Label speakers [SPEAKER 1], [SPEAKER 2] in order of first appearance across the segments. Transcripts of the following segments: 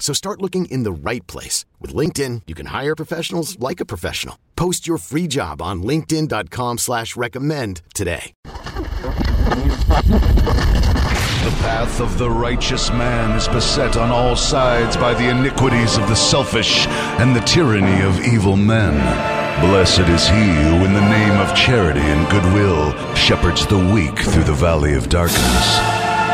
[SPEAKER 1] So start looking in the right place. With LinkedIn, you can hire professionals like a professional. Post your free job on linkedin.com slash recommend today.
[SPEAKER 2] The path of the righteous man is beset on all sides by the iniquities of the selfish and the tyranny of evil men. Blessed is he who, in the name of charity and goodwill, shepherds the weak through the valley of darkness.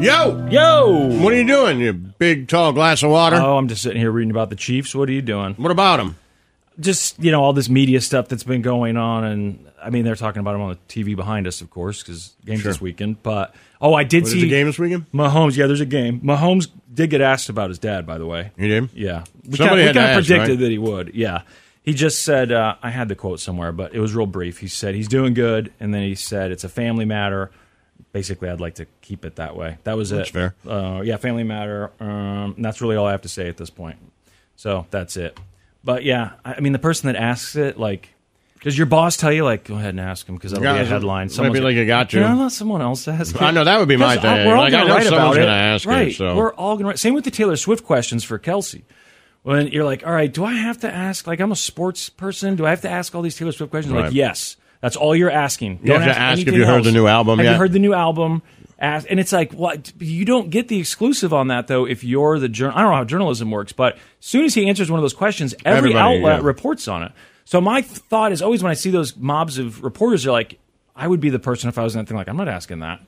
[SPEAKER 3] Yo!
[SPEAKER 4] Yo!
[SPEAKER 3] What are you doing, you big, tall glass of water?
[SPEAKER 4] Oh, I'm just sitting here reading about the Chiefs. What are you doing?
[SPEAKER 3] what about him?
[SPEAKER 4] Just, you know, all this media stuff that's been going on. And I mean, they're talking about him on the TV behind us, of course, because game's this weekend. But, oh, I did
[SPEAKER 3] Was
[SPEAKER 4] see
[SPEAKER 3] the game this weekend?
[SPEAKER 4] Mahomes. Yeah, there's a game. Mahomes did get asked about his dad, by the way.
[SPEAKER 3] You did?
[SPEAKER 4] Yeah. Mm-hmm. We
[SPEAKER 3] Somebody had
[SPEAKER 4] kinda, we kinda
[SPEAKER 3] to ask,
[SPEAKER 4] predicted
[SPEAKER 3] right?
[SPEAKER 4] that he would. Yeah. He just said, uh, I had the quote somewhere, but it was real brief. He said, he's doing good. And then he said, it's a family matter. Basically, I'd like to keep it that way. That was
[SPEAKER 3] That's
[SPEAKER 4] it.
[SPEAKER 3] fair.
[SPEAKER 4] Uh, yeah, family matter. Um, and that's really all I have to say at this point. So that's it. But yeah, I I mean, the person that asks it, like, does your boss tell you, like, go ahead and ask him because that'll
[SPEAKER 3] Yeah,
[SPEAKER 4] be a headline?
[SPEAKER 3] might be like, "I got
[SPEAKER 4] Can I
[SPEAKER 3] you."
[SPEAKER 4] let someone else ask it?
[SPEAKER 3] I know, that would be my
[SPEAKER 4] 'Cause, uh,
[SPEAKER 3] thing.
[SPEAKER 4] We're all
[SPEAKER 3] Like, I
[SPEAKER 4] gonna
[SPEAKER 3] know
[SPEAKER 4] write
[SPEAKER 3] someone's
[SPEAKER 4] about it.
[SPEAKER 3] gonna ask it,
[SPEAKER 4] right.
[SPEAKER 3] so.
[SPEAKER 4] We're all gonna write. Same with the Taylor Swift questions for Kelsey. When you're like, all right, do I have to ask? Like, I'm a sports person. Do I have to ask all these Taylor Swift questions?
[SPEAKER 3] Right.
[SPEAKER 4] Like, yes. That's all you're asking.
[SPEAKER 3] You have
[SPEAKER 4] Don't
[SPEAKER 3] to ask if
[SPEAKER 4] anything
[SPEAKER 3] you heard
[SPEAKER 4] else.
[SPEAKER 3] the new album
[SPEAKER 4] Have
[SPEAKER 3] yet?
[SPEAKER 4] you heard the new album? Ask, and it's like, what? You don't get the exclusive on that though. If you're the journal, I don't know how journalism works, but as soon as he answers one of those questions, every
[SPEAKER 3] Everybody,
[SPEAKER 4] outlet
[SPEAKER 3] yeah.
[SPEAKER 4] reports on it. So my thought is always when I see those mobs of reporters, they're like, I would be the person if I was in that thing. Like, I'm not asking that.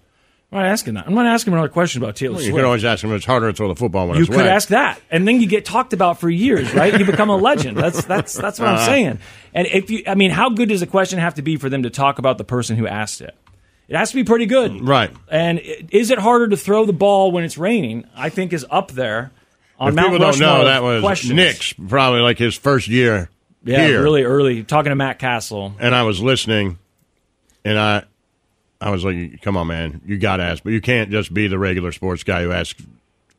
[SPEAKER 4] I'm not asking that. I'm not asking another question about Taylor
[SPEAKER 3] Well, you
[SPEAKER 4] Swift.
[SPEAKER 3] could always ask him. It's harder to throw the football when
[SPEAKER 4] You
[SPEAKER 3] it's
[SPEAKER 4] could
[SPEAKER 3] wet.
[SPEAKER 4] ask that, and then you get talked about for years, right? You become a legend. That's that's that's what
[SPEAKER 3] Uh-huh.
[SPEAKER 4] I'm saying. And if you, I mean, how good does a question have to be for them to talk about the person who asked it? It has to be pretty good,
[SPEAKER 3] Right.
[SPEAKER 4] And i- is it harder to throw the ball when it's raining? I think is up there on
[SPEAKER 3] If
[SPEAKER 4] Mount
[SPEAKER 3] people don't
[SPEAKER 4] Rushmore
[SPEAKER 3] know,
[SPEAKER 4] of
[SPEAKER 3] that was
[SPEAKER 4] questions.
[SPEAKER 3] Nick's probably like his first year
[SPEAKER 4] Yeah,
[SPEAKER 3] here.
[SPEAKER 4] really early talking to Matt Castle.
[SPEAKER 3] And I was listening, and I, I was like, "Come on, man, you got to ask." But you can't just be the regular sports guy who asks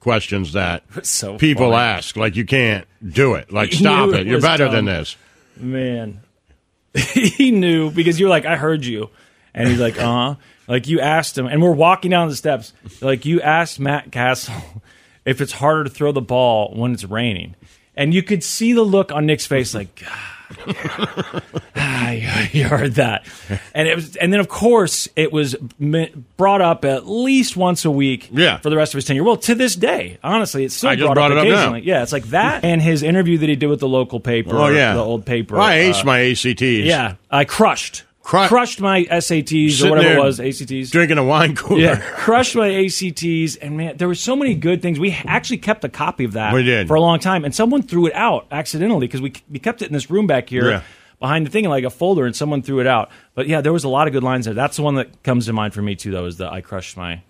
[SPEAKER 3] questions that
[SPEAKER 4] So
[SPEAKER 3] people
[SPEAKER 4] funny.
[SPEAKER 3] ask. Like you can't do it. Like
[SPEAKER 4] He
[SPEAKER 3] stop
[SPEAKER 4] knew
[SPEAKER 3] it.
[SPEAKER 4] it
[SPEAKER 3] You're
[SPEAKER 4] was
[SPEAKER 3] better
[SPEAKER 4] dumb.
[SPEAKER 3] than this.
[SPEAKER 4] Man, he knew because you're like, I heard you. And he's like, uh huh. Like, you asked him, and we're walking down the steps. Like, you asked Matt Castle if it's harder to throw the ball when it's raining. And you could see the look on Nick's face, like, "God." Ah, you- you heard that. And it was, and then, of course, it was me- brought up at least once a week
[SPEAKER 3] Yeah.
[SPEAKER 4] for the rest of his tenure. Well, to this day, honestly, it's still
[SPEAKER 3] I just
[SPEAKER 4] brought,
[SPEAKER 3] brought
[SPEAKER 4] up
[SPEAKER 3] it up now.
[SPEAKER 4] occasionally. Yeah, it's like that and his interview that he did with the local paper,
[SPEAKER 3] Oh yeah,
[SPEAKER 4] the old paper.
[SPEAKER 3] Well, I
[SPEAKER 4] uh,
[SPEAKER 3] aced my ACTs.
[SPEAKER 4] yeah, I crushed.
[SPEAKER 3] Cru-
[SPEAKER 4] crushed my SATs
[SPEAKER 3] Sitting
[SPEAKER 4] or whatever
[SPEAKER 3] there
[SPEAKER 4] it was, ACTs.
[SPEAKER 3] drinking a wine cooler.
[SPEAKER 4] yeah, crushed my ACTs, and man, there were so many good things. We actually kept a copy of that
[SPEAKER 3] We did.
[SPEAKER 4] for a long time, and someone threw it out accidentally because we we kept it in this room back here
[SPEAKER 3] Yeah.
[SPEAKER 4] behind the thing, like a folder, and someone threw it out. But yeah, there was a lot of good lines there. That's the one that comes to mind for me too. Though is that I crushed my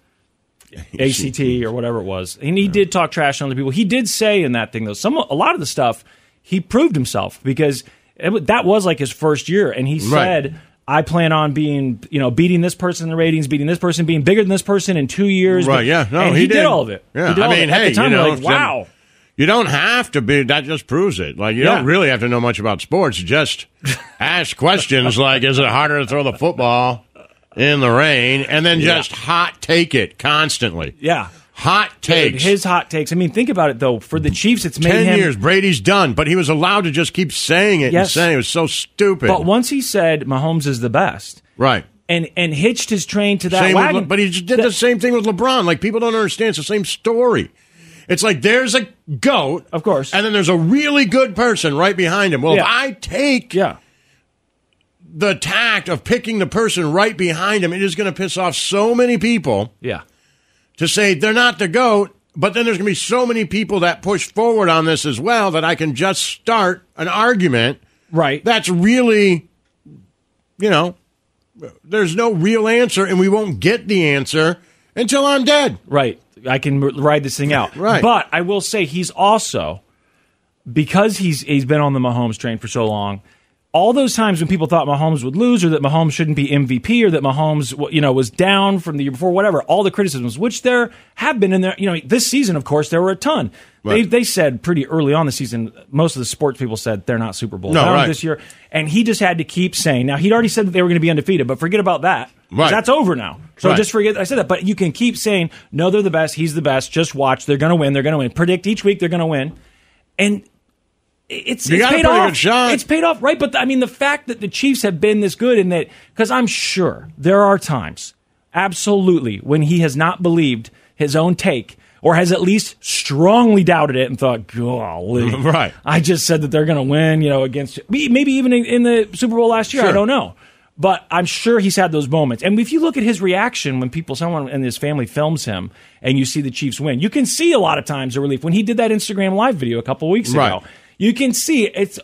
[SPEAKER 4] ACT or whatever it was. And he did talk trash on other people. He did say in that thing though, some a lot of the stuff he proved himself because it, wa- that was like his first year, and he
[SPEAKER 3] Right.
[SPEAKER 4] said. I plan on being, you know, beating this person in the ratings, beating this person, being bigger than this person in two years.
[SPEAKER 3] Right, yeah. No,
[SPEAKER 4] And
[SPEAKER 3] he
[SPEAKER 4] he did.
[SPEAKER 3] did.
[SPEAKER 4] all of it.
[SPEAKER 3] Yeah,
[SPEAKER 4] He did
[SPEAKER 3] I
[SPEAKER 4] all of
[SPEAKER 3] mean,
[SPEAKER 4] it. At
[SPEAKER 3] hey,
[SPEAKER 4] the time,
[SPEAKER 3] you
[SPEAKER 4] we're
[SPEAKER 3] know,
[SPEAKER 4] like, wow.
[SPEAKER 3] You don't have to be. That just proves it. Like you
[SPEAKER 4] Yeah.
[SPEAKER 3] don't really have to know much about sports. Just ask questions like, "Is it harder to throw the football in the rain?" And then just hot take it constantly.
[SPEAKER 4] Yeah.
[SPEAKER 3] Hot takes.
[SPEAKER 4] His hot takes. I mean, think about it though. For the Chiefs, it's made
[SPEAKER 3] Ten
[SPEAKER 4] him
[SPEAKER 3] years, Brady's done, but he was allowed to just keep saying it and
[SPEAKER 4] Yes.
[SPEAKER 3] saying it. it was so stupid.
[SPEAKER 4] But once he said Mahomes is the best,
[SPEAKER 3] right.
[SPEAKER 4] and and hitched his train to that
[SPEAKER 3] Same with
[SPEAKER 4] wagon,
[SPEAKER 3] Le- but he just did
[SPEAKER 4] that-
[SPEAKER 3] the same thing with LeBron. Like people don't understand. It's the same story. It's like there's a goat,
[SPEAKER 4] Of course.
[SPEAKER 3] and then there's a really good person right behind him. Well, if
[SPEAKER 4] Yeah.
[SPEAKER 3] I take
[SPEAKER 4] yeah,
[SPEAKER 3] the tact of picking the person right behind him, it is going to piss off so many people
[SPEAKER 4] yeah,
[SPEAKER 3] to say they're not the goat. But then there's going to be so many people that push forward on this as well that I can just start an argument
[SPEAKER 4] right.
[SPEAKER 3] that's really, you know, there's no real answer, and we won't get the answer until I'm dead.
[SPEAKER 4] Right. I can r- ride this thing out.
[SPEAKER 3] Right.
[SPEAKER 4] But I will say he's also because he's he's been on the Mahomes train for so long. All those times when people thought Mahomes would lose, or that Mahomes shouldn't be MVP, or that Mahomes, w- you know, was down from the year before, whatever. All the criticisms, which there have been in there, you know, this season, of course, there were a ton. They
[SPEAKER 3] Right.
[SPEAKER 4] they said pretty early on the season, most of the sports people said they're not Super Bowl
[SPEAKER 3] No,
[SPEAKER 4] bound
[SPEAKER 3] right.
[SPEAKER 4] this year, and he just had to keep saying. Now he'd already said that they were going to be undefeated, but forget about that. 'cause
[SPEAKER 3] Right.
[SPEAKER 4] That's over now. So
[SPEAKER 3] Right.
[SPEAKER 4] just forget that I said that. But you can keep saying, no, they're the best. He's the best. Just watch. They're going to win. They're going to win. Predict each week they're going to win. And it's,
[SPEAKER 3] You
[SPEAKER 4] it's
[SPEAKER 3] got a
[SPEAKER 4] paid
[SPEAKER 3] pretty
[SPEAKER 4] off.
[SPEAKER 3] good shot.
[SPEAKER 4] It's paid off, right? But I mean, the fact that the Chiefs have been this good and that, because I'm sure there are times, absolutely, when he has not believed his own take or has at least strongly doubted it and thought, golly.
[SPEAKER 3] Right.
[SPEAKER 4] I just said that they're going to win, you know, against maybe even in, in the Super Bowl last year.
[SPEAKER 3] Sure.
[SPEAKER 4] I don't know. But I'm sure he's had those moments. And if you look at his reaction when people, someone in his family films him and you see the Chiefs win, you can see a lot of times the relief. When he did that Instagram live video a couple weeks
[SPEAKER 3] Right.
[SPEAKER 4] ago, you can see it's.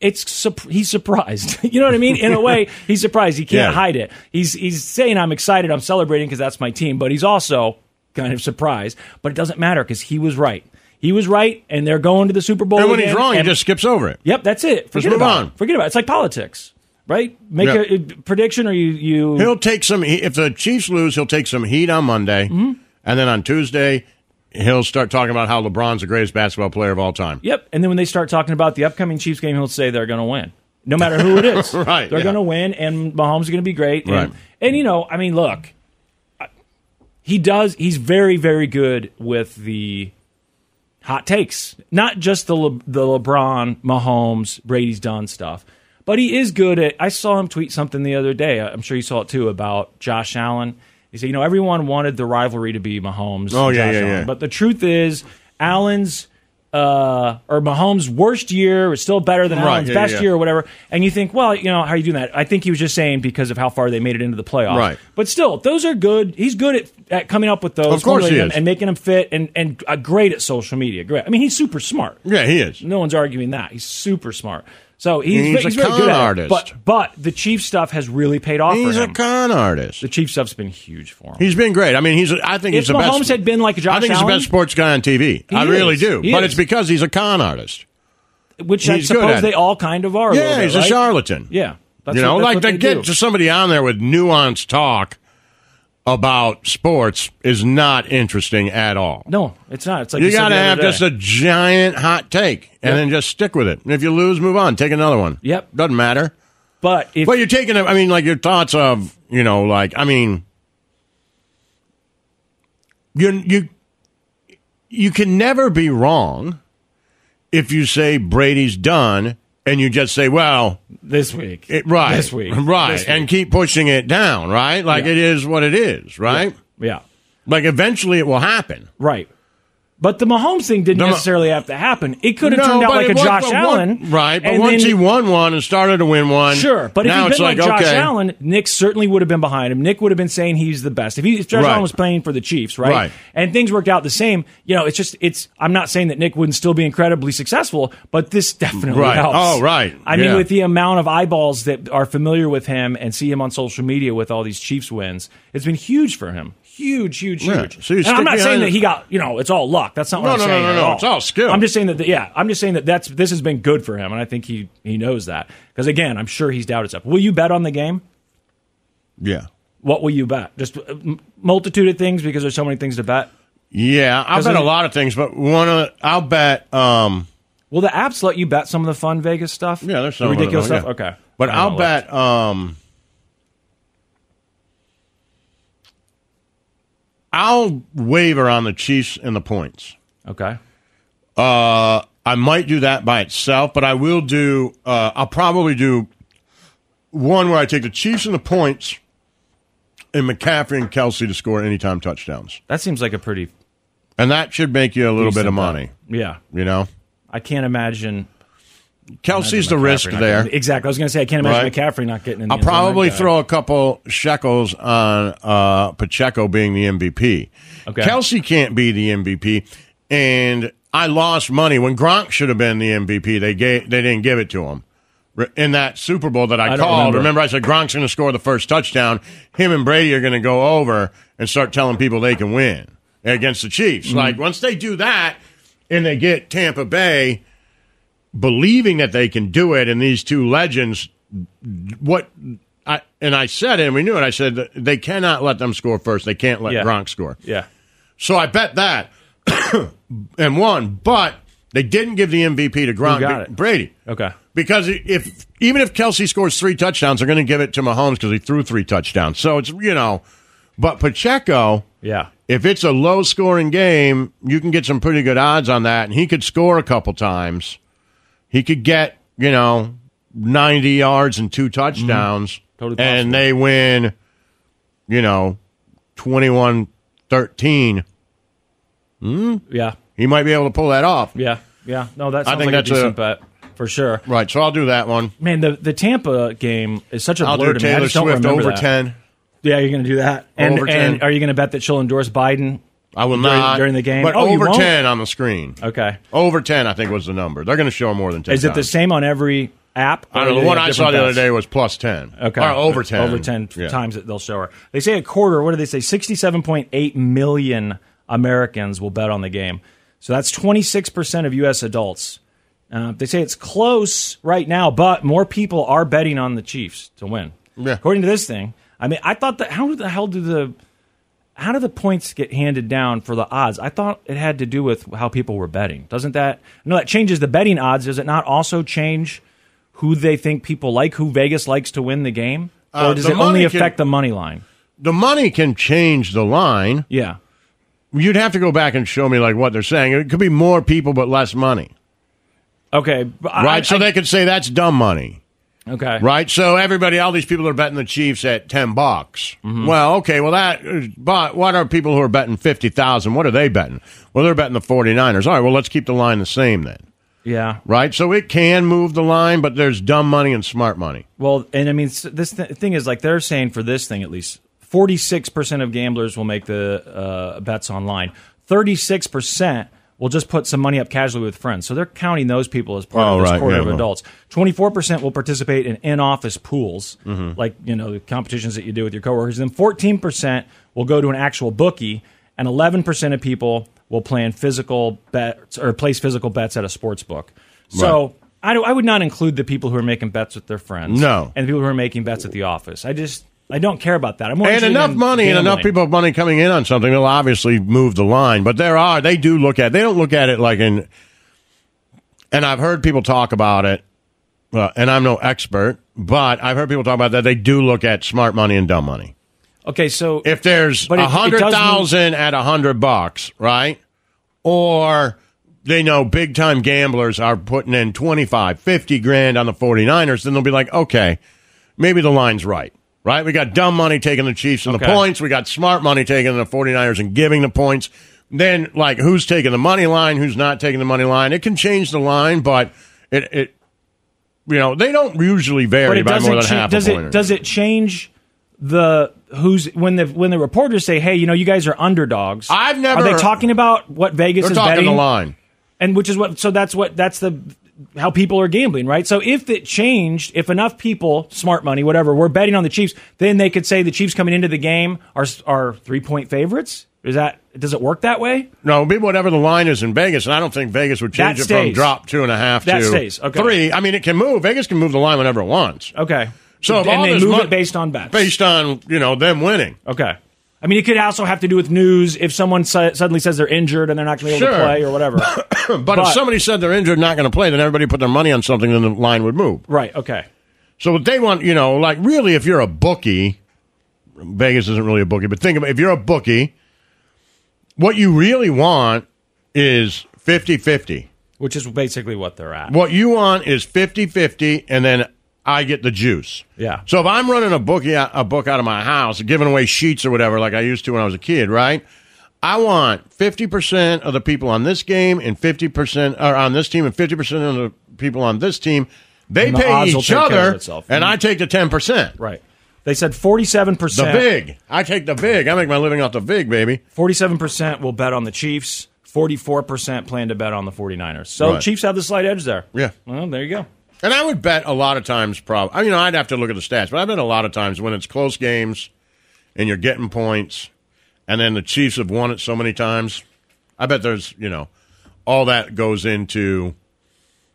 [SPEAKER 4] It's sup- he's surprised. you know what I mean? In a way, he's surprised. He
[SPEAKER 3] Yeah.
[SPEAKER 4] can't hide it. He's he's saying I'm excited, I'm celebrating because that's my team, but he's also kind of surprised. But it doesn't matter because he was right. He was right, and they're going to the Super Bowl.
[SPEAKER 3] And when
[SPEAKER 4] again,
[SPEAKER 3] he's wrong, he
[SPEAKER 4] and-
[SPEAKER 3] just skips over it.
[SPEAKER 4] Yep, that's it. Forget
[SPEAKER 3] move
[SPEAKER 4] about
[SPEAKER 3] on.
[SPEAKER 4] It. Forget about it. It's like politics, right? Make
[SPEAKER 3] Yeah.
[SPEAKER 4] a, a prediction, or you you
[SPEAKER 3] He'll take some. he- If the Chiefs lose, he'll take some heat on Monday,
[SPEAKER 4] Mm-hmm.
[SPEAKER 3] and then on Tuesday, he'll start talking about how LeBron's the greatest basketball player of all time.
[SPEAKER 4] yep. And then when they start talking about the upcoming Chiefs game, he'll say they're going to win, no matter who it is.
[SPEAKER 3] Right,
[SPEAKER 4] they're
[SPEAKER 3] yeah.
[SPEAKER 4] going to win, and Mahomes is going to be great. And,
[SPEAKER 3] Right.
[SPEAKER 4] and you know, I mean, look, I- he does. He's very very good with the hot takes, not just the Le- the LeBron, Mahomes, Brady's done stuff. But he is good at. I saw him tweet something the other day. I'm sure you saw it too about Josh Allen. He said, you know, everyone wanted the rivalry to be Mahomes.
[SPEAKER 3] Oh,
[SPEAKER 4] and
[SPEAKER 3] yeah,
[SPEAKER 4] Josh
[SPEAKER 3] yeah,
[SPEAKER 4] Allen.
[SPEAKER 3] yeah.
[SPEAKER 4] But the truth is, Allen's uh, or Mahomes' worst year was still better than
[SPEAKER 3] Right,
[SPEAKER 4] Allen's
[SPEAKER 3] yeah,
[SPEAKER 4] best
[SPEAKER 3] yeah.
[SPEAKER 4] year or whatever. And you think, well, you know, how are you doing that? I think he was just saying because of how far they made it into the playoffs.
[SPEAKER 3] Right.
[SPEAKER 4] But still, those are good. He's good at, at coming up with those,
[SPEAKER 3] Of course he
[SPEAKER 4] formulating them,
[SPEAKER 3] is.
[SPEAKER 4] and making them fit, and and uh, great at social media. Great. I mean, he's super smart.
[SPEAKER 3] Yeah, he is.
[SPEAKER 4] No one's arguing that. He's super smart. So he's
[SPEAKER 3] He's a
[SPEAKER 4] he's very
[SPEAKER 3] con
[SPEAKER 4] good at it.
[SPEAKER 3] artist.
[SPEAKER 4] But but the chief stuff has really paid off
[SPEAKER 3] He's
[SPEAKER 4] for
[SPEAKER 3] a
[SPEAKER 4] him.
[SPEAKER 3] con artist.
[SPEAKER 4] the chief stuff's been huge for him.
[SPEAKER 3] He's been great. I mean, he's. A, I think
[SPEAKER 4] if
[SPEAKER 3] he's the
[SPEAKER 4] Mahomes
[SPEAKER 3] best.
[SPEAKER 4] had been like Josh
[SPEAKER 3] I think he's
[SPEAKER 4] Allen,
[SPEAKER 3] the best sports guy on TV.
[SPEAKER 4] He
[SPEAKER 3] I really
[SPEAKER 4] is.
[SPEAKER 3] do.
[SPEAKER 4] He
[SPEAKER 3] but
[SPEAKER 4] is.
[SPEAKER 3] it's because he's a con artist.
[SPEAKER 4] which I
[SPEAKER 3] he's good at
[SPEAKER 4] suppose
[SPEAKER 3] it.
[SPEAKER 4] they all kind of are. a little
[SPEAKER 3] Yeah,
[SPEAKER 4] bit,
[SPEAKER 3] he's a
[SPEAKER 4] right?
[SPEAKER 3] charlatan.
[SPEAKER 4] Yeah, that's
[SPEAKER 3] you
[SPEAKER 4] what-
[SPEAKER 3] know,
[SPEAKER 4] that's
[SPEAKER 3] like
[SPEAKER 4] what
[SPEAKER 3] to
[SPEAKER 4] they
[SPEAKER 3] get
[SPEAKER 4] do.
[SPEAKER 3] to somebody on there with nuanced talk about sports is not interesting at all.
[SPEAKER 4] No, it's not. It's like
[SPEAKER 3] You
[SPEAKER 4] said
[SPEAKER 3] got to
[SPEAKER 4] the other
[SPEAKER 3] have
[SPEAKER 4] day.
[SPEAKER 3] just a giant hot take and then just stick with it. And if you lose, move on. Take another one.
[SPEAKER 4] Yep.
[SPEAKER 3] Doesn't matter.
[SPEAKER 4] But if
[SPEAKER 3] But you're taking, I mean, like your thoughts of, you know, like, I mean, you, you, you can never be wrong if you say Brady's done and you just say, well,
[SPEAKER 4] this week,
[SPEAKER 3] it, right.
[SPEAKER 4] This week,
[SPEAKER 3] Right.
[SPEAKER 4] This week.
[SPEAKER 3] And keep pushing it down, right? Like
[SPEAKER 4] Yeah.
[SPEAKER 3] it is what it is, right?
[SPEAKER 4] yeah,
[SPEAKER 3] Like eventually it will happen.
[SPEAKER 4] right. But the Mahomes thing didn't
[SPEAKER 3] The Ma-
[SPEAKER 4] necessarily have to happen. It could have
[SPEAKER 3] No,
[SPEAKER 4] turned out
[SPEAKER 3] but
[SPEAKER 4] like
[SPEAKER 3] it
[SPEAKER 4] a
[SPEAKER 3] was-
[SPEAKER 4] Josh
[SPEAKER 3] but one-
[SPEAKER 4] Allen,
[SPEAKER 3] right? But
[SPEAKER 4] and
[SPEAKER 3] once
[SPEAKER 4] then-
[SPEAKER 3] he won one and started to win one,
[SPEAKER 4] Sure, but if
[SPEAKER 3] now
[SPEAKER 4] he'd
[SPEAKER 3] it's
[SPEAKER 4] been like,
[SPEAKER 3] like,
[SPEAKER 4] Josh
[SPEAKER 3] okay,
[SPEAKER 4] Allen, Nick certainly would have been behind him. Nick would have been saying he's the best. If, he, if Josh
[SPEAKER 3] Right.
[SPEAKER 4] Allen was playing for the Chiefs, right?
[SPEAKER 3] Right.
[SPEAKER 4] And things worked out the same, you know, it's just it's. I'm not saying that Nick wouldn't still be incredibly successful, but this definitely
[SPEAKER 3] Right.
[SPEAKER 4] helps.
[SPEAKER 3] Oh, right.
[SPEAKER 4] I
[SPEAKER 3] Yeah.
[SPEAKER 4] mean, with the amount of eyeballs that are familiar with him and see him on social media with all these Chiefs wins, it's been huge for him. Huge, huge,
[SPEAKER 3] Yeah.
[SPEAKER 4] huge.
[SPEAKER 3] So you
[SPEAKER 4] and I'm
[SPEAKER 3] stick
[SPEAKER 4] not saying
[SPEAKER 3] behind-
[SPEAKER 4] that he got, you know, it's all luck. That's not what
[SPEAKER 3] No,
[SPEAKER 4] I'm
[SPEAKER 3] no, no,
[SPEAKER 4] saying.
[SPEAKER 3] no,
[SPEAKER 4] at
[SPEAKER 3] no. It's all skill.
[SPEAKER 4] I'm just saying that. Yeah, I'm just saying that that's this has been good for him, and I think he he knows that because again, I'm sure he's doubted stuff. Will you bet on the game?
[SPEAKER 3] yeah,
[SPEAKER 4] What will you bet? Just uh, m- multitude of things because there's so many things to bet.
[SPEAKER 3] Yeah, I'll bet a lot of things, but one of the, I'll bet. um
[SPEAKER 4] Well, the apps let you bet some of the fun Vegas stuff.
[SPEAKER 3] Yeah, there's some
[SPEAKER 4] the
[SPEAKER 3] of it,
[SPEAKER 4] ridiculous
[SPEAKER 3] though,
[SPEAKER 4] stuff.
[SPEAKER 3] yeah.
[SPEAKER 4] Okay,
[SPEAKER 3] But
[SPEAKER 4] I don't
[SPEAKER 3] I'll
[SPEAKER 4] know.
[SPEAKER 3] bet. um I'll waver on the Chiefs and the points.
[SPEAKER 4] Okay,
[SPEAKER 3] Uh, I might do that by itself, but I will do. Uh, I'll probably do one where I take the Chiefs and the points, and McCaffrey and Kelsey to score anytime touchdowns,
[SPEAKER 4] that seems like a pretty
[SPEAKER 3] and that should make you a little bit of
[SPEAKER 4] decent bet.
[SPEAKER 3] money.
[SPEAKER 4] Yeah,
[SPEAKER 3] You know,
[SPEAKER 4] I can't imagine.
[SPEAKER 3] Kelsey's the
[SPEAKER 4] McCaffrey
[SPEAKER 3] risk
[SPEAKER 4] not
[SPEAKER 3] there.
[SPEAKER 4] getting- exactly. I was going to say I can't imagine
[SPEAKER 3] Right.
[SPEAKER 4] McCaffrey not getting. in the
[SPEAKER 3] I'll
[SPEAKER 4] end zone. That
[SPEAKER 3] probably
[SPEAKER 4] guy.
[SPEAKER 3] throw a couple shekels on uh, Pacheco being the MVP.
[SPEAKER 4] Okay.
[SPEAKER 3] Kelsey can't be the MVP, and I lost money when Gronk should have been the MVP. They gave they didn't give it to him Re- in that Super Bowl that I,
[SPEAKER 4] I don't
[SPEAKER 3] called.
[SPEAKER 4] remember.
[SPEAKER 3] I said Gronk's going to score the first touchdown. Him and Brady are going to go over and start telling people they can win against the Chiefs.
[SPEAKER 4] Mm-hmm.
[SPEAKER 3] Like once they do that, and they get Tampa Bay believing that they can do it, and these two legends, what I and I said it, and we knew it. I said that they cannot let them score first. They can't let
[SPEAKER 4] Yeah.
[SPEAKER 3] Gronk score.
[SPEAKER 4] Yeah,
[SPEAKER 3] So I bet that and won, but they didn't give the MVP to Gronk
[SPEAKER 4] got
[SPEAKER 3] Br-
[SPEAKER 4] it?
[SPEAKER 3] Brady
[SPEAKER 4] okay.
[SPEAKER 3] because if even if Kelsey scores three touchdowns, they're going to give it to Mahomes because he threw three touchdowns. So it's you know, but Pacheco.
[SPEAKER 4] Yeah,
[SPEAKER 3] If it's a low scoring game, you can get some pretty good odds on that. And he could score a couple times. He could get, you know, 90 yards and two touchdowns.
[SPEAKER 4] Mm-hmm. Totally possible.
[SPEAKER 3] and they win, you know, 21 13.
[SPEAKER 4] yeah,
[SPEAKER 3] He might be able to pull that off.
[SPEAKER 4] yeah, yeah. No, that
[SPEAKER 3] I
[SPEAKER 4] sounds
[SPEAKER 3] think
[SPEAKER 4] like
[SPEAKER 3] that's
[SPEAKER 4] a
[SPEAKER 3] a-
[SPEAKER 4] decent bet for sure.
[SPEAKER 3] Right. So I'll do that one.
[SPEAKER 4] Man, the the Tampa game is such a
[SPEAKER 3] I'll
[SPEAKER 4] blur
[SPEAKER 3] do
[SPEAKER 4] to me. I
[SPEAKER 3] Taylor
[SPEAKER 4] just don't
[SPEAKER 3] Swift
[SPEAKER 4] remember
[SPEAKER 3] over
[SPEAKER 4] that.
[SPEAKER 3] 10.
[SPEAKER 4] Yeah, you're going to do that. And
[SPEAKER 3] Over 10.
[SPEAKER 4] and are you going to bet that she'll endorse Biden?
[SPEAKER 3] I will
[SPEAKER 4] During-
[SPEAKER 3] not.
[SPEAKER 4] during the game?
[SPEAKER 3] But
[SPEAKER 4] Oh, you
[SPEAKER 3] over
[SPEAKER 4] won't?
[SPEAKER 3] 10 on the screen.
[SPEAKER 4] Okay.
[SPEAKER 3] Over 10, I think, was the number. They're going to show more than 10.
[SPEAKER 4] Is it the
[SPEAKER 3] times.
[SPEAKER 4] same on every app?
[SPEAKER 3] I don't
[SPEAKER 4] or do
[SPEAKER 3] know.
[SPEAKER 4] they
[SPEAKER 3] The one
[SPEAKER 4] have
[SPEAKER 3] I saw
[SPEAKER 4] different
[SPEAKER 3] the other
[SPEAKER 4] bets?
[SPEAKER 3] day was plus 10.
[SPEAKER 4] Okay.
[SPEAKER 3] Or over 10.
[SPEAKER 4] Over 10
[SPEAKER 3] Yeah.
[SPEAKER 4] times that they'll show her. They say a quarter, what do they say? 67.8 million Americans will bet on the game. So that's 26% of U.S. adults. Uh, they say it's close right now, but more people are betting on the Chiefs to win.
[SPEAKER 3] Yeah.
[SPEAKER 4] According to this thing, I mean, I thought that how the hell do the how do the points get handed down for the odds? I thought it had to do with how people were betting. Doesn't that no? That changes the betting odds. Does it not also change who they think people like, who Vegas likes to win the game,
[SPEAKER 3] Uh,
[SPEAKER 4] or does
[SPEAKER 3] the
[SPEAKER 4] it only
[SPEAKER 3] money can-
[SPEAKER 4] affect the money line?
[SPEAKER 3] the money can change the line.
[SPEAKER 4] Yeah,
[SPEAKER 3] You'd have to go back and show me like what they're saying. It could be more people but less money,
[SPEAKER 4] okay, but I-
[SPEAKER 3] right? so
[SPEAKER 4] I-
[SPEAKER 3] they could say that's dumb money,
[SPEAKER 4] okay,
[SPEAKER 3] right? So everybody, all these people are betting the Chiefs at ten bucks.
[SPEAKER 4] Mm-hmm.
[SPEAKER 3] Well, okay, well that, uh, but what are people who are betting fifty thousand? What are they betting? Well, they're betting the 49ers. All right, well let's keep the line the same then,
[SPEAKER 4] Yeah,
[SPEAKER 3] right? So it can move the line, but there's dumb money and smart money.
[SPEAKER 4] well, and I mean s- this th- thing is like they're saying for this thing at least, forty six percent of gamblers will make the uh, bets online. Thirty six percent will just put some money up casually with friends. So they're counting those people as part
[SPEAKER 3] Oh,
[SPEAKER 4] of this
[SPEAKER 3] right,
[SPEAKER 4] quarter
[SPEAKER 3] yeah,
[SPEAKER 4] of
[SPEAKER 3] well.
[SPEAKER 4] adults. Twenty four percent will participate in in office pools,
[SPEAKER 3] Mm-hmm.
[SPEAKER 4] like you know the competitions that you do with your coworkers. And fourteen percent will go to an actual bookie, and eleven percent of people will plan physical bets or place physical bets at a sports book. So. I, do, I would not include the people who are making bets with their friends.
[SPEAKER 3] No.
[SPEAKER 4] and the people who are making bets at the office. I just I don't care about that. I'm more
[SPEAKER 3] And
[SPEAKER 4] interested
[SPEAKER 3] enough
[SPEAKER 4] in
[SPEAKER 3] money and enough
[SPEAKER 4] gambling.
[SPEAKER 3] people have money coming in on something, they'll obviously move the line. But there are, they do look at, they don't look at it like in, and I've heard people talk about it, uh, and I'm no expert, but I've heard people talk about that. They do look at smart money and dumb money.
[SPEAKER 4] Okay, so
[SPEAKER 3] If there's
[SPEAKER 4] But it-
[SPEAKER 3] a
[SPEAKER 4] it does
[SPEAKER 3] hundred
[SPEAKER 4] move-
[SPEAKER 3] thousand at a hundred bucks, right? Or they know big time gamblers are putting in 25, 50 grand on the 49ers, then they'll be like, okay, maybe the line's right. Right? We got dumb money taking the Chiefs and the
[SPEAKER 4] Okay.
[SPEAKER 3] points. We got smart money taking the 49ers and giving the points. Then, like, who's taking the money line? Who's not taking the money line? It can change the line, but it, it you know, they don't usually vary by more than
[SPEAKER 4] cha-
[SPEAKER 3] half
[SPEAKER 4] does
[SPEAKER 3] a
[SPEAKER 4] it
[SPEAKER 3] point. or-
[SPEAKER 4] does it change the who's when the when the reporters say, "Hey, you know, you guys are underdogs."
[SPEAKER 3] I've never-
[SPEAKER 4] Are they talking about what Vegas
[SPEAKER 3] They're
[SPEAKER 4] is
[SPEAKER 3] talking
[SPEAKER 4] betting?
[SPEAKER 3] the line.
[SPEAKER 4] and which is what so that's what that's the how people are gambling right so if it changed if enough people smart money whatever were betting on the chiefs then they could say the chiefs coming into the game are are three point favorites is that does it work that way
[SPEAKER 3] No, be whatever the line is in Vegas, and I don't think Vegas would change
[SPEAKER 4] That
[SPEAKER 3] it from
[SPEAKER 4] stays.
[SPEAKER 3] drop two and a half
[SPEAKER 4] That
[SPEAKER 3] to
[SPEAKER 4] stays, okay.
[SPEAKER 3] three. I mean, it can move. Vegas can move the line whenever it wants,
[SPEAKER 4] okay
[SPEAKER 3] So if
[SPEAKER 4] and
[SPEAKER 3] all
[SPEAKER 4] they
[SPEAKER 3] this
[SPEAKER 4] move
[SPEAKER 3] mon-
[SPEAKER 4] it based on bets
[SPEAKER 3] based on you know them winning.
[SPEAKER 4] okay I mean, it could also have to do with news. If someone su- suddenly says they're injured and they're not going to be able
[SPEAKER 3] Sure.
[SPEAKER 4] to play or whatever,
[SPEAKER 3] But, if somebody said they're injured, not going to play, then everybody put their money on something, then the line would move.
[SPEAKER 4] right? Okay,
[SPEAKER 3] So what they want, you know, like really, if you're a bookie, Vegas isn't really a bookie, but think about if you're a bookie, what you really want is 50 50.
[SPEAKER 4] which is basically what they're at.
[SPEAKER 3] What you want is 50 50, and then I get the juice.
[SPEAKER 4] Yeah.
[SPEAKER 3] So if I'm running a bookie a book out of my house, giving away sheets or whatever, like I used to when I was a kid, right? I want 50% of the people on this game and 50% or on this team and 50% of the people on this team. They
[SPEAKER 4] And the
[SPEAKER 3] pay
[SPEAKER 4] odds will
[SPEAKER 3] each
[SPEAKER 4] take care of
[SPEAKER 3] other,
[SPEAKER 4] itself.
[SPEAKER 3] and I take the 10%.
[SPEAKER 4] Right. They said forty-seven
[SPEAKER 3] The
[SPEAKER 4] percent.
[SPEAKER 3] big. I take the big. I make my living off the big, baby.
[SPEAKER 4] Forty-seven percent will bet on the Chiefs. Forty-four percent plan to bet on the 49ers. So
[SPEAKER 3] Right.
[SPEAKER 4] Chiefs have the slight edge there.
[SPEAKER 3] Yeah.
[SPEAKER 4] Well, there you go.
[SPEAKER 3] And I would bet a lot of times, probably. I mean, I'd have to look at the stats, but I bet a lot of times when it's close games and you're getting points, and then the Chiefs have won it so many times. I bet there's, you know, all that goes into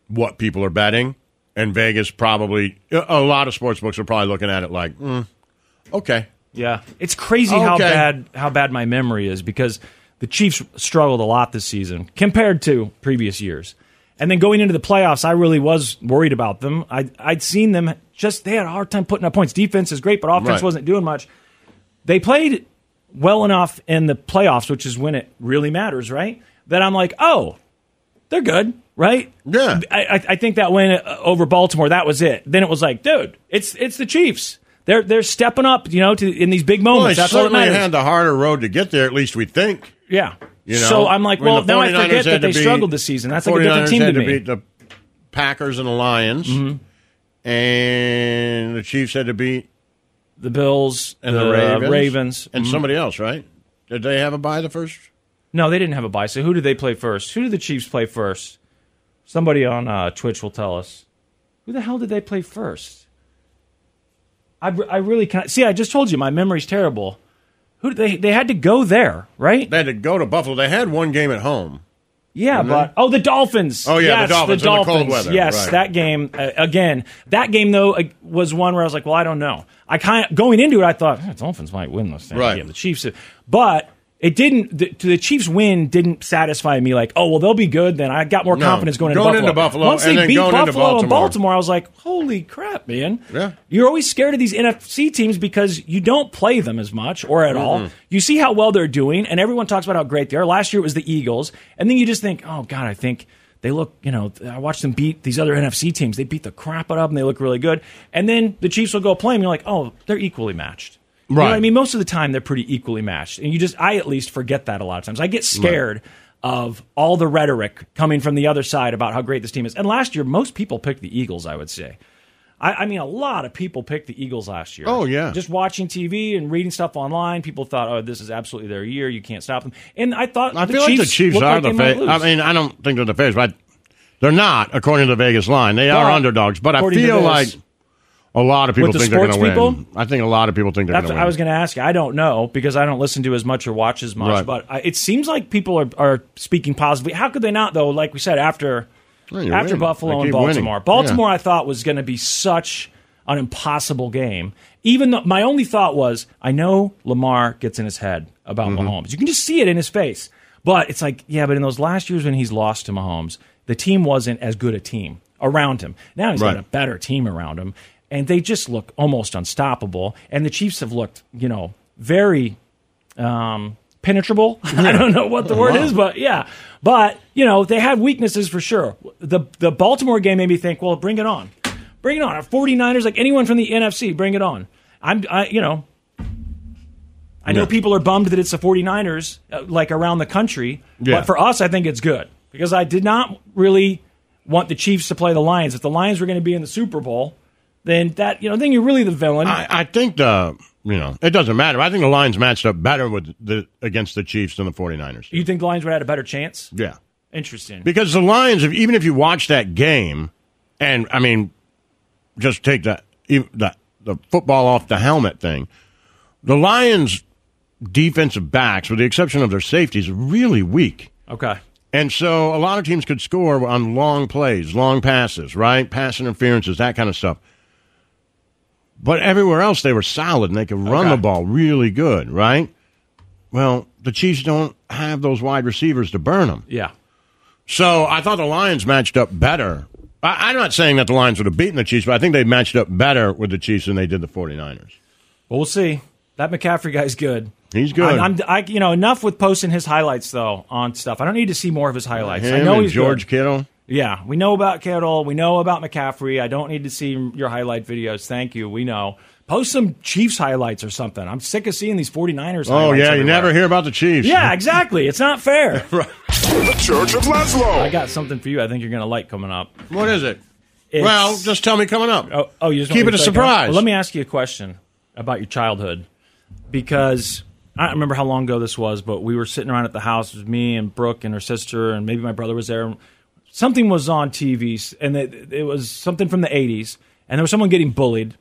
[SPEAKER 3] what people are betting. And Vegas probably, a lot of sports books are probably looking at it like, mm, okay.
[SPEAKER 4] Yeah, it's crazy how
[SPEAKER 3] Okay.
[SPEAKER 4] bad how bad my memory is because the Chiefs struggled a lot this season compared to previous years. And then going into the playoffs, I really was worried about them. I I'd seen them just they had a hard time putting up points. Defense is great, but offense
[SPEAKER 3] Right.
[SPEAKER 4] wasn't doing much. They played well enough in the playoffs, which is when it really matters, right? That I'm like, oh, they're good, right?
[SPEAKER 3] Yeah.
[SPEAKER 4] I, I, I think that win uh, over Baltimore, that was it. Then it was like, dude, it's it's the Chiefs. They're they're stepping up, you know, to, in these big
[SPEAKER 3] Well, they
[SPEAKER 4] moments. That's all that
[SPEAKER 3] certainly
[SPEAKER 4] matters.
[SPEAKER 3] had the harder road to get there, at least we think.
[SPEAKER 4] yeah.
[SPEAKER 3] You know,
[SPEAKER 4] so I'm like,
[SPEAKER 3] when
[SPEAKER 4] well,
[SPEAKER 3] the
[SPEAKER 4] now I
[SPEAKER 3] 49ers
[SPEAKER 4] forget that
[SPEAKER 3] had to
[SPEAKER 4] they
[SPEAKER 3] beat-
[SPEAKER 4] struggled this season. That's like a different
[SPEAKER 3] 49ers
[SPEAKER 4] team to
[SPEAKER 3] had
[SPEAKER 4] me.
[SPEAKER 3] beat the Packers and the Lions,
[SPEAKER 4] Mm-hmm.
[SPEAKER 3] and the Chiefs had to beat
[SPEAKER 4] the Bills
[SPEAKER 3] and the,
[SPEAKER 4] uh,
[SPEAKER 3] Ravens,
[SPEAKER 4] Ravens. Mm-hmm.
[SPEAKER 3] and somebody else, right? Did they have a bye the first?
[SPEAKER 4] No, they didn't have a bye. So who did they play first? Who did the Chiefs play first? Somebody on uh, Twitch will tell us. Who the hell did they play first? I, I really can't see. I just told you my memory's terrible. Who did they they had to go there, right?
[SPEAKER 3] They had to go to Buffalo. They had one game at home.
[SPEAKER 4] Yeah, but oh, the Dolphins.
[SPEAKER 3] Oh, yeah, the
[SPEAKER 4] Yes,
[SPEAKER 3] Dolphins in the cold weather,
[SPEAKER 4] Yes,
[SPEAKER 3] right.
[SPEAKER 4] that game uh, again. That game though uh, was one where I was like, well, I don't know. I kind of going into it, I thought "Eh, Dolphins might win this thing.
[SPEAKER 3] Right.
[SPEAKER 4] Yeah, the Chiefs, but it didn't. The, to the Chiefs' win didn't satisfy me. Like, oh well, they'll be good. Then I got more
[SPEAKER 3] No,
[SPEAKER 4] confidence going,
[SPEAKER 3] going
[SPEAKER 4] into,
[SPEAKER 3] into
[SPEAKER 4] Buffalo.
[SPEAKER 3] Buffalo
[SPEAKER 4] Once
[SPEAKER 3] and
[SPEAKER 4] they
[SPEAKER 3] then
[SPEAKER 4] beat
[SPEAKER 3] going
[SPEAKER 4] Buffalo
[SPEAKER 3] into Baltimore.
[SPEAKER 4] and Baltimore, I was like, holy crap, man.
[SPEAKER 3] Yeah.
[SPEAKER 4] You're always scared of these NFC teams because you don't play them as much or at all. You see how well they're doing, and everyone talks about how great they are. Last year it was the Eagles, and then you just think, oh god, I think they look. You know, I watched them beat these other NFC teams. They beat the crap out of them. They look really good, and then the Chiefs will go play them. You're like, oh, they're equally matched. You know what
[SPEAKER 3] Right.
[SPEAKER 4] I mean, most of the time they're pretty equally matched, and you just I at least forget that a lot of times. I get scared. Of all the rhetoric coming from the other side about how great this team is. And last year, most people picked the Eagles, I would say. I, I mean, a lot of people picked the Eagles last year.
[SPEAKER 3] Oh, yeah.
[SPEAKER 4] just watching TV and reading stuff online, people thought, "Oh, this is absolutely their year. You can't stop them." And I thought,
[SPEAKER 3] I
[SPEAKER 4] the
[SPEAKER 3] feel
[SPEAKER 4] Chiefs
[SPEAKER 3] like the Chiefs
[SPEAKER 4] looked
[SPEAKER 3] are
[SPEAKER 4] like
[SPEAKER 3] the
[SPEAKER 4] they might
[SPEAKER 3] favorite. I
[SPEAKER 4] lose.
[SPEAKER 3] mean, I don't think they're the favorites, but they're not according to the Vegas line. They are
[SPEAKER 4] But,
[SPEAKER 3] underdogs, but I
[SPEAKER 4] according to
[SPEAKER 3] feel
[SPEAKER 4] this-
[SPEAKER 3] like a lot of people
[SPEAKER 4] With the
[SPEAKER 3] think they're going
[SPEAKER 4] sports
[SPEAKER 3] to win.
[SPEAKER 4] people?
[SPEAKER 3] I think a lot of people think they're going
[SPEAKER 4] That's
[SPEAKER 3] to
[SPEAKER 4] what
[SPEAKER 3] win.
[SPEAKER 4] I was going to ask. you. I don't know because I don't listen to as much or watch as much.
[SPEAKER 3] Right.
[SPEAKER 4] But I, it seems like people are, are speaking positively. How could they not though? Like we said, after
[SPEAKER 3] Well,
[SPEAKER 4] after
[SPEAKER 3] you're winning. They
[SPEAKER 4] Buffalo and
[SPEAKER 3] keep
[SPEAKER 4] Baltimore,
[SPEAKER 3] winning.
[SPEAKER 4] Baltimore
[SPEAKER 3] Yeah.
[SPEAKER 4] I thought was going to be such an impossible game. Even though my only thought was, I know Lamar gets in his head about
[SPEAKER 3] Mm-hmm.
[SPEAKER 4] Mahomes. You can just see it in his face. But it's like, yeah, but in those last years when he's lost to Mahomes, the team wasn't as good a team around him. Now he's
[SPEAKER 3] Right.
[SPEAKER 4] got a better team around him, and they just look almost unstoppable. And the Chiefs have looked, you know, very um, penetrable. I don't know what the word is, but yeah. But you know, they had weaknesses for sure. The the Baltimore game made me think, well, bring it on, bring it on. Our 49ers, like anyone from the NFC, bring it on. I'm, I, you know. I know
[SPEAKER 3] Yeah.
[SPEAKER 4] people are bummed that it's the 49ers, uh, like around the country,
[SPEAKER 3] Yeah.
[SPEAKER 4] but for us, I think it's good because I did not really want the Chiefs to play the Lions. If the Lions were going to be in the Super Bowl, then that you know then you're really the villain.
[SPEAKER 3] I, I think the you know it doesn't matter. I think the Lions matched up better with the against the Chiefs than the 49ers.
[SPEAKER 4] you think the Lions would have had a better chance?
[SPEAKER 3] Yeah,
[SPEAKER 4] Interesting.
[SPEAKER 3] because the Lions, if, even if you watch that game, and I mean, just take the ev- the the football off the helmet thing, the Lions' defensive backs, with the exception of their safeties, are really weak.
[SPEAKER 4] Okay.
[SPEAKER 3] And so a lot of teams could score on long plays, long passes, right? Pass interferences, that kind of stuff. But everywhere else, they were solid and they could run
[SPEAKER 4] Okay.
[SPEAKER 3] the ball really good, right? Well, the Chiefs don't have those wide receivers to burn them.
[SPEAKER 4] Yeah.
[SPEAKER 3] So I thought the Lions matched up better. I, I'm not saying that the Lions would have beaten the Chiefs, but I think they matched up better with the Chiefs than they did the 49ers.
[SPEAKER 4] Well, we'll see. That McCaffrey guy's good.
[SPEAKER 3] He's good.
[SPEAKER 4] I'm, I'm, I, you know, enough with posting his highlights though on stuff. I don't need to see more of his highlights.
[SPEAKER 3] Him
[SPEAKER 4] I know
[SPEAKER 3] and
[SPEAKER 4] he's
[SPEAKER 3] George
[SPEAKER 4] good.
[SPEAKER 3] Kittle.
[SPEAKER 4] Yeah, we know about Kittle. We know about McCaffrey. I don't need to see your highlight videos. Thank you. We know. Post some Chiefs highlights or something. I'm sick of seeing these
[SPEAKER 3] Oh,
[SPEAKER 4] 49ers. highlights
[SPEAKER 3] yeah. You
[SPEAKER 4] everywhere.
[SPEAKER 3] never hear about the Chiefs.
[SPEAKER 4] Yeah, exactly. It's not fair.
[SPEAKER 5] The Church of Laszlo.
[SPEAKER 4] I got something for you. I think you're going to like coming up.
[SPEAKER 3] What is it?
[SPEAKER 4] It's-
[SPEAKER 3] Well, just tell me coming up.
[SPEAKER 4] Oh, oh, you just want
[SPEAKER 3] Keep it
[SPEAKER 4] me
[SPEAKER 3] a
[SPEAKER 4] to say-
[SPEAKER 3] surprise.
[SPEAKER 4] Well, let me ask you a question about your childhood because I don't remember how long ago this was, but we were sitting around at the house with me and Brooke and her sister, and maybe my brother was there. Something was on TV, and it, it was something from the '80s, and there was someone getting bullied,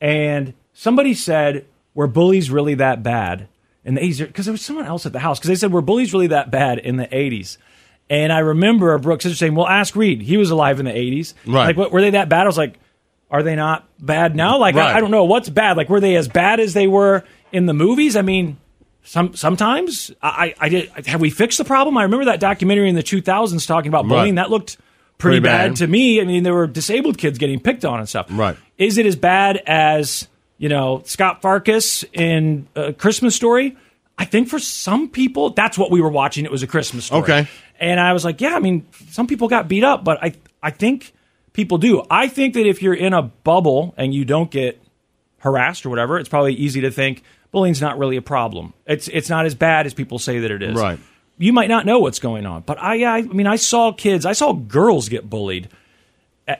[SPEAKER 4] and somebody said, "Were bullies really that bad?" In the '80s, because there was someone else at the house, because they said, "Were bullies really that bad in the '80s?" And I remember Brooke's sister saying, "Well, ask Reed. He was alive in the '80s.
[SPEAKER 3] Right.
[SPEAKER 4] Like, what, were they that bad?" I was like, are they not bad now? Like
[SPEAKER 3] Right.
[SPEAKER 4] I, I don't know what's bad. Like were they as bad as they were in the movies? I mean, some sometimes I I, I did. Have we fixed the problem? I remember that documentary in the 2000s talking about bullying.
[SPEAKER 3] Right.
[SPEAKER 4] That looked
[SPEAKER 3] Pretty
[SPEAKER 4] pretty, bad.
[SPEAKER 3] bad.
[SPEAKER 4] to me. I mean, there were disabled kids getting picked on and stuff.
[SPEAKER 3] Right.
[SPEAKER 4] Is it as bad as you know Scott Farkas in uh, Christmas Story? I think for some people, that's what we were watching. It was a Christmas story.
[SPEAKER 3] Okay.
[SPEAKER 4] And I was like, yeah, I mean, some people got beat up, but I I think people do. I think that if you're in a bubble and you don't get harassed or whatever, it's probably easy to think bullying's not really a problem. It's it's not as bad as people say that it is.
[SPEAKER 3] Right.
[SPEAKER 4] You might not know what's going on, but I I, I mean, I saw kids, I saw girls get bullied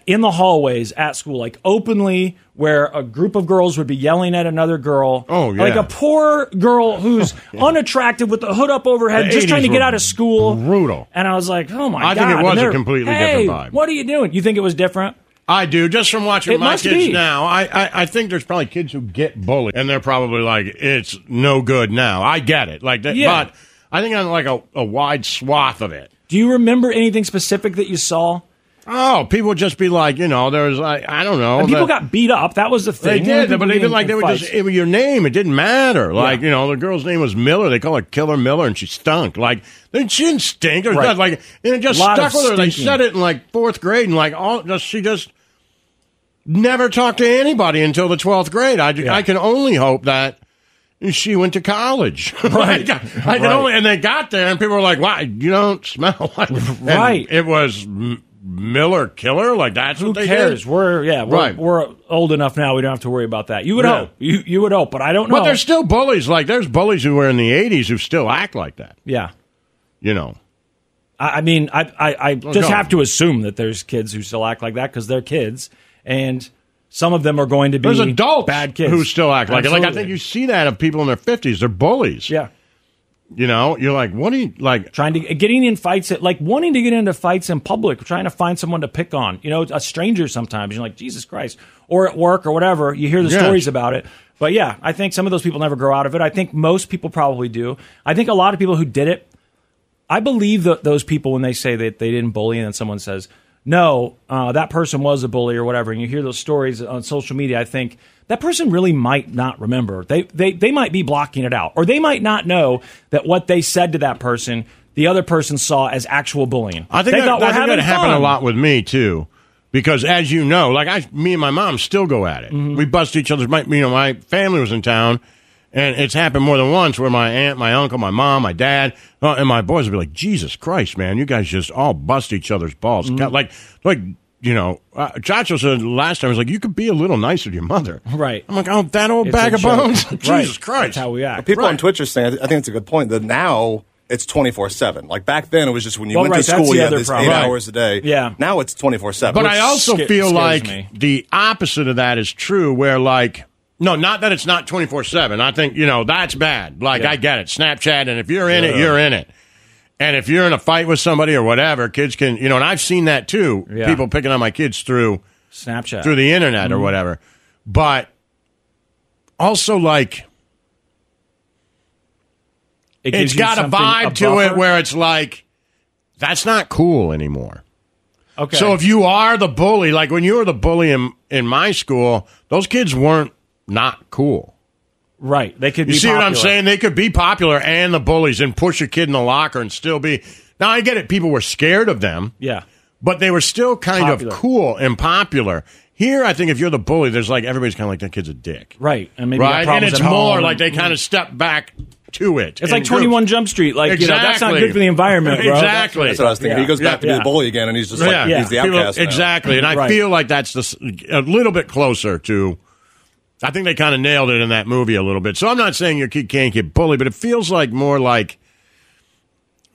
[SPEAKER 4] in the hallways at school, like openly, where a group of girls would be yelling at another girl.
[SPEAKER 3] Oh, yeah.
[SPEAKER 4] Like a poor girl who's unattractive with the hood up over her head,
[SPEAKER 3] The
[SPEAKER 4] just trying to
[SPEAKER 3] 80s
[SPEAKER 4] get
[SPEAKER 3] were
[SPEAKER 4] out of school.
[SPEAKER 3] brutal.
[SPEAKER 4] And I was like, oh my
[SPEAKER 3] I
[SPEAKER 4] God.
[SPEAKER 3] think it
[SPEAKER 4] And
[SPEAKER 3] was a
[SPEAKER 4] they're,
[SPEAKER 3] completely
[SPEAKER 4] "Hey,
[SPEAKER 3] different vibe."
[SPEAKER 4] What are you doing? You think it was different?
[SPEAKER 3] I do. Just from watching
[SPEAKER 4] It
[SPEAKER 3] my
[SPEAKER 4] must
[SPEAKER 3] kids
[SPEAKER 4] be.
[SPEAKER 3] now, I, I, I think there's probably kids who get bullied, and they're probably like, "It's no good now." I get it, like that.
[SPEAKER 4] Yeah.
[SPEAKER 3] But I think on like a, a wide swath of it,
[SPEAKER 4] Do you remember anything specific that you saw?
[SPEAKER 3] oh, people would just be like, you know, there's like I don't know,
[SPEAKER 4] And people
[SPEAKER 3] the-
[SPEAKER 4] got beat up. That was the
[SPEAKER 3] They
[SPEAKER 4] thing.
[SPEAKER 3] did,
[SPEAKER 4] People
[SPEAKER 3] but they
[SPEAKER 4] getting
[SPEAKER 3] did like they
[SPEAKER 4] in
[SPEAKER 3] were just
[SPEAKER 4] fights.
[SPEAKER 3] it was your name. It didn't matter. Like you know, the girl's name was Miller. They call her Killer Miller, and she stunk. Like they, she didn't stink. It was
[SPEAKER 4] Right.
[SPEAKER 3] not like and it just
[SPEAKER 4] Lot
[SPEAKER 3] stuck
[SPEAKER 4] of
[SPEAKER 3] with her. They
[SPEAKER 4] stinking.
[SPEAKER 3] said it in like fourth grade, and like all just she just never talked to anybody until the twelfth grade. I I can only hope that. She went to college, right? I can only, and they got there, and people were like, "Why you don't smell?" like and
[SPEAKER 4] Right.
[SPEAKER 3] It was M- Miller Killer. Like that's
[SPEAKER 4] Who
[SPEAKER 3] what they
[SPEAKER 4] cares?
[SPEAKER 3] did.
[SPEAKER 4] We're yeah, we're,
[SPEAKER 3] Right.
[SPEAKER 4] we're old enough now. We don't have to worry about that. You would
[SPEAKER 3] Yeah.
[SPEAKER 4] hope. You you would hope, but I don't know.
[SPEAKER 3] But there's still bullies. Like there's bullies who were in the '80s who still act like that.
[SPEAKER 4] yeah.
[SPEAKER 3] You know.
[SPEAKER 4] I, I mean, I, I, I just
[SPEAKER 3] no.
[SPEAKER 4] have to assume that there's kids who still act like that because they're kids, and some of them are going to be
[SPEAKER 3] There's adults
[SPEAKER 4] bad kids
[SPEAKER 3] who still act like it. Like I think
[SPEAKER 4] Absolutely.
[SPEAKER 3] you see that of people in their 50s. They're bullies.
[SPEAKER 4] yeah,
[SPEAKER 3] You know. You're like, what are you like?
[SPEAKER 4] trying to getting in fights, at, like wanting to get into fights in public, trying to find someone to pick on. You know, a stranger sometimes. You're like Jesus Christ, or at work or whatever. You hear the
[SPEAKER 3] Yes.
[SPEAKER 4] stories about it. But yeah, I think some of those people never grow out of it. I think most people probably do. I think a lot of people who did it I believe that those people when they say that they didn't bully, and then someone says, "No, uh, that person was a bully or whatever," and you hear those stories on social media, I think that person really might not remember. They they they might be blocking it out, or they might not know that what they said to that person, the other person saw as actual bullying.
[SPEAKER 3] I think
[SPEAKER 4] they
[SPEAKER 3] that,
[SPEAKER 4] thought, "We're
[SPEAKER 3] I think that
[SPEAKER 4] having
[SPEAKER 3] happened a
[SPEAKER 4] fun."
[SPEAKER 3] lot with me too, because as you know, like I, me and my mom still go at it.
[SPEAKER 4] Mm-hmm.
[SPEAKER 3] We bust each other's. My, you know, my family was in town, and it's happened more than once where my aunt, my uncle, my mom, my dad, uh, and my boys would be like, "Jesus Christ, man, you guys just all bust each other's balls."
[SPEAKER 4] Mm-hmm.
[SPEAKER 3] God, Like, like. You know, uh, Chacho said last time, he was like, you could be a little nicer to your mother.
[SPEAKER 4] Right.
[SPEAKER 3] I'm like, oh, that old
[SPEAKER 4] It's
[SPEAKER 3] bag
[SPEAKER 4] a
[SPEAKER 3] of
[SPEAKER 4] joke.
[SPEAKER 3] bones. Jesus
[SPEAKER 4] Right.
[SPEAKER 3] Christ.
[SPEAKER 4] That's how we act.
[SPEAKER 6] People on Twitch are saying, I think it's a good point, that now it's 24 7. Like back then, it was just when you
[SPEAKER 4] Well,
[SPEAKER 6] went
[SPEAKER 4] right,
[SPEAKER 6] to
[SPEAKER 4] that's
[SPEAKER 6] school,
[SPEAKER 4] the
[SPEAKER 6] you had
[SPEAKER 4] other
[SPEAKER 6] this
[SPEAKER 4] problem.
[SPEAKER 6] eight
[SPEAKER 4] Right.
[SPEAKER 6] hours a day.
[SPEAKER 4] Yeah.
[SPEAKER 6] Now it's 24 7.
[SPEAKER 3] But I also
[SPEAKER 4] sca-
[SPEAKER 3] feel like
[SPEAKER 4] scares me.
[SPEAKER 3] the opposite of that is true, where like, no, not that it's not 24 7. I think, you know, that's bad. Like, I get it. Snapchat, and if you're in it, you're in it. And if you're in a fight with somebody or whatever, kids can, you know, and I've seen that too.
[SPEAKER 4] Yeah. Mm-hmm.
[SPEAKER 3] People picking on my kids through
[SPEAKER 4] Snapchat.
[SPEAKER 3] through the internet or whatever. But also, like,
[SPEAKER 4] It gives
[SPEAKER 3] it's
[SPEAKER 4] you
[SPEAKER 3] got a
[SPEAKER 4] something-
[SPEAKER 3] vibe to
[SPEAKER 4] buffer.
[SPEAKER 3] it where it's like, that's not cool anymore.
[SPEAKER 4] okay.
[SPEAKER 3] So if you are the bully, like when you were the bully in in my school, those kids weren't not cool.
[SPEAKER 4] Right. They could
[SPEAKER 3] You
[SPEAKER 4] be
[SPEAKER 3] see what I'm
[SPEAKER 4] popular.
[SPEAKER 3] saying? They could be popular and the bullies and push a kid in the locker and still be. Now, I get it. People were scared of them,
[SPEAKER 4] Yeah.
[SPEAKER 3] but they were still kind
[SPEAKER 4] Popular.
[SPEAKER 3] of cool and popular. Here, I think if you're the bully, there's like everybody's kind of like, that kid's a dick.
[SPEAKER 4] Right. And maybe got
[SPEAKER 3] right? And
[SPEAKER 4] problems
[SPEAKER 3] it's
[SPEAKER 4] at home.
[SPEAKER 3] more like they kind of step back to it.
[SPEAKER 4] It's like
[SPEAKER 3] in
[SPEAKER 4] 21
[SPEAKER 3] groups.
[SPEAKER 4] Jump Street. Like, you know, that's not
[SPEAKER 3] Exactly.
[SPEAKER 4] good for the environment, bro.
[SPEAKER 3] Exactly.
[SPEAKER 6] That's what I was thinking.
[SPEAKER 4] Yeah.
[SPEAKER 6] He goes back to
[SPEAKER 4] Yeah.
[SPEAKER 6] be the bully again, and he's just like
[SPEAKER 4] Yeah.
[SPEAKER 6] he's the
[SPEAKER 3] People-
[SPEAKER 6] outcast. now.
[SPEAKER 3] exactly. And I
[SPEAKER 4] Right.
[SPEAKER 3] feel like that's the, s- a little bit closer to. I think they kind of nailed it in that movie a little bit. So I'm not saying your kid can't get bullied, but it feels like more like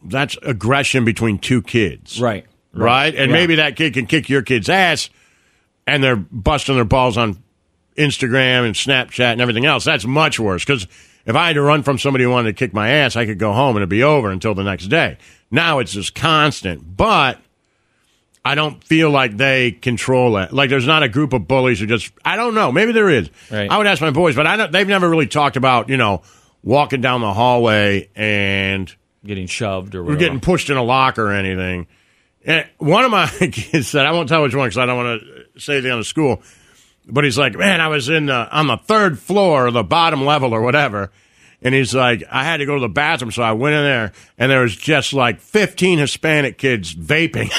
[SPEAKER 3] that's aggression between two kids.
[SPEAKER 4] Right.
[SPEAKER 3] Right. And
[SPEAKER 4] Yeah.
[SPEAKER 3] maybe that kid can kick your kid's ass and they're busting their balls on Instagram and Snapchat and everything else. That's much worse because if I had to run from somebody who wanted to kick my ass, I could go home and it'd be over until the next day. Now it's just constant, but I don't feel like they control it. Like there's not a group of bullies who just I don't know. Maybe there is.
[SPEAKER 4] Right.
[SPEAKER 3] I would ask my boys, but I don't. They've never really talked about you know walking down the hallway and
[SPEAKER 4] Getting shoved or
[SPEAKER 3] we're
[SPEAKER 4] whatever.
[SPEAKER 3] getting pushed in a locker or anything. And one of my kids said, I won't tell which one because I don't want to say the other school, but he's like, man, I was in the, on the third floor or the bottom level or whatever. And he's like, I had to go to the bathroom, so I went in there, and there was just like 15 Hispanic kids vaping.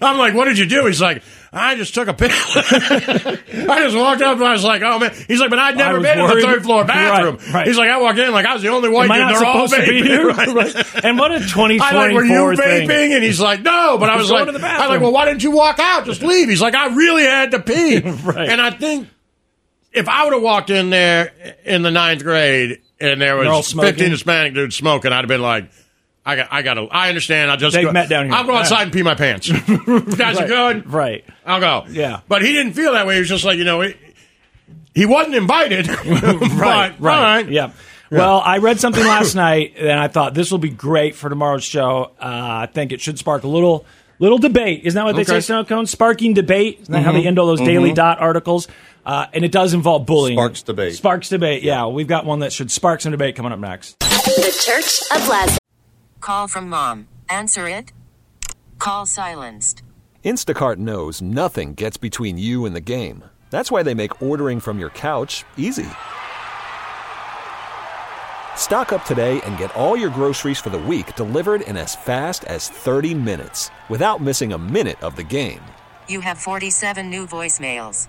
[SPEAKER 3] I'm like, what did you do? He's like, I just took a pill. I just walked up and I was like, oh man. He's like, but I'd never
[SPEAKER 4] was
[SPEAKER 3] been in the
[SPEAKER 4] worried.
[SPEAKER 3] third floor bathroom.
[SPEAKER 4] Right, right.
[SPEAKER 3] He's like, I walked in like I was the only white
[SPEAKER 4] Am I
[SPEAKER 3] dude.
[SPEAKER 4] not
[SPEAKER 3] They're all
[SPEAKER 4] supposed to be
[SPEAKER 3] vaping.
[SPEAKER 4] here?
[SPEAKER 3] Right.
[SPEAKER 4] Right. And what a 2024
[SPEAKER 3] I like, were you
[SPEAKER 4] thing.
[SPEAKER 3] vaping? And he's like, no. But I was
[SPEAKER 4] Just
[SPEAKER 3] like,
[SPEAKER 4] go to the
[SPEAKER 3] I
[SPEAKER 4] bathroom.
[SPEAKER 3] like, well, why didn't you walk out? Just leave. He's like, I really had to pee.
[SPEAKER 4] Right.
[SPEAKER 3] And I think if I would have walked in there in the ninth grade and there
[SPEAKER 4] They're all
[SPEAKER 3] was
[SPEAKER 4] smoking.
[SPEAKER 3] 15 Hispanic dudes smoking, I'd have been like, I got, I got to, I understand. I just,
[SPEAKER 4] They've
[SPEAKER 3] go,
[SPEAKER 4] met down here.
[SPEAKER 3] I'll go
[SPEAKER 4] Yeah.
[SPEAKER 3] outside and pee my pants. you guys are good.
[SPEAKER 4] Right.
[SPEAKER 3] I'll go.
[SPEAKER 4] Yeah.
[SPEAKER 3] But he didn't feel that way. He was just like, you know, he, he wasn't invited. right. But, all right.
[SPEAKER 4] Yeah. Well, I read something last night, and I thought this will be great for tomorrow's show. Uh, I think it should spark a little little debate. Isn't that what they
[SPEAKER 3] Okay. Mm-hmm.
[SPEAKER 4] say, Snow Cone? Sparking debate. Isn't that how they end all those Daily Dot articles? Uh, and it does involve bullying.
[SPEAKER 6] Sparks debate.
[SPEAKER 4] Sparks debate. Yeah, we've got one that should spark some debate coming up next.
[SPEAKER 7] The Church of Laszlo.
[SPEAKER 8] Call from mom. Answer it. Call silenced.
[SPEAKER 9] Instacart knows nothing gets between you and the game. That's why they make ordering from your couch easy. Stock up today and get all your groceries for the week delivered in as fast as 30 minutes without missing a minute of the game.
[SPEAKER 8] You have 47 new voicemails.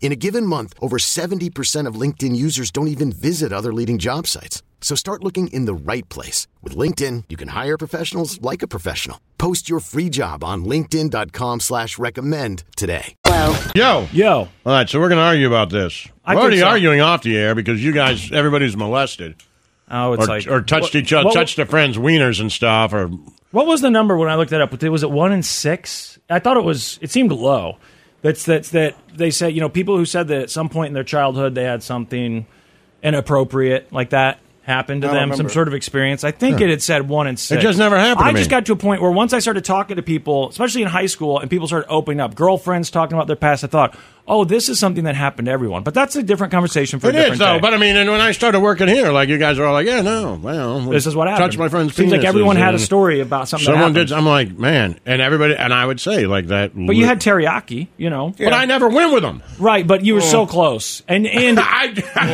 [SPEAKER 1] In a given month, over 70% of LinkedIn users don't even visit other leading job sites. So start looking in the right place. With LinkedIn, you can hire professionals like a professional. Post your free job on linkedin.com/recommend slash recommend today.
[SPEAKER 3] Yo.
[SPEAKER 4] Yo,
[SPEAKER 3] All right, so we're going to argue about this.
[SPEAKER 4] I
[SPEAKER 3] we're
[SPEAKER 4] think
[SPEAKER 3] already
[SPEAKER 4] so.
[SPEAKER 3] arguing off the air because you guys, everybody's molested
[SPEAKER 4] oh, it's
[SPEAKER 3] or,
[SPEAKER 4] like
[SPEAKER 3] or touched
[SPEAKER 4] what-
[SPEAKER 3] each other,
[SPEAKER 4] what-
[SPEAKER 3] touched their friends' wieners and stuff. Or
[SPEAKER 4] What was the number when I looked that up? Was it one in six? I thought it was. It seemed low. That's that's that they said. You know, people who said that at some point in their childhood they had something inappropriate like that happened to
[SPEAKER 6] I
[SPEAKER 4] them,
[SPEAKER 6] don't
[SPEAKER 4] some
[SPEAKER 6] remember.
[SPEAKER 4] sort of experience. I think it had said one in six.
[SPEAKER 3] just never happened to
[SPEAKER 4] I
[SPEAKER 3] me.
[SPEAKER 4] just got to a point where once I started talking to people, especially in high school, and people started opening up, girlfriends talking about their past. I thought, oh, this is something that happened to everyone. But that's a different conversation for
[SPEAKER 3] it
[SPEAKER 4] a
[SPEAKER 3] is
[SPEAKER 4] different
[SPEAKER 3] though.
[SPEAKER 4] day.
[SPEAKER 3] But I mean, and when I started working here, like you guys are all like, yeah, no, well,
[SPEAKER 4] this is what happened.
[SPEAKER 3] Touched my friend's.
[SPEAKER 4] Seems like
[SPEAKER 3] penises
[SPEAKER 4] everyone had a
[SPEAKER 3] and
[SPEAKER 4] story about something.
[SPEAKER 3] Someone
[SPEAKER 4] that
[SPEAKER 3] did. I'm like, man, and everybody, and I would say like that.
[SPEAKER 4] But you had teriyaki, you know.
[SPEAKER 3] but I never went with them.
[SPEAKER 4] Right, but you were so close, and and
[SPEAKER 3] Oh. I, I,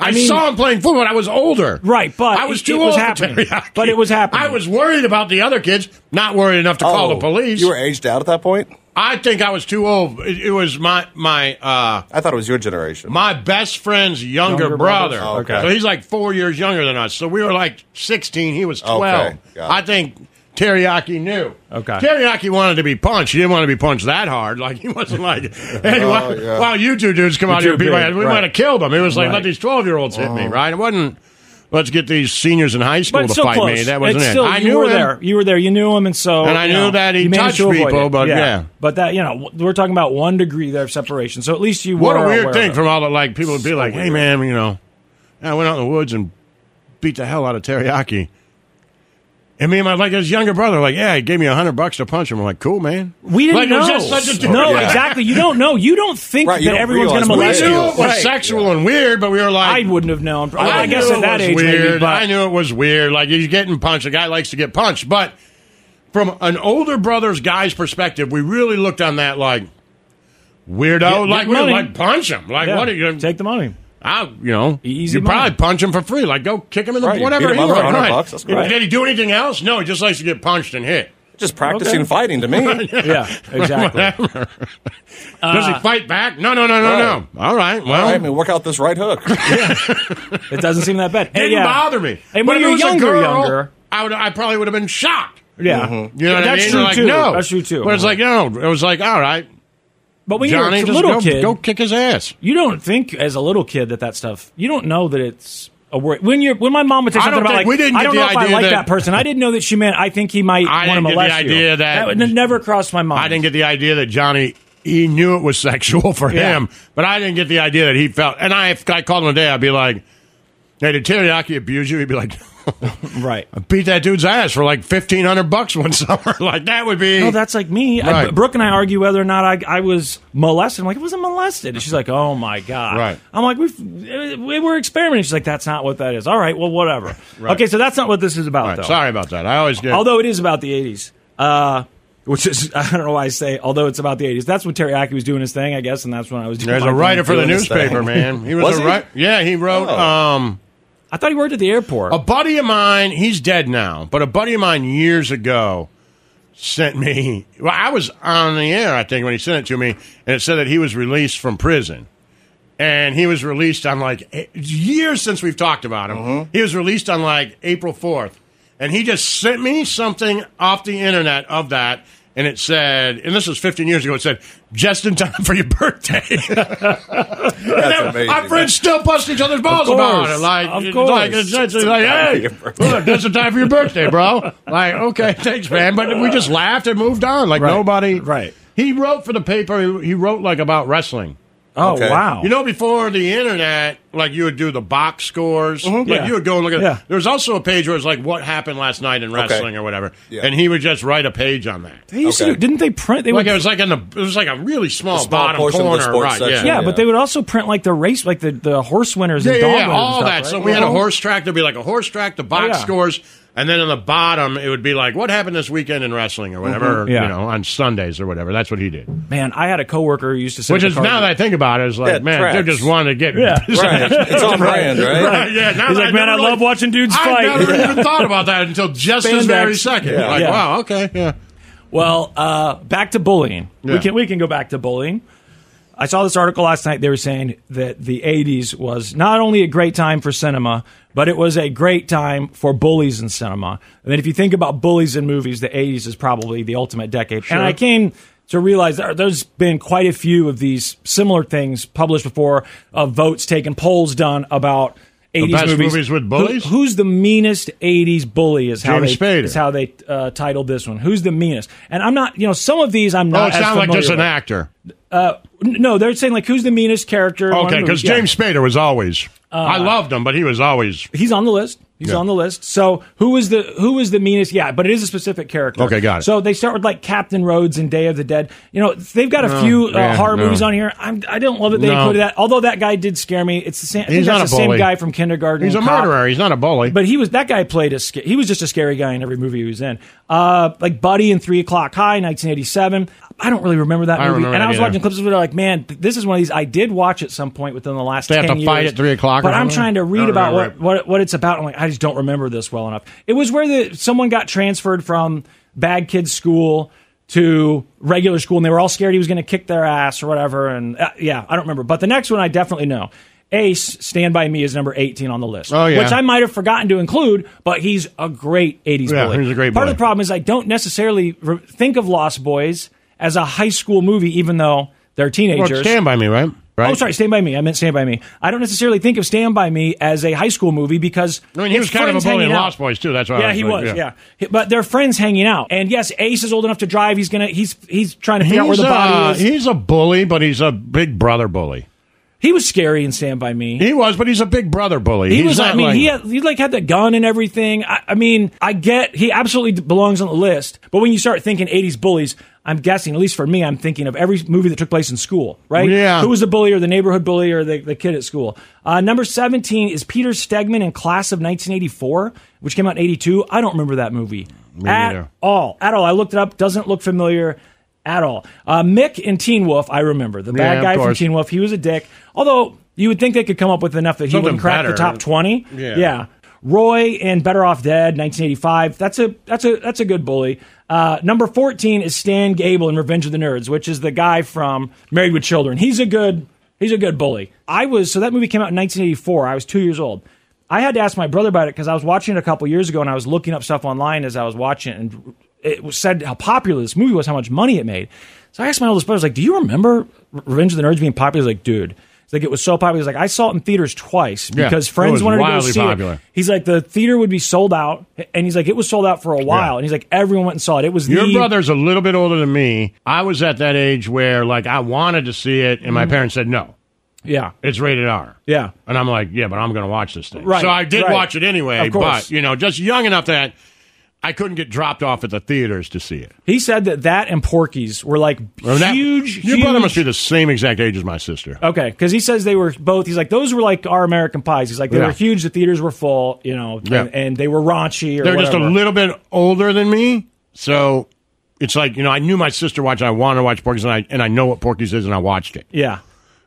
[SPEAKER 3] I,
[SPEAKER 4] I mean-
[SPEAKER 3] saw him playing football. when I was older.
[SPEAKER 4] Right, but
[SPEAKER 3] I was
[SPEAKER 4] it-
[SPEAKER 3] too
[SPEAKER 4] it
[SPEAKER 3] old
[SPEAKER 4] was
[SPEAKER 3] for
[SPEAKER 4] happening.
[SPEAKER 3] teriyaki.
[SPEAKER 4] But it was happening.
[SPEAKER 3] I was worried about the other kids, not worried enough to call the police.
[SPEAKER 6] Oh, You were aged out at that point.
[SPEAKER 3] I think I was too old. It, it was my my uh,
[SPEAKER 6] I thought it was your generation.
[SPEAKER 3] my best friend's younger,
[SPEAKER 4] Younger Oh,
[SPEAKER 3] brother.
[SPEAKER 4] brother.
[SPEAKER 6] Okay.
[SPEAKER 3] So he's like four years younger than us. So we were like sixteen. He was twelve.
[SPEAKER 6] Okay, got
[SPEAKER 3] I
[SPEAKER 6] it.
[SPEAKER 3] think Teriyaki knew.
[SPEAKER 4] Okay.
[SPEAKER 3] Teriyaki wanted to be punched. He didn't want to be punched that hard. Like he wasn't like, hey,
[SPEAKER 6] Oh,
[SPEAKER 3] wow,
[SPEAKER 6] yeah.
[SPEAKER 3] wow, you two dudes come out here
[SPEAKER 4] two
[SPEAKER 3] and beat my
[SPEAKER 4] big,
[SPEAKER 3] ass. We
[SPEAKER 4] right.
[SPEAKER 3] might have killed him. It was like,
[SPEAKER 4] Right. Oh.
[SPEAKER 3] let these twelve year olds hit me. Right. It wasn't. Let's get these seniors in high school
[SPEAKER 4] but
[SPEAKER 3] to
[SPEAKER 4] still
[SPEAKER 3] fight
[SPEAKER 4] close.
[SPEAKER 3] me. That wasn't
[SPEAKER 4] it's
[SPEAKER 3] it.
[SPEAKER 4] Still,
[SPEAKER 3] I
[SPEAKER 4] you
[SPEAKER 3] knew
[SPEAKER 4] were
[SPEAKER 3] him.
[SPEAKER 4] there. You were there. You knew him, and so
[SPEAKER 3] And I
[SPEAKER 4] you
[SPEAKER 3] knew
[SPEAKER 4] know,
[SPEAKER 3] that he
[SPEAKER 4] you managed
[SPEAKER 3] touched
[SPEAKER 4] to avoid
[SPEAKER 3] people,
[SPEAKER 4] it.
[SPEAKER 3] but yeah.
[SPEAKER 4] but that you know w- we're talking about one degree there of separation. So at least you
[SPEAKER 3] What
[SPEAKER 4] were
[SPEAKER 3] a
[SPEAKER 4] aware
[SPEAKER 3] weird
[SPEAKER 4] of
[SPEAKER 3] thing
[SPEAKER 4] it.
[SPEAKER 3] from all the like people would be like, "Hey man, you know, I went out in the woods and beat the hell out of teriyaki." And me and my like his younger brother, like, yeah, he gave me a hundred bucks to punch him. I'm like, cool, man.
[SPEAKER 4] We didn't
[SPEAKER 3] like,
[SPEAKER 4] know.
[SPEAKER 3] It was just such a
[SPEAKER 4] no,
[SPEAKER 3] Yeah.
[SPEAKER 4] exactly. You don't know. You don't think
[SPEAKER 6] Right, you
[SPEAKER 4] that
[SPEAKER 6] don't
[SPEAKER 4] everyone's going to
[SPEAKER 6] realize what
[SPEAKER 4] molest
[SPEAKER 6] it
[SPEAKER 3] We
[SPEAKER 4] you.
[SPEAKER 6] is.
[SPEAKER 3] knew it was
[SPEAKER 6] Right.
[SPEAKER 3] sexual and weird, but we were
[SPEAKER 4] I
[SPEAKER 3] like,
[SPEAKER 4] wouldn't have known. I,
[SPEAKER 3] knew
[SPEAKER 4] guess
[SPEAKER 3] it
[SPEAKER 4] at that
[SPEAKER 3] was
[SPEAKER 4] age,
[SPEAKER 3] weird.
[SPEAKER 4] maybe. But
[SPEAKER 3] I knew it was weird. Like he's getting punched. A guy likes to get punched, but from an older brother's guy's perspective, we really looked on that like weirdo.
[SPEAKER 4] get
[SPEAKER 3] like, we
[SPEAKER 4] money.
[SPEAKER 3] like punch him. Like
[SPEAKER 4] Yeah.
[SPEAKER 3] what are you?
[SPEAKER 4] Take the money.
[SPEAKER 3] I, you know,
[SPEAKER 4] E-, Easy
[SPEAKER 3] you
[SPEAKER 4] money.
[SPEAKER 3] probably punch him for free. Like go kick him in the
[SPEAKER 6] Right, you
[SPEAKER 3] whatever.
[SPEAKER 6] beat him
[SPEAKER 3] he
[SPEAKER 6] up for
[SPEAKER 3] wants.
[SPEAKER 6] 100
[SPEAKER 3] Right.
[SPEAKER 6] bucks, that's great.
[SPEAKER 3] Did he do anything else? No, he just likes to get punched and hit.
[SPEAKER 6] Just practicing
[SPEAKER 4] Okay.
[SPEAKER 6] fighting to me.
[SPEAKER 4] Yeah, exactly. Uh,
[SPEAKER 3] Whatever. Does he fight back? No, no, no, no,
[SPEAKER 6] Right.
[SPEAKER 3] no. All right. Well,
[SPEAKER 6] All right, I mean, work out this right hook.
[SPEAKER 4] it doesn't seem that bad. Hey,
[SPEAKER 3] didn't
[SPEAKER 4] yeah.
[SPEAKER 3] bother me. But
[SPEAKER 4] And
[SPEAKER 3] if
[SPEAKER 4] when
[SPEAKER 3] it
[SPEAKER 4] you're
[SPEAKER 3] was a
[SPEAKER 4] younger,
[SPEAKER 3] girl,
[SPEAKER 4] younger.
[SPEAKER 3] I would. I probably would have been shocked.
[SPEAKER 4] Yeah,
[SPEAKER 3] Mm-hmm. You know what
[SPEAKER 4] that's
[SPEAKER 3] I mean?
[SPEAKER 4] true
[SPEAKER 3] like,
[SPEAKER 4] too.
[SPEAKER 3] No.
[SPEAKER 4] That's true too.
[SPEAKER 3] But it's like no. It was like all right,
[SPEAKER 4] but when
[SPEAKER 3] Johnny,
[SPEAKER 4] you're
[SPEAKER 3] just
[SPEAKER 4] a
[SPEAKER 3] go,
[SPEAKER 4] little kid,
[SPEAKER 3] go kick his ass.
[SPEAKER 4] you don't think as a little kid that that stuff. You don't know that it's a word. When you're when my mom would say
[SPEAKER 3] I don't
[SPEAKER 4] something about
[SPEAKER 3] think-
[SPEAKER 4] like
[SPEAKER 3] we didn't
[SPEAKER 4] I
[SPEAKER 3] get
[SPEAKER 4] don't
[SPEAKER 3] the
[SPEAKER 4] know if I
[SPEAKER 3] idea
[SPEAKER 4] like that,
[SPEAKER 3] that-
[SPEAKER 4] person. I didn't know that she meant I think he might
[SPEAKER 3] I didn't
[SPEAKER 4] want to
[SPEAKER 3] get the
[SPEAKER 4] molest you.
[SPEAKER 3] idea that-
[SPEAKER 4] would- never crossed my mind.
[SPEAKER 3] I didn't get the idea that Johnny. He knew it was sexual for
[SPEAKER 4] Yeah.
[SPEAKER 3] him, but I didn't get the idea that he felt. And I, if I called him today, I'd be like, "Hey, did Teriyaki abuse you?" He'd be like,
[SPEAKER 4] right.
[SPEAKER 3] "I beat that dude's ass for like fifteen hundred bucks one summer." like that would be.
[SPEAKER 4] No, that's like me. I-
[SPEAKER 3] Right.
[SPEAKER 4] Brooke and I argue whether or not I, I was molested. I'm like, I wasn't molested. And she's like, oh my God.
[SPEAKER 3] Right.
[SPEAKER 4] I'm like, We've, eh, we were experimenting. She's like, that's not what that is. All right, well, whatever. Okay, so that's not what this is about,
[SPEAKER 3] All right,
[SPEAKER 4] though.
[SPEAKER 3] sorry about that. I always get.
[SPEAKER 4] Although it is about the 80s. Uh, which is, I don't know why I say, although it's about the 80s. That's when Teriyaki was doing his thing, I guess, and that's when I was doing
[SPEAKER 3] There's
[SPEAKER 4] my
[SPEAKER 3] a
[SPEAKER 4] thing.
[SPEAKER 3] writer for the
[SPEAKER 6] doing this
[SPEAKER 3] newspaper,
[SPEAKER 6] thing.
[SPEAKER 3] man. He was,
[SPEAKER 6] Was
[SPEAKER 3] a
[SPEAKER 6] he?
[SPEAKER 3] writer. Yeah, he wrote.
[SPEAKER 6] Oh.
[SPEAKER 3] Um,
[SPEAKER 4] I thought he worked at the airport.
[SPEAKER 3] a buddy of mine. He's dead now, but a buddy of mine years ago sent me. Well, I was on the air, I think, when he sent it to me, and it said that he was released from prison. And he was released on like eh, years since we've talked about him. He was released on like April 4th. And he just sent me something off the internet of that. And it said, and this was 15 years ago, it said, just in time for your birthday.
[SPEAKER 6] That's amazing.
[SPEAKER 3] Our friends still bust each other's balls
[SPEAKER 4] course.
[SPEAKER 3] about it. Like,
[SPEAKER 4] Of
[SPEAKER 3] it's
[SPEAKER 4] course.
[SPEAKER 3] like, it's, it's like,
[SPEAKER 6] time for
[SPEAKER 3] hey,
[SPEAKER 6] your birthday."
[SPEAKER 3] look, that's the time for your birthday, bro. Like, okay, thanks, man. But we just laughed and moved on. Like
[SPEAKER 4] Right.
[SPEAKER 3] nobody.
[SPEAKER 4] Right.
[SPEAKER 3] He wrote for the paper. He wrote like about wrestling.
[SPEAKER 4] oh,
[SPEAKER 6] Okay.
[SPEAKER 4] wow.
[SPEAKER 3] You know, before the internet, like you would do the box scores. Like
[SPEAKER 4] Yeah.
[SPEAKER 3] you would go and look at.
[SPEAKER 4] Yeah.
[SPEAKER 3] There was also a page where it was like, what happened last night in wrestling or whatever,
[SPEAKER 6] Yeah.
[SPEAKER 3] and he would just write a page on that.
[SPEAKER 4] they used to
[SPEAKER 6] Okay.
[SPEAKER 4] do, didn't they print? They
[SPEAKER 3] Like
[SPEAKER 4] would
[SPEAKER 3] it was like in the it was like a really small,
[SPEAKER 6] small
[SPEAKER 3] bottom
[SPEAKER 6] portion of the
[SPEAKER 3] corner,
[SPEAKER 6] sports
[SPEAKER 3] right?
[SPEAKER 6] section.
[SPEAKER 4] Yeah,
[SPEAKER 6] Yeah.
[SPEAKER 4] but they would also print like the race, like the, the horse winners and
[SPEAKER 3] yeah,
[SPEAKER 4] dog
[SPEAKER 3] yeah,
[SPEAKER 4] winners.
[SPEAKER 3] all
[SPEAKER 4] and
[SPEAKER 3] that.
[SPEAKER 4] stuff,
[SPEAKER 3] So
[SPEAKER 4] right?
[SPEAKER 3] we had a
[SPEAKER 4] Mhm.
[SPEAKER 3] horse track. There'd be like a horse track, the box
[SPEAKER 4] yeah.
[SPEAKER 3] scores, and then on the bottom it would be like what happened this weekend in wrestling or whatever. or,
[SPEAKER 4] Mm-hmm. Yeah.
[SPEAKER 3] you know, on Sundays or whatever. That's what he did.
[SPEAKER 4] Man, I had a coworker who used to say,
[SPEAKER 3] Which is now that I think about it, is like
[SPEAKER 6] Yeah,
[SPEAKER 3] man,
[SPEAKER 6] tracks.
[SPEAKER 3] they just wanted to get
[SPEAKER 4] Yeah.
[SPEAKER 6] Right. It's on brand, right?
[SPEAKER 3] Right, yeah, now
[SPEAKER 4] He's
[SPEAKER 3] that
[SPEAKER 4] like, man, I
[SPEAKER 3] never
[SPEAKER 4] love
[SPEAKER 3] really-
[SPEAKER 4] watching dudes
[SPEAKER 3] I
[SPEAKER 4] fight.
[SPEAKER 3] never even thought about that until just this
[SPEAKER 4] Spandex.
[SPEAKER 3] very second.
[SPEAKER 6] Yeah.
[SPEAKER 3] Like,
[SPEAKER 4] Yeah.
[SPEAKER 3] wow, okay, yeah.
[SPEAKER 4] Well, uh, back to bullying. We
[SPEAKER 3] Yeah.
[SPEAKER 4] can we can go back to bullying. I saw this article last night. They were saying that the '80s was not only a great time for cinema, but it was a great time for bullies in cinema. And then, if you think about bullies in movies, the '80s is probably the ultimate decade. And I came to realize there, there's been quite a few of these similar things published before, of votes taken, polls done about '80s
[SPEAKER 3] best
[SPEAKER 4] movies.
[SPEAKER 3] movies with bullies?
[SPEAKER 4] Who- who's the meanest '80s bully? Is how
[SPEAKER 3] James
[SPEAKER 4] they
[SPEAKER 3] Spader.
[SPEAKER 4] is how they uh, titled this one. Who's the meanest? And I'm not, you know, some of these I'm
[SPEAKER 3] Oh,
[SPEAKER 4] not.
[SPEAKER 3] it
[SPEAKER 4] as
[SPEAKER 3] sounded like
[SPEAKER 4] familiar
[SPEAKER 3] just an
[SPEAKER 4] with.
[SPEAKER 3] actor.
[SPEAKER 4] N- No, they're saying like who's the meanest character. in one
[SPEAKER 3] Okay,
[SPEAKER 4] movie.
[SPEAKER 3] because
[SPEAKER 4] Yeah. Uh,
[SPEAKER 3] James Spader was always. I loved him, but he was always
[SPEAKER 4] he's on the list. He's
[SPEAKER 3] Yeah.
[SPEAKER 4] on the list. So who was the who is the meanest? Yeah, but it is a specific character.
[SPEAKER 3] Okay, got it.
[SPEAKER 4] So they start with like Captain Rhodes and Day of the Dead. You know, they've got a few uh,
[SPEAKER 3] yeah,
[SPEAKER 4] horror
[SPEAKER 3] Oh, no.
[SPEAKER 4] movies on here. I'm, I don't love that they
[SPEAKER 3] No.
[SPEAKER 4] included that. Although that guy did scare me. It's the same. I think
[SPEAKER 3] He's
[SPEAKER 4] that's
[SPEAKER 3] not a
[SPEAKER 4] the same
[SPEAKER 3] bully.
[SPEAKER 4] guy from Kindergarten.
[SPEAKER 3] he's a
[SPEAKER 4] Cop.
[SPEAKER 3] murderer. He's not a bully.
[SPEAKER 4] But he was that guy played a sca- he was just a scary guy in every movie he was in. Uh, like Buddy in Three O'clock High, 1987. I don't really remember that
[SPEAKER 3] I don't
[SPEAKER 4] movie.
[SPEAKER 3] remember
[SPEAKER 4] and I
[SPEAKER 3] that
[SPEAKER 4] was
[SPEAKER 3] either.
[SPEAKER 4] watching clips of it. Like, man, th- this is one of these I did watch at some point within the last.
[SPEAKER 3] They have
[SPEAKER 4] 10
[SPEAKER 3] to
[SPEAKER 4] years,
[SPEAKER 3] fight at 3 o'clock or
[SPEAKER 4] But I'm
[SPEAKER 3] something?
[SPEAKER 4] trying to
[SPEAKER 3] I
[SPEAKER 4] read
[SPEAKER 3] don't
[SPEAKER 4] about what,
[SPEAKER 3] remember
[SPEAKER 4] what what it's about. I'm like, I just don't remember this well enough. It was where the someone got transferred from bad kids school. To regular school, and they were all scared he was going to kick their ass or whatever. And uh, yeah, I don't remember. But the next one I definitely know. Ace, Stand By Me is number 18 on the list.
[SPEAKER 3] Oh, yeah.
[SPEAKER 4] Which I might have forgotten to include, but he's a great 80s
[SPEAKER 3] Yeah,
[SPEAKER 4] bully.
[SPEAKER 3] he's a great
[SPEAKER 4] Part
[SPEAKER 3] bully.
[SPEAKER 4] of the problem is I don't necessarily re- think of Lost Boys as a high school movie, even though they're
[SPEAKER 3] well,
[SPEAKER 4] teenagers.
[SPEAKER 3] stand by me, right? Right.
[SPEAKER 4] Oh, sorry, Stand By Me. I meant Stand By Me. I don't necessarily think of Stand By Me as a high school movie because.
[SPEAKER 3] I mean, he
[SPEAKER 4] it's
[SPEAKER 3] was kind of a
[SPEAKER 4] friends
[SPEAKER 3] bully in
[SPEAKER 4] hanging out.
[SPEAKER 3] Lost Boys too. That's why.
[SPEAKER 4] Yeah,
[SPEAKER 3] I was
[SPEAKER 4] he
[SPEAKER 3] like,
[SPEAKER 4] was. Yeah. He- but they're friends hanging out, and yes, Ace is old enough to drive. He's gonna. He's he's trying to figure out where the body
[SPEAKER 3] uh,
[SPEAKER 4] is.
[SPEAKER 3] he's a bully, but he's a big brother bully.
[SPEAKER 4] He was scary in Stand by Me.
[SPEAKER 3] He was, but he's a big brother bully.
[SPEAKER 4] He
[SPEAKER 3] He's
[SPEAKER 4] was. I
[SPEAKER 3] not
[SPEAKER 4] mean,
[SPEAKER 3] like-
[SPEAKER 4] he had, he like had the gun and everything. I, I mean, I get he absolutely d- belongs on the list. But when you start thinking '80s bullies, I'm guessing, at least for me, I'm thinking of every movie that took place in school, right?
[SPEAKER 3] Yeah.
[SPEAKER 4] Who was the bully or the neighborhood bully or the, the kid at school? Uh, number 17 is Peter Stegman in Class of 1984, which came out in '82. I don't remember that movie at
[SPEAKER 3] neither.
[SPEAKER 4] all. At all. I looked it up. Doesn't look familiar. At all. Uh, Mick in Teen Wolf, I remember. The bad
[SPEAKER 3] Yeah, of
[SPEAKER 4] guy from
[SPEAKER 3] course.
[SPEAKER 4] Teen Wolf. He was a dick. Although you would think they could come up with enough that he
[SPEAKER 3] Something
[SPEAKER 4] wouldn't crack the
[SPEAKER 3] better.
[SPEAKER 4] top 20.
[SPEAKER 3] Yeah.
[SPEAKER 4] Roy in Better Off Dead, 1985. That's a that's a that's a good bully. Uh, number 14 is Stan Gable in Revenge of the Nerds, which is the guy from Married with Children. He's a good he's a good bully. I was so that movie came out in 1984. I was two years old. I had to ask my brother about it because I was watching it a couple years ago and I was looking up stuff online as I was watching it and it was said how popular this movie was, how much money it made. So I asked my oldest brother, I was like, Do you remember Re- Revenge of the Nerds being popular? He's like, dude. He's like, it was so popular. He's like, I saw it in theaters twice
[SPEAKER 3] Yeah,
[SPEAKER 4] because
[SPEAKER 3] it
[SPEAKER 4] friends
[SPEAKER 3] was
[SPEAKER 4] wanted to go
[SPEAKER 3] wildly
[SPEAKER 4] see it.
[SPEAKER 3] popular.
[SPEAKER 4] He's like, the theater would be sold out, and he's like, it was sold out for a
[SPEAKER 3] Yeah.
[SPEAKER 4] while, and he's like, everyone went and saw it. It was
[SPEAKER 3] Your
[SPEAKER 4] the,
[SPEAKER 3] brother's a little bit older than me. I was at that age where, like, I wanted to see it, and my parents said no.
[SPEAKER 4] yeah,
[SPEAKER 3] It's rated R.
[SPEAKER 4] yeah,
[SPEAKER 3] And I'm like, yeah, but I'm going to watch this thing.
[SPEAKER 4] Right,
[SPEAKER 3] So I did
[SPEAKER 4] right.
[SPEAKER 3] watch it anyway,
[SPEAKER 4] Of course.
[SPEAKER 3] but, you know, just young enough that I couldn't get dropped off at the theaters to see it.
[SPEAKER 4] He said that that and Porky's were like
[SPEAKER 3] Well, that-
[SPEAKER 4] huge.
[SPEAKER 3] Your brother
[SPEAKER 4] huge-
[SPEAKER 3] must be the same exact age as my sister.
[SPEAKER 4] Okay, because he says they were both. He's like, those were like our American pies. He's like, they
[SPEAKER 3] Yeah.
[SPEAKER 4] were huge. The theaters were full, you know,
[SPEAKER 3] Yeah.
[SPEAKER 4] and, and they were raunchy. Or
[SPEAKER 3] They're just a
[SPEAKER 4] whatever.
[SPEAKER 3] little bit older than me, so it's like you know I knew my sister watched. it. I wanted to watch Porky's, and I and I know what Porky's is, and I watched it.
[SPEAKER 4] Yeah,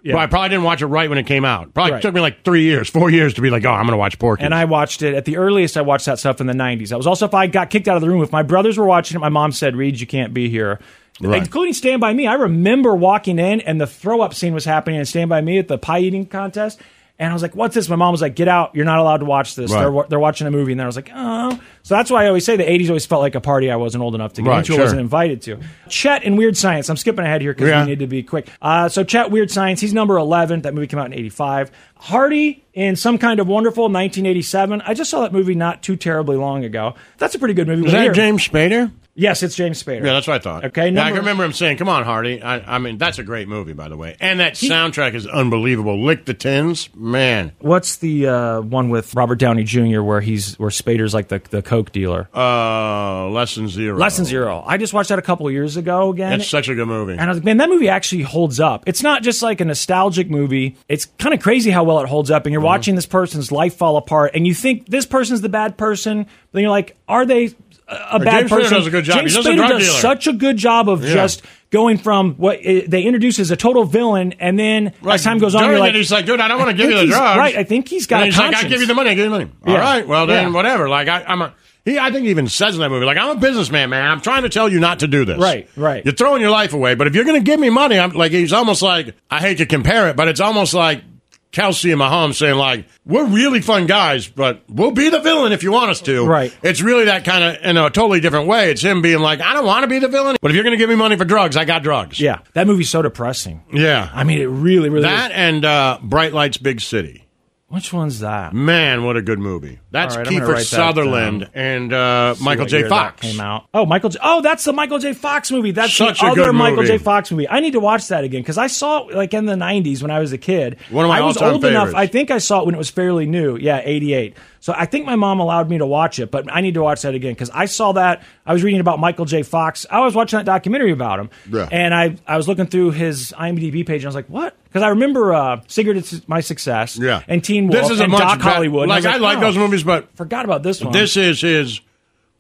[SPEAKER 4] yeah.
[SPEAKER 3] But I probably didn't watch it right when it came out. Probably
[SPEAKER 4] Right.
[SPEAKER 3] took me like three years, four years to be like, oh, I'm going to watch Porky's.
[SPEAKER 4] and I watched it at the earliest. I watched that stuff in the '90s. That was also if I got kicked out of the room. If my brothers were watching it, my mom said, "Reed, you can't be here."
[SPEAKER 3] Right.
[SPEAKER 4] Including Stand by Me. I remember walking in and the throw up scene was happening in Stand by Me at the pie eating contest. And I was like, "What's this?" My mom was like, "Get out! You're not allowed to watch this."
[SPEAKER 3] Right.
[SPEAKER 4] They're, wa- they're watching a movie, and then I was like, "Oh." So that's why I always say the '80s always felt like a party I wasn't old enough to get
[SPEAKER 3] Right,
[SPEAKER 4] into. I
[SPEAKER 3] sure.
[SPEAKER 4] wasn't invited to. Chet and Weird Science. I'm skipping ahead here because
[SPEAKER 3] Yeah.
[SPEAKER 4] we need to be quick. Uh, so Chet, Weird Science. He's number 11. That movie came out in 85. Hardy in Some Kind of Wonderful, 1987. I just saw that movie not too terribly long ago. That's a pretty good movie.
[SPEAKER 3] is
[SPEAKER 4] We're
[SPEAKER 3] that
[SPEAKER 4] here.
[SPEAKER 3] James Spader?
[SPEAKER 4] Yes, it's James Spader.
[SPEAKER 3] Yeah, that's what I thought.
[SPEAKER 4] Okay,
[SPEAKER 3] Yeah, I
[SPEAKER 4] number-
[SPEAKER 3] can remember him saying, "Come on, Hardy." I, I mean, that's a great movie, by the way, and that soundtrack is unbelievable. Lick the tins, man.
[SPEAKER 4] What's the uh, one with Robert Downey Jr. where he's where Spader's like the, the coke dealer?
[SPEAKER 3] Uh, lesson zero.
[SPEAKER 4] Lesson Zero. I just watched that a couple of years ago again.
[SPEAKER 3] That's such a good movie.
[SPEAKER 4] And I was like, man, that movie actually holds up. It's not just like a nostalgic movie. It's kind of crazy how well it holds up. And
[SPEAKER 3] Mm-hmm.
[SPEAKER 4] you're watching this person's life fall apart, and you think this person's the bad person. But then you're like, are they a- a bad
[SPEAKER 3] James Spader
[SPEAKER 4] person?
[SPEAKER 3] does a good job.
[SPEAKER 4] James
[SPEAKER 3] He's a
[SPEAKER 4] Spader
[SPEAKER 3] drug
[SPEAKER 4] does
[SPEAKER 3] dealer.
[SPEAKER 4] such a good job of
[SPEAKER 3] Yeah.
[SPEAKER 4] just going from what i they introduce as a total villain, and then as time goes on,
[SPEAKER 3] during
[SPEAKER 4] you're
[SPEAKER 3] it,
[SPEAKER 4] like,
[SPEAKER 3] he's like, dude, I don't want to give
[SPEAKER 4] think
[SPEAKER 3] you the
[SPEAKER 4] he's-
[SPEAKER 3] drugs.
[SPEAKER 4] right, I think he's got
[SPEAKER 3] And
[SPEAKER 4] a
[SPEAKER 3] he's like, I
[SPEAKER 4] conscience.
[SPEAKER 3] give you the money, I give you the money. All
[SPEAKER 4] Yeah.
[SPEAKER 3] right, well then,
[SPEAKER 4] Yeah.
[SPEAKER 3] whatever. Like, I, I'm a. He, I think he even says in that movie, like, I'm a businessman, man. I'm trying to tell you not to do this.
[SPEAKER 4] Right, right.
[SPEAKER 3] You're throwing your life away, but if you're going to give me money, I'm like, he's almost like, I hate to compare it, but it's almost like Kelsey and Mahomes saying, like, we're really fun guys, but we'll be the villain if you want us to.
[SPEAKER 4] Right.
[SPEAKER 3] It's really that kind of, in a totally different way. It's him being like, I don't want to be the villain, but if you're going to give me money for drugs, I got drugs.
[SPEAKER 4] yeah, that movie's so depressing.
[SPEAKER 3] Yeah.
[SPEAKER 4] I mean, it really, really.
[SPEAKER 3] That
[SPEAKER 4] is.
[SPEAKER 3] and uh, Bright Lights Big City.
[SPEAKER 4] Which one's that?
[SPEAKER 3] Man, what a good movie. That's
[SPEAKER 4] All right, I'm gonna write
[SPEAKER 3] Kiefer
[SPEAKER 4] that
[SPEAKER 3] Sutherland
[SPEAKER 4] down.
[SPEAKER 3] and uh,
[SPEAKER 4] See
[SPEAKER 3] Michael
[SPEAKER 4] what
[SPEAKER 3] J.
[SPEAKER 4] year that
[SPEAKER 3] Fox.
[SPEAKER 4] came out. Oh, Michael. J- oh, that's the Michael J. Fox movie. That's
[SPEAKER 3] Such
[SPEAKER 4] the
[SPEAKER 3] a
[SPEAKER 4] other
[SPEAKER 3] good
[SPEAKER 4] Michael
[SPEAKER 3] movie.
[SPEAKER 4] J. Fox movie. I need to watch that again because I saw it like in the '90s when I was a kid.
[SPEAKER 3] One of my
[SPEAKER 4] I was
[SPEAKER 3] all-time
[SPEAKER 4] old enough.
[SPEAKER 3] favorites.
[SPEAKER 4] I think I saw it when it was fairly new. Yeah, '88. So I think my mom allowed me to watch it, but I need to watch that again because I saw that. I was reading about Michael J. Fox. I was watching that documentary about him,
[SPEAKER 3] Yeah.
[SPEAKER 4] and I I was looking through his IMDb page and I was like, what? Because I remember uh, Cigarettes My Success,
[SPEAKER 3] Yeah.
[SPEAKER 4] and Teen Wolf,
[SPEAKER 3] This is a
[SPEAKER 4] and
[SPEAKER 3] much
[SPEAKER 4] Doc
[SPEAKER 3] bet-
[SPEAKER 4] Hollywood. And
[SPEAKER 3] Like, I like
[SPEAKER 4] oh,
[SPEAKER 3] those movies, but
[SPEAKER 4] Forgot about this one.
[SPEAKER 3] this is his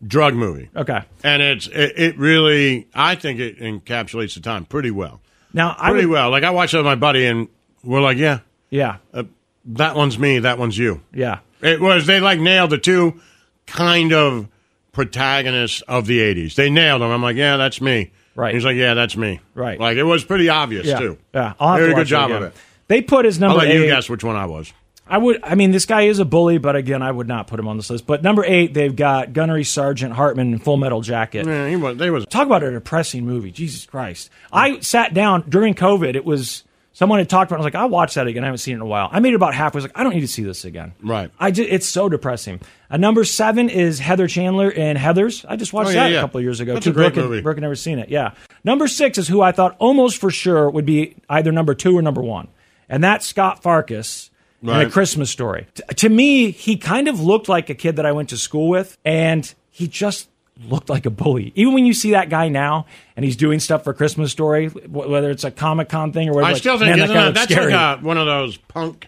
[SPEAKER 3] drug movie.
[SPEAKER 4] okay.
[SPEAKER 3] And it's it, it really, I think it encapsulates the time pretty well.
[SPEAKER 4] Now I
[SPEAKER 3] Pretty
[SPEAKER 4] would,
[SPEAKER 3] well. Like, I watched it with my buddy, and we're like, yeah,
[SPEAKER 4] yeah
[SPEAKER 3] uh, that one's me, that one's you.
[SPEAKER 4] yeah.
[SPEAKER 3] It was they like nailed the two kind of protagonists of the '80s. They nailed them. I'm like, yeah, that's me.
[SPEAKER 4] Right.
[SPEAKER 3] He's like, yeah, that's me.
[SPEAKER 4] Right.
[SPEAKER 3] Like it was pretty obvious
[SPEAKER 4] yeah.
[SPEAKER 3] too.
[SPEAKER 4] Yeah, I'll have
[SPEAKER 3] They
[SPEAKER 4] to
[SPEAKER 3] did a
[SPEAKER 4] watch
[SPEAKER 3] good job of
[SPEAKER 4] again.
[SPEAKER 3] it.
[SPEAKER 4] They put his
[SPEAKER 3] I'll
[SPEAKER 4] number
[SPEAKER 3] let you
[SPEAKER 4] eight.
[SPEAKER 3] guess which one I was.
[SPEAKER 4] I would. I mean, this guy is a bully, but again, I would not put him on this list. But number eight, they've got Gunnery Sergeant Hartman in Full Metal Jacket.
[SPEAKER 3] Yeah, he was. They was.
[SPEAKER 4] Talk about a depressing movie. Jesus Christ! I sat down during COVID. It was someone had talked about. it. I was like, I'll watch that again. I haven't seen it in a while. I made it about halfway. I was like, I don't need to see this again.
[SPEAKER 3] Right.
[SPEAKER 4] I just, it's so depressing. Uh, number seven is Heather Chandler in Heather's. I just watched
[SPEAKER 3] Oh, yeah,
[SPEAKER 4] that a
[SPEAKER 3] yeah.
[SPEAKER 4] couple of years ago.
[SPEAKER 3] That's
[SPEAKER 4] too.
[SPEAKER 3] a great
[SPEAKER 4] Brooke had-
[SPEAKER 3] movie.
[SPEAKER 4] Brooke had never seen it. Yeah. Number six is who I thought almost for sure would be either number two or number one. and that's Scott Farkas in
[SPEAKER 3] Right.
[SPEAKER 4] A Christmas Story. T- to me, he kind of looked like a kid that I went to school with, and he just looked like a bully. Even when you see that guy now, and he's doing stuff for Christmas Story, wh- whether it's a Comic Con thing or whatever.
[SPEAKER 3] I
[SPEAKER 4] like,
[SPEAKER 3] still think
[SPEAKER 4] man,
[SPEAKER 3] isn't
[SPEAKER 4] that guy
[SPEAKER 3] that-
[SPEAKER 4] looks
[SPEAKER 3] that's
[SPEAKER 4] scary.
[SPEAKER 3] like a, one of those punk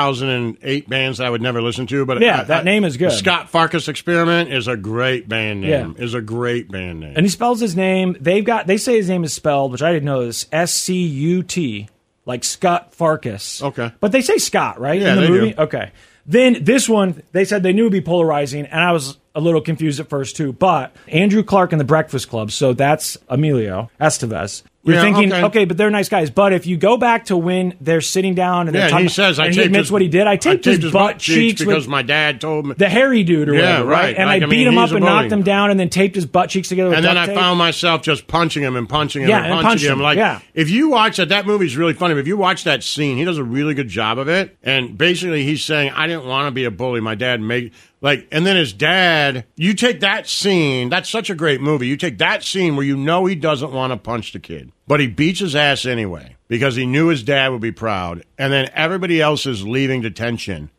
[SPEAKER 3] 2008 bands that I would never listen to. But
[SPEAKER 4] Yeah,
[SPEAKER 3] I-
[SPEAKER 4] that
[SPEAKER 3] I-
[SPEAKER 4] name is good.
[SPEAKER 3] Scott Farkas Experiment is a great band name.
[SPEAKER 4] Yeah.
[SPEAKER 3] Is a great band name.
[SPEAKER 4] and he spells his name. They've got they say his name is spelled, which I didn't know this S C U T, like Scott Farkas.
[SPEAKER 3] Okay.
[SPEAKER 4] but they say Scott right
[SPEAKER 3] Yeah,
[SPEAKER 4] in the
[SPEAKER 3] they do.
[SPEAKER 4] movie. Okay, then this one they said they knew would be polarizing, and I was a little confused at first too. But Andrew Clark and the Breakfast Club, so that's Emilio Estevez. You're
[SPEAKER 3] Yeah,
[SPEAKER 4] thinking,
[SPEAKER 3] okay.
[SPEAKER 4] okay. but they're nice guys. But if you go back to when they're sitting down and
[SPEAKER 3] yeah,
[SPEAKER 4] they're talking,
[SPEAKER 3] he says I
[SPEAKER 4] and he
[SPEAKER 3] taped
[SPEAKER 4] admits
[SPEAKER 3] his,
[SPEAKER 4] what he did. I taped, his, butt cheeks,
[SPEAKER 3] because
[SPEAKER 4] with,
[SPEAKER 3] my dad told me.
[SPEAKER 4] the hairy dude or
[SPEAKER 3] Yeah,
[SPEAKER 4] whatever, right?
[SPEAKER 3] right.
[SPEAKER 4] And
[SPEAKER 3] Like,
[SPEAKER 4] I,
[SPEAKER 3] I
[SPEAKER 4] beat
[SPEAKER 3] mean,
[SPEAKER 4] him
[SPEAKER 3] he's
[SPEAKER 4] up
[SPEAKER 3] a
[SPEAKER 4] and
[SPEAKER 3] bully.
[SPEAKER 4] knocked him down and then taped his butt cheeks together with
[SPEAKER 3] and then
[SPEAKER 4] duct
[SPEAKER 3] I
[SPEAKER 4] tape.
[SPEAKER 3] found myself just punching him and punching him
[SPEAKER 4] Yeah,
[SPEAKER 3] and
[SPEAKER 4] and
[SPEAKER 3] punching
[SPEAKER 4] punching
[SPEAKER 3] him.
[SPEAKER 4] him,
[SPEAKER 3] Like
[SPEAKER 4] yeah.
[SPEAKER 3] if you watch that, that movie's really funny. But if you watch that scene, he does a really good job of it. And basically, he's saying, "I didn't want to be a bully. My dad made like." And then his dad. You take that scene. That's such a great movie. You take that scene where you know he doesn't want to punch the kid, but he beats his ass anyway because he knew his dad would be proud. And then everybody else is leaving detention,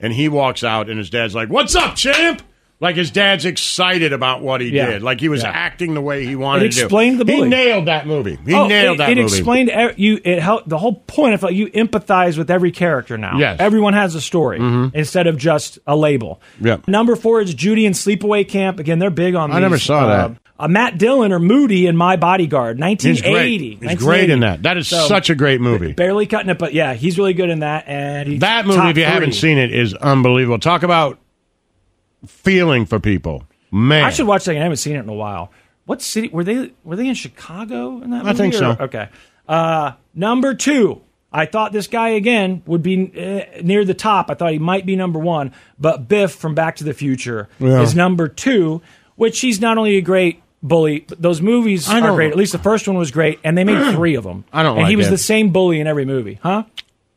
[SPEAKER 3] and he walks out, and his dad's like, "What's up, champ?" Like his dad's excited about what he
[SPEAKER 4] Yeah.
[SPEAKER 3] did. Like he was
[SPEAKER 4] Yeah.
[SPEAKER 3] acting the way he wanted
[SPEAKER 4] It
[SPEAKER 3] to do.
[SPEAKER 4] explained the bully.
[SPEAKER 3] He nailed that movie. He
[SPEAKER 4] Oh,
[SPEAKER 3] nailed
[SPEAKER 4] it,
[SPEAKER 3] that
[SPEAKER 4] it
[SPEAKER 3] movie.
[SPEAKER 4] explained ev- you. It helped the whole point. I felt you empathize with every character now.
[SPEAKER 3] Yes. Mm-hmm.
[SPEAKER 4] everyone has a story instead of just a label.
[SPEAKER 3] Yep.
[SPEAKER 4] Number four is Judy and Sleepaway Camp. Again, they're big on.
[SPEAKER 3] I
[SPEAKER 4] these,
[SPEAKER 3] never saw
[SPEAKER 4] uh,
[SPEAKER 3] that.
[SPEAKER 4] Uh, Matt Dillon or Moody in My Bodyguard,
[SPEAKER 3] He's great.
[SPEAKER 4] 1980.
[SPEAKER 3] He's great in
[SPEAKER 4] 1980.
[SPEAKER 3] that. That is
[SPEAKER 4] So,
[SPEAKER 3] such a great movie.
[SPEAKER 4] Barely cutting it, but yeah, he's really good in that. And he's
[SPEAKER 3] that movie,
[SPEAKER 4] top
[SPEAKER 3] if you
[SPEAKER 4] three.
[SPEAKER 3] haven't seen it, is unbelievable. Talk about feeling for people, man.
[SPEAKER 4] I should watch that. again. I haven't seen it in a while. What city were they? Were they in Chicago in that?
[SPEAKER 3] I
[SPEAKER 4] movie,
[SPEAKER 3] think
[SPEAKER 4] or-
[SPEAKER 3] so.
[SPEAKER 4] Okay. Uh, number two. I thought this guy again would be eh, near the top. I thought he might be number one, but Biff from Back to the Future
[SPEAKER 3] Yeah.
[SPEAKER 4] is number two, which he's not only a great bully. But those movies
[SPEAKER 3] I
[SPEAKER 4] are
[SPEAKER 3] don't-
[SPEAKER 4] great. At least the first one was great, and they made three of them.
[SPEAKER 3] I don't
[SPEAKER 4] And he
[SPEAKER 3] like
[SPEAKER 4] was
[SPEAKER 3] it.
[SPEAKER 4] the same bully in every movie, huh?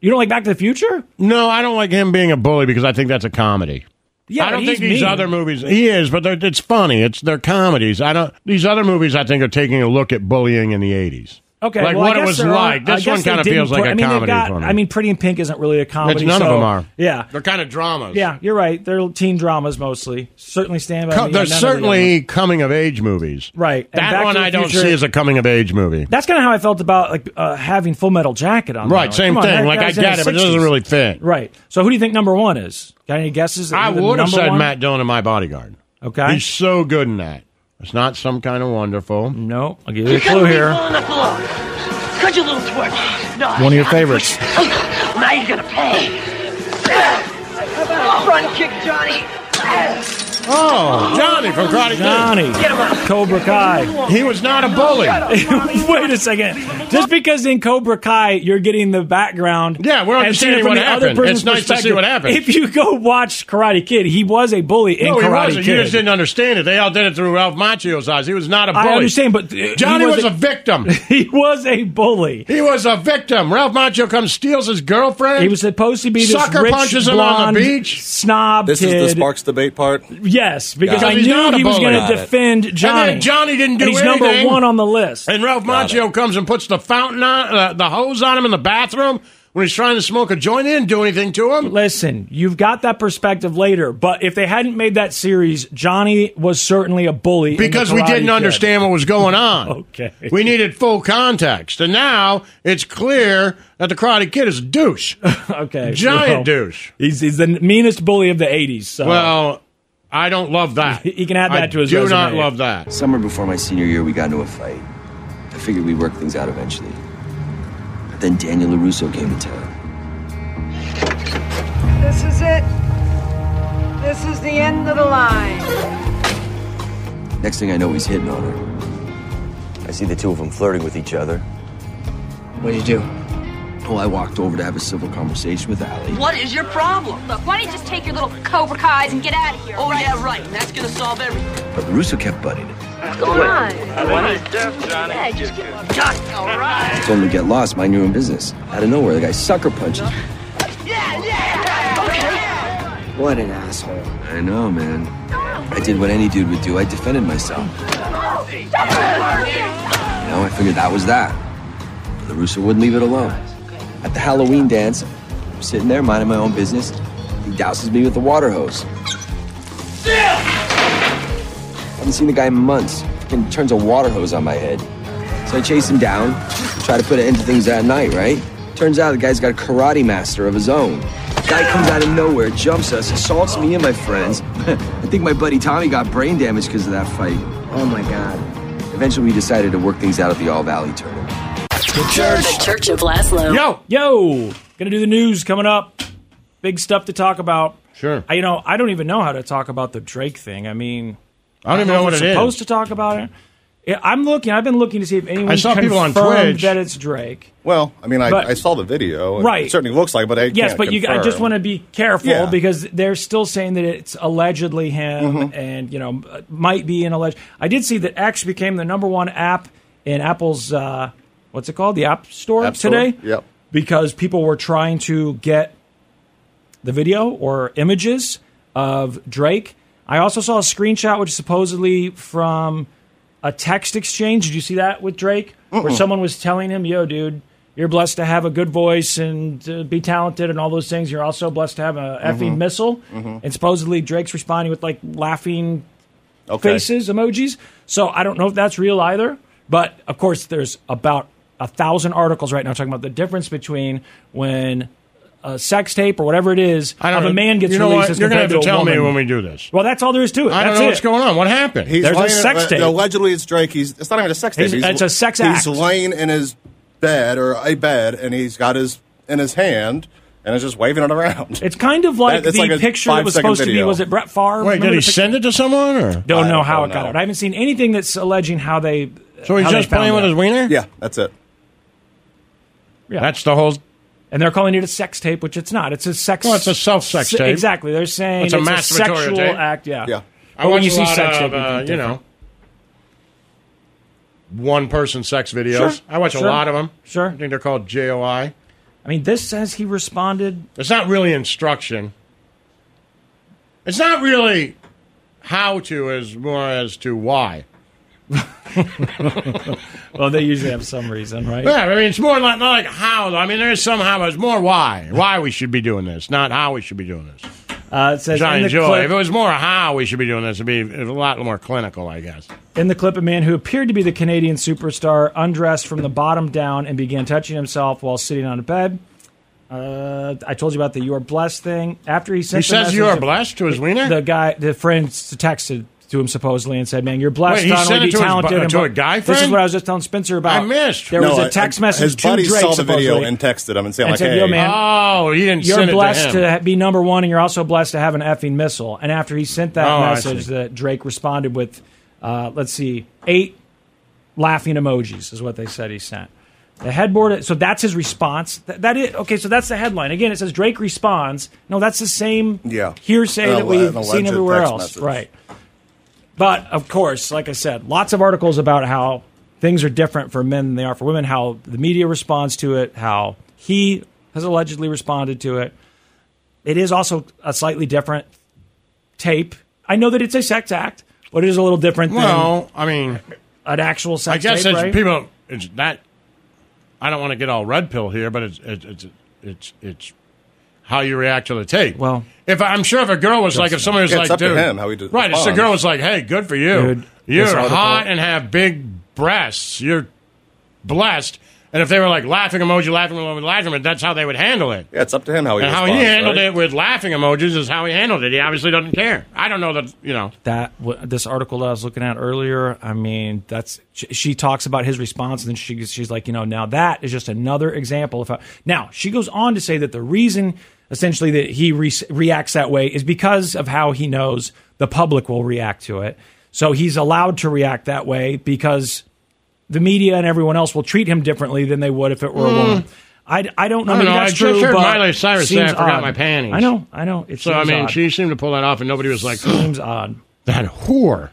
[SPEAKER 4] You don't like Back to the Future?
[SPEAKER 3] No, I don't like him being a bully because I think that's a comedy.
[SPEAKER 4] Yeah,
[SPEAKER 3] I
[SPEAKER 4] but
[SPEAKER 3] don't
[SPEAKER 4] he's
[SPEAKER 3] think these
[SPEAKER 4] mean.
[SPEAKER 3] other movies. He is, but they're, it's funny. It's they're comedies. I don't. These other movies, I think, are taking a look at bullying in the eighties.
[SPEAKER 4] Okay,
[SPEAKER 3] like
[SPEAKER 4] well, I
[SPEAKER 3] what it
[SPEAKER 4] guess
[SPEAKER 3] was
[SPEAKER 4] they're all-
[SPEAKER 3] like. This
[SPEAKER 4] I guess
[SPEAKER 3] one
[SPEAKER 4] they
[SPEAKER 3] kind of
[SPEAKER 4] didn't
[SPEAKER 3] feels
[SPEAKER 4] put-
[SPEAKER 3] like
[SPEAKER 4] I
[SPEAKER 3] a
[SPEAKER 4] mean, they've
[SPEAKER 3] comedy.
[SPEAKER 4] got-
[SPEAKER 3] for me.
[SPEAKER 4] I mean, Pretty in Pink isn't really a comedy.
[SPEAKER 3] It's none of
[SPEAKER 4] so-
[SPEAKER 3] them are.
[SPEAKER 4] Yeah,
[SPEAKER 3] they're kind of dramas.
[SPEAKER 4] yeah, you're right. They're teen dramas mostly. Certainly stand by.
[SPEAKER 3] Co-
[SPEAKER 4] Me,
[SPEAKER 3] there's
[SPEAKER 4] none of the other ones.
[SPEAKER 3] certainly coming of age movies.
[SPEAKER 4] Right, and Back
[SPEAKER 3] That
[SPEAKER 4] to
[SPEAKER 3] one
[SPEAKER 4] the
[SPEAKER 3] I don't
[SPEAKER 4] Future-
[SPEAKER 3] see as a coming of age movie.
[SPEAKER 4] That's kind of how I felt about like uh, having Full Metal Jacket on.
[SPEAKER 3] Right,
[SPEAKER 4] that one.
[SPEAKER 3] same
[SPEAKER 4] Come on,
[SPEAKER 3] thing.
[SPEAKER 4] that
[SPEAKER 3] Like I
[SPEAKER 4] guy's in
[SPEAKER 3] get
[SPEAKER 4] his
[SPEAKER 3] it, but it doesn't
[SPEAKER 4] 60s.
[SPEAKER 3] really fit.
[SPEAKER 4] Right. So who do you think number one is? Got any guesses?
[SPEAKER 3] I
[SPEAKER 4] who the
[SPEAKER 3] would have
[SPEAKER 4] number
[SPEAKER 3] said
[SPEAKER 4] one-
[SPEAKER 3] Matt Dillon in my bodyguard.
[SPEAKER 4] Okay.
[SPEAKER 3] He's so good in that. It's not some kind of wonderful.
[SPEAKER 4] No, I'll give you a clue here.
[SPEAKER 10] on the floor. Cut your little twerk. No,
[SPEAKER 4] One of your favorites.
[SPEAKER 10] now you're gonna pay. Front kick, Johnny.
[SPEAKER 3] Oh, Johnny from Karate Kid.
[SPEAKER 4] Johnny, Cobra Kai.
[SPEAKER 3] He was not a bully.
[SPEAKER 4] Wait a second. Just because in Cobra Kai you're getting the background,
[SPEAKER 3] Yeah, we're
[SPEAKER 4] and seeing
[SPEAKER 3] understanding
[SPEAKER 4] it from
[SPEAKER 3] what
[SPEAKER 4] the other
[SPEAKER 3] happened.
[SPEAKER 4] person's
[SPEAKER 3] It's nice to see
[SPEAKER 4] perspective.
[SPEAKER 3] what happened.
[SPEAKER 4] If you go watch Karate Kid, he was a bully in
[SPEAKER 3] no, he
[SPEAKER 4] Karate
[SPEAKER 3] wasn't.
[SPEAKER 4] Kid.
[SPEAKER 3] You just didn't understand it. They all did it through Ralph Macchio's eyes. He was not a bully.
[SPEAKER 4] I understand, but uh,
[SPEAKER 3] Johnny
[SPEAKER 4] he
[SPEAKER 3] was a victim.
[SPEAKER 4] he was a bully.
[SPEAKER 3] He was a victim. Ralph Macchio comes, steals his girlfriend.
[SPEAKER 4] He was supposed to be this
[SPEAKER 3] Sucker
[SPEAKER 4] rich,
[SPEAKER 3] punches him
[SPEAKER 4] blonde,
[SPEAKER 3] on the beach.
[SPEAKER 4] snob
[SPEAKER 6] This
[SPEAKER 4] kid.
[SPEAKER 6] is the Sparks debate part.
[SPEAKER 4] Yes, because
[SPEAKER 6] Got
[SPEAKER 4] I
[SPEAKER 3] it. He's
[SPEAKER 4] knew
[SPEAKER 3] not a
[SPEAKER 4] he was
[SPEAKER 3] bully.
[SPEAKER 4] going
[SPEAKER 6] Got
[SPEAKER 4] to
[SPEAKER 6] it.
[SPEAKER 4] defend Johnny.
[SPEAKER 3] And then Johnny didn't do
[SPEAKER 4] And he's
[SPEAKER 3] anything.
[SPEAKER 4] number one on the list.
[SPEAKER 3] And Ralph
[SPEAKER 6] Got
[SPEAKER 3] Macchio comes and puts the fountain on, uh, the hose on him in the bathroom when he's trying to smoke a joint. He didn't do anything to him.
[SPEAKER 4] Listen, you've got that perspective later, but if they hadn't made that series, Johnny was certainly a bully in the
[SPEAKER 3] Because we
[SPEAKER 4] Karate
[SPEAKER 3] didn't
[SPEAKER 4] Kid.
[SPEAKER 3] understand what was going on.
[SPEAKER 4] Okay.
[SPEAKER 3] We needed full context. And now it's clear that the Karate Kid is a douche.
[SPEAKER 4] Okay,
[SPEAKER 3] Giant
[SPEAKER 4] well,
[SPEAKER 3] douche.
[SPEAKER 4] He's, he's the meanest bully of the '80s. So.
[SPEAKER 3] Well, I don't love that.
[SPEAKER 4] He can add
[SPEAKER 3] I
[SPEAKER 4] that to his
[SPEAKER 3] do
[SPEAKER 4] resume.
[SPEAKER 3] not love that.
[SPEAKER 10] Summer before my senior year, we got into a fight. I figured we'd work things out eventually. But then Daniel LaRusso came to town.
[SPEAKER 11] This is it. This is the end of the line.
[SPEAKER 10] Next thing I know, he's hitting on her. I see the two of them flirting with each other.
[SPEAKER 11] What'd you do?
[SPEAKER 10] Well, I walked over to have a civil conversation with Allie.
[SPEAKER 8] What is your problem?
[SPEAKER 7] Look, why don't you just take your little Cobra Kai's and get out of here?
[SPEAKER 8] Oh, yeah, right. That's gonna solve everything.
[SPEAKER 10] But LaRusso kept butting it.
[SPEAKER 7] What's going on?
[SPEAKER 8] Yeah, just get All right.
[SPEAKER 10] Told him to get lost, mind your own business. Out of nowhere, the guy sucker punches. me.
[SPEAKER 8] Yeah, yeah. Okay.
[SPEAKER 10] What an asshole. I know, man. I did what any dude would do. I defended myself. You know, I figured that was that. But LaRusso wouldn't leave it alone. At the Halloween dance, I'm sitting there minding my own business. He douses me with the water hose. Haven't seen the guy in months. Fucking turns a water hose on my head. So I chase him down, try to put an end to things that night, right? Turns out the guy's got a karate master of his own. Guy comes out of nowhere, jumps us, assaults me and my friends. I think my buddy Tommy got brain damage because of that fight. Oh my god. Eventually, we decided to work things out at the All Valley tournament.
[SPEAKER 4] The
[SPEAKER 10] church.
[SPEAKER 12] The Church of Laszlo.
[SPEAKER 4] Yo, yo, gonna do the news coming up. Big stuff to talk about.
[SPEAKER 3] Sure.
[SPEAKER 4] I, you know, I don't even know how to talk about the Drake thing. I mean,
[SPEAKER 3] I don't even know
[SPEAKER 4] if
[SPEAKER 3] what
[SPEAKER 4] we're
[SPEAKER 3] it
[SPEAKER 4] supposed
[SPEAKER 3] is.
[SPEAKER 4] to talk about it. Yeah, I'm looking. I've been looking to see if anyone
[SPEAKER 6] I saw
[SPEAKER 4] confirmed
[SPEAKER 6] people on Twitch.
[SPEAKER 4] that it's Drake.
[SPEAKER 6] Well, I mean, I,
[SPEAKER 4] But-
[SPEAKER 6] I saw the video. and
[SPEAKER 4] Right.
[SPEAKER 6] It certainly looks like, but I
[SPEAKER 4] yes,
[SPEAKER 6] can't
[SPEAKER 4] but you, I just
[SPEAKER 6] confirm.
[SPEAKER 4] want to be careful
[SPEAKER 6] Yeah.
[SPEAKER 4] because they're still saying that it's allegedly him,
[SPEAKER 6] Mm-hmm.
[SPEAKER 4] and you know uh, might be an alleged. I did see that X became the number one app in Apple's uh, what's it called, the App Store
[SPEAKER 6] App Store,
[SPEAKER 4] today.
[SPEAKER 6] Yep.
[SPEAKER 4] because people were trying to get the video or images of Drake. I also saw a screenshot, which is supposedly from a text exchange. Did you see that with Drake? Where
[SPEAKER 13] Mm-mm.
[SPEAKER 4] someone was telling him, yo, dude, you're blessed to have a good voice and uh, be talented and all those things. You're also blessed to have a effing
[SPEAKER 13] Mhm.
[SPEAKER 3] Mm-hmm.
[SPEAKER 4] missile.
[SPEAKER 13] Mhm.
[SPEAKER 4] And supposedly Drake's responding with like laughing
[SPEAKER 13] Okay.
[SPEAKER 4] faces emojis. So I don't know if that's real either. But of course, there's about a thousand articles right now talking about the difference between when a sex tape or whatever it is
[SPEAKER 3] I don't
[SPEAKER 4] of
[SPEAKER 3] know.
[SPEAKER 4] a man gets
[SPEAKER 3] you know
[SPEAKER 4] released.
[SPEAKER 3] What?
[SPEAKER 4] as
[SPEAKER 3] You're gonna have
[SPEAKER 4] compared
[SPEAKER 3] to,
[SPEAKER 4] a
[SPEAKER 3] tell me
[SPEAKER 4] woman.
[SPEAKER 3] when we do this.
[SPEAKER 4] Well, that's all there is to it.
[SPEAKER 3] I don't
[SPEAKER 4] That's
[SPEAKER 3] know
[SPEAKER 4] it.
[SPEAKER 3] what's going on. What happened?
[SPEAKER 6] He's
[SPEAKER 4] There's a
[SPEAKER 6] laying-
[SPEAKER 4] sex tape.
[SPEAKER 6] Allegedly, it's Drake. He's it's not even a sex tape.
[SPEAKER 4] He's- it's a sex
[SPEAKER 6] he's
[SPEAKER 4] act.
[SPEAKER 6] laying in his bed or a bed, and he's got his in his hand, and is just waving it around.
[SPEAKER 4] It's kind of like
[SPEAKER 6] That- it's
[SPEAKER 4] the
[SPEAKER 6] like a
[SPEAKER 4] picture that was
[SPEAKER 6] five-second
[SPEAKER 4] supposed to be.
[SPEAKER 6] video.
[SPEAKER 4] Was it Brett Favre?
[SPEAKER 3] Wait,
[SPEAKER 4] Remember
[SPEAKER 3] did
[SPEAKER 4] the
[SPEAKER 3] he
[SPEAKER 4] picture?
[SPEAKER 3] send it to someone or?
[SPEAKER 4] Don't know
[SPEAKER 3] I
[SPEAKER 4] how
[SPEAKER 3] don't
[SPEAKER 4] it got
[SPEAKER 3] know.
[SPEAKER 4] out. I haven't seen anything that's alleging how they.
[SPEAKER 3] So he's
[SPEAKER 4] how they
[SPEAKER 3] just
[SPEAKER 4] found
[SPEAKER 3] playing with
[SPEAKER 4] that.
[SPEAKER 3] his wiener.
[SPEAKER 6] Yeah, that's it.
[SPEAKER 4] Yeah.
[SPEAKER 3] That's the whole.
[SPEAKER 4] And they're calling it a sex tape, which it's not. It's a sex.
[SPEAKER 3] Well, it's a self-sex
[SPEAKER 4] se-
[SPEAKER 3] tape.
[SPEAKER 4] Exactly. They're saying
[SPEAKER 3] It's
[SPEAKER 4] it's
[SPEAKER 3] a
[SPEAKER 4] a,
[SPEAKER 3] masturbatory
[SPEAKER 4] sexual
[SPEAKER 3] tape.
[SPEAKER 4] act. Yeah.
[SPEAKER 3] Yeah. I
[SPEAKER 4] But when
[SPEAKER 3] watch
[SPEAKER 4] you
[SPEAKER 3] a
[SPEAKER 4] see
[SPEAKER 3] lot
[SPEAKER 4] sex
[SPEAKER 3] of,
[SPEAKER 4] tape,
[SPEAKER 3] uh,
[SPEAKER 4] it's
[SPEAKER 3] you
[SPEAKER 4] different.
[SPEAKER 3] know, one-person sex videos.
[SPEAKER 4] Sure.
[SPEAKER 3] I watch
[SPEAKER 4] Sure.
[SPEAKER 3] a lot of them.
[SPEAKER 4] Sure.
[SPEAKER 3] I think they're called JOI.
[SPEAKER 4] I mean, this says he responded.
[SPEAKER 3] It's not really instruction. It's not really how to, as more as to why.
[SPEAKER 4] well, they usually have some reason, right?
[SPEAKER 3] Yeah, I mean, it's more like, not like how. though. I mean, there's somehow, but it's more why. Why we should be doing this, not how we should be doing this.
[SPEAKER 4] Uh, it says
[SPEAKER 3] Which I
[SPEAKER 4] in the
[SPEAKER 3] enjoy.
[SPEAKER 4] clip-
[SPEAKER 3] if it was more how we should be doing this, it'd be a lot more clinical, I guess.
[SPEAKER 4] In the clip, a man who appeared to be the Canadian superstar undressed from the bottom down and began touching himself while sitting on a bed. Uh, I told you about the "you are blessed" thing. After he sent,
[SPEAKER 3] He
[SPEAKER 4] the
[SPEAKER 3] says you
[SPEAKER 4] message
[SPEAKER 3] are
[SPEAKER 4] of-
[SPEAKER 3] blessed to his wiener?
[SPEAKER 4] The guy, the friend, s- texted to him supposedly and said, "Man, you're blessed.
[SPEAKER 3] Wait, he
[SPEAKER 4] not
[SPEAKER 3] sent it
[SPEAKER 4] only be
[SPEAKER 3] to his bu- uh,
[SPEAKER 4] talented." and
[SPEAKER 3] to a
[SPEAKER 4] bu-
[SPEAKER 3] guy
[SPEAKER 4] This is
[SPEAKER 3] friend?
[SPEAKER 4] what I was just telling Spencer about.
[SPEAKER 3] I missed.
[SPEAKER 4] There was
[SPEAKER 6] No,
[SPEAKER 4] a text
[SPEAKER 6] I-
[SPEAKER 4] message
[SPEAKER 6] His
[SPEAKER 4] to
[SPEAKER 6] buddy
[SPEAKER 4] Drake
[SPEAKER 6] saw the video
[SPEAKER 4] supposedly,
[SPEAKER 6] and texted him and said,
[SPEAKER 4] and
[SPEAKER 6] like,
[SPEAKER 4] said,
[SPEAKER 6] "Hey,
[SPEAKER 4] "Yo, man,
[SPEAKER 3] Oh, he didn't
[SPEAKER 4] you're
[SPEAKER 3] send it to
[SPEAKER 4] blessed
[SPEAKER 3] him.
[SPEAKER 4] ha- be number one, and you're also blessed to have an effing missile. And after he sent that
[SPEAKER 3] Oh, I
[SPEAKER 4] message,
[SPEAKER 3] see.
[SPEAKER 4] that Drake responded with, uh, let's see, eight laughing emojis is what they said he sent. The headboard. So that's his response. Th- that is okay. So that's the headline. Again, it says Drake responds. No, that's the same
[SPEAKER 6] Yeah.
[SPEAKER 4] hearsay
[SPEAKER 6] An
[SPEAKER 4] that
[SPEAKER 6] alle-
[SPEAKER 4] we've
[SPEAKER 6] an
[SPEAKER 4] seen
[SPEAKER 6] alleged
[SPEAKER 4] everywhere
[SPEAKER 6] text
[SPEAKER 4] else,
[SPEAKER 6] message.
[SPEAKER 4] right? But of course, like I said, lots of articles about how things are different for men than they are for women. How the media responds to it. How he has allegedly responded to it. It is also a slightly different tape. I know that it's a sex act, but it is a little different.
[SPEAKER 3] Well, I mean,
[SPEAKER 4] an actual sex.
[SPEAKER 3] I guess
[SPEAKER 4] tape,
[SPEAKER 3] it's
[SPEAKER 4] right?
[SPEAKER 3] people. It's that. I don't want to get all red pill here, but it's it's it's it's, it's how you react to the tape. Well, if I'm sure if a girl was like, if somebody was
[SPEAKER 6] Yeah,
[SPEAKER 3] like,
[SPEAKER 6] it's up to
[SPEAKER 3] dude,
[SPEAKER 6] him how he d-
[SPEAKER 3] right? If the
[SPEAKER 6] responds.
[SPEAKER 3] girl was like, hey, good for you,
[SPEAKER 6] Dude,
[SPEAKER 3] you're
[SPEAKER 6] this article-
[SPEAKER 3] hot and have big breasts, you're blessed. And if they were like laughing emoji, laughing emoji, laughing emoji, that's how they would handle it.
[SPEAKER 6] Yeah, it's up to him how he
[SPEAKER 3] and how
[SPEAKER 6] responds,
[SPEAKER 3] he handled
[SPEAKER 6] right?
[SPEAKER 3] it with laughing emojis is how he handled it. He obviously doesn't care. I don't know that you know.
[SPEAKER 4] that what this article that I was looking at earlier. I mean, that's she, she talks about his response, and then she she's like, you know, now that is just another example of how. Now she goes on to say that the reason essentially that he re- reacts that way is because of how he knows the public will react to it. So he's allowed to react that way because the media and everyone else will treat him differently than they would if it were a
[SPEAKER 3] Mm.
[SPEAKER 4] woman. I, I don't know.
[SPEAKER 3] I
[SPEAKER 4] maybe
[SPEAKER 3] don't know. I
[SPEAKER 4] that's
[SPEAKER 3] just
[SPEAKER 4] true,
[SPEAKER 3] heard
[SPEAKER 4] but
[SPEAKER 3] Miley Cyrus say I
[SPEAKER 4] seems
[SPEAKER 3] forgot
[SPEAKER 4] odd.
[SPEAKER 3] my panties.
[SPEAKER 4] I know. I know. It
[SPEAKER 3] so I
[SPEAKER 4] seems
[SPEAKER 3] mean,
[SPEAKER 4] odd.
[SPEAKER 3] she seemed to pull that off, and nobody was like,
[SPEAKER 4] seems odd.
[SPEAKER 3] That whore.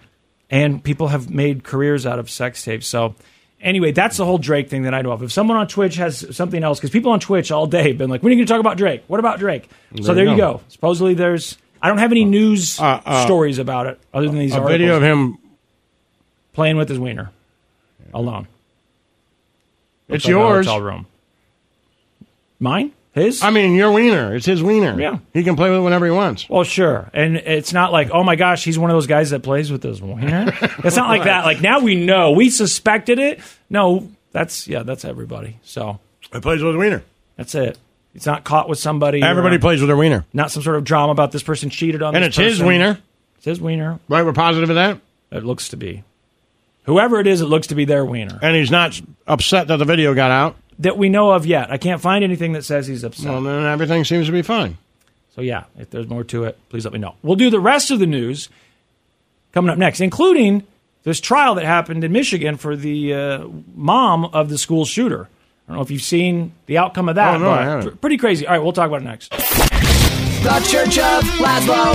[SPEAKER 4] And people have made careers out of sex tapes. So anyway, that's the whole Drake thing that I know of. If someone on Twitch has something else, because people on Twitch all day have been like, "When are you going to talk about Drake? What about Drake?" so
[SPEAKER 3] There
[SPEAKER 4] there
[SPEAKER 3] you
[SPEAKER 4] you
[SPEAKER 3] go.
[SPEAKER 4] go. Supposedly there's. I don't have any news
[SPEAKER 3] uh,
[SPEAKER 4] stories about it other than these.
[SPEAKER 3] a
[SPEAKER 4] articles.
[SPEAKER 3] video of him
[SPEAKER 4] playing with his wiener alone.
[SPEAKER 3] It's
[SPEAKER 4] Looks like a
[SPEAKER 3] yours.
[SPEAKER 4] hotel room. Mine? His?
[SPEAKER 3] I mean, your wiener. It's his wiener.
[SPEAKER 4] Yeah.
[SPEAKER 3] He can play with it whenever he wants.
[SPEAKER 4] Well, Oh, sure. And it's not like, oh my gosh, he's one of those guys that plays with his wiener. It's not like that. Like now we know. We suspected it. No, that's yeah, that's everybody. So
[SPEAKER 3] it plays with wiener.
[SPEAKER 4] That's it. It's not caught with somebody. or
[SPEAKER 3] Everybody plays with their wiener.
[SPEAKER 4] Not some sort of drama about this person cheated on.
[SPEAKER 3] And
[SPEAKER 4] this
[SPEAKER 3] it's his
[SPEAKER 4] person.
[SPEAKER 3] wiener.
[SPEAKER 4] It's his wiener.
[SPEAKER 3] Right, we're positive of that.
[SPEAKER 4] It looks to be. Whoever it is, it looks to be their wiener
[SPEAKER 3] And he's not upset that the video got out.
[SPEAKER 4] that we know of yet. I can't find anything that says he's upset.
[SPEAKER 3] Well, then everything seems to be fine.
[SPEAKER 4] So yeah, if there's more to it, please let me know. We'll do the rest of the news coming up next, including this trial that happened in Michigan for the uh, mom of the school shooter. I don't know if you've seen the outcome of that.
[SPEAKER 3] Oh, no,
[SPEAKER 4] but
[SPEAKER 3] I haven't.
[SPEAKER 4] Pretty crazy. All right, we'll talk about it next.
[SPEAKER 12] The Church of Laszlo.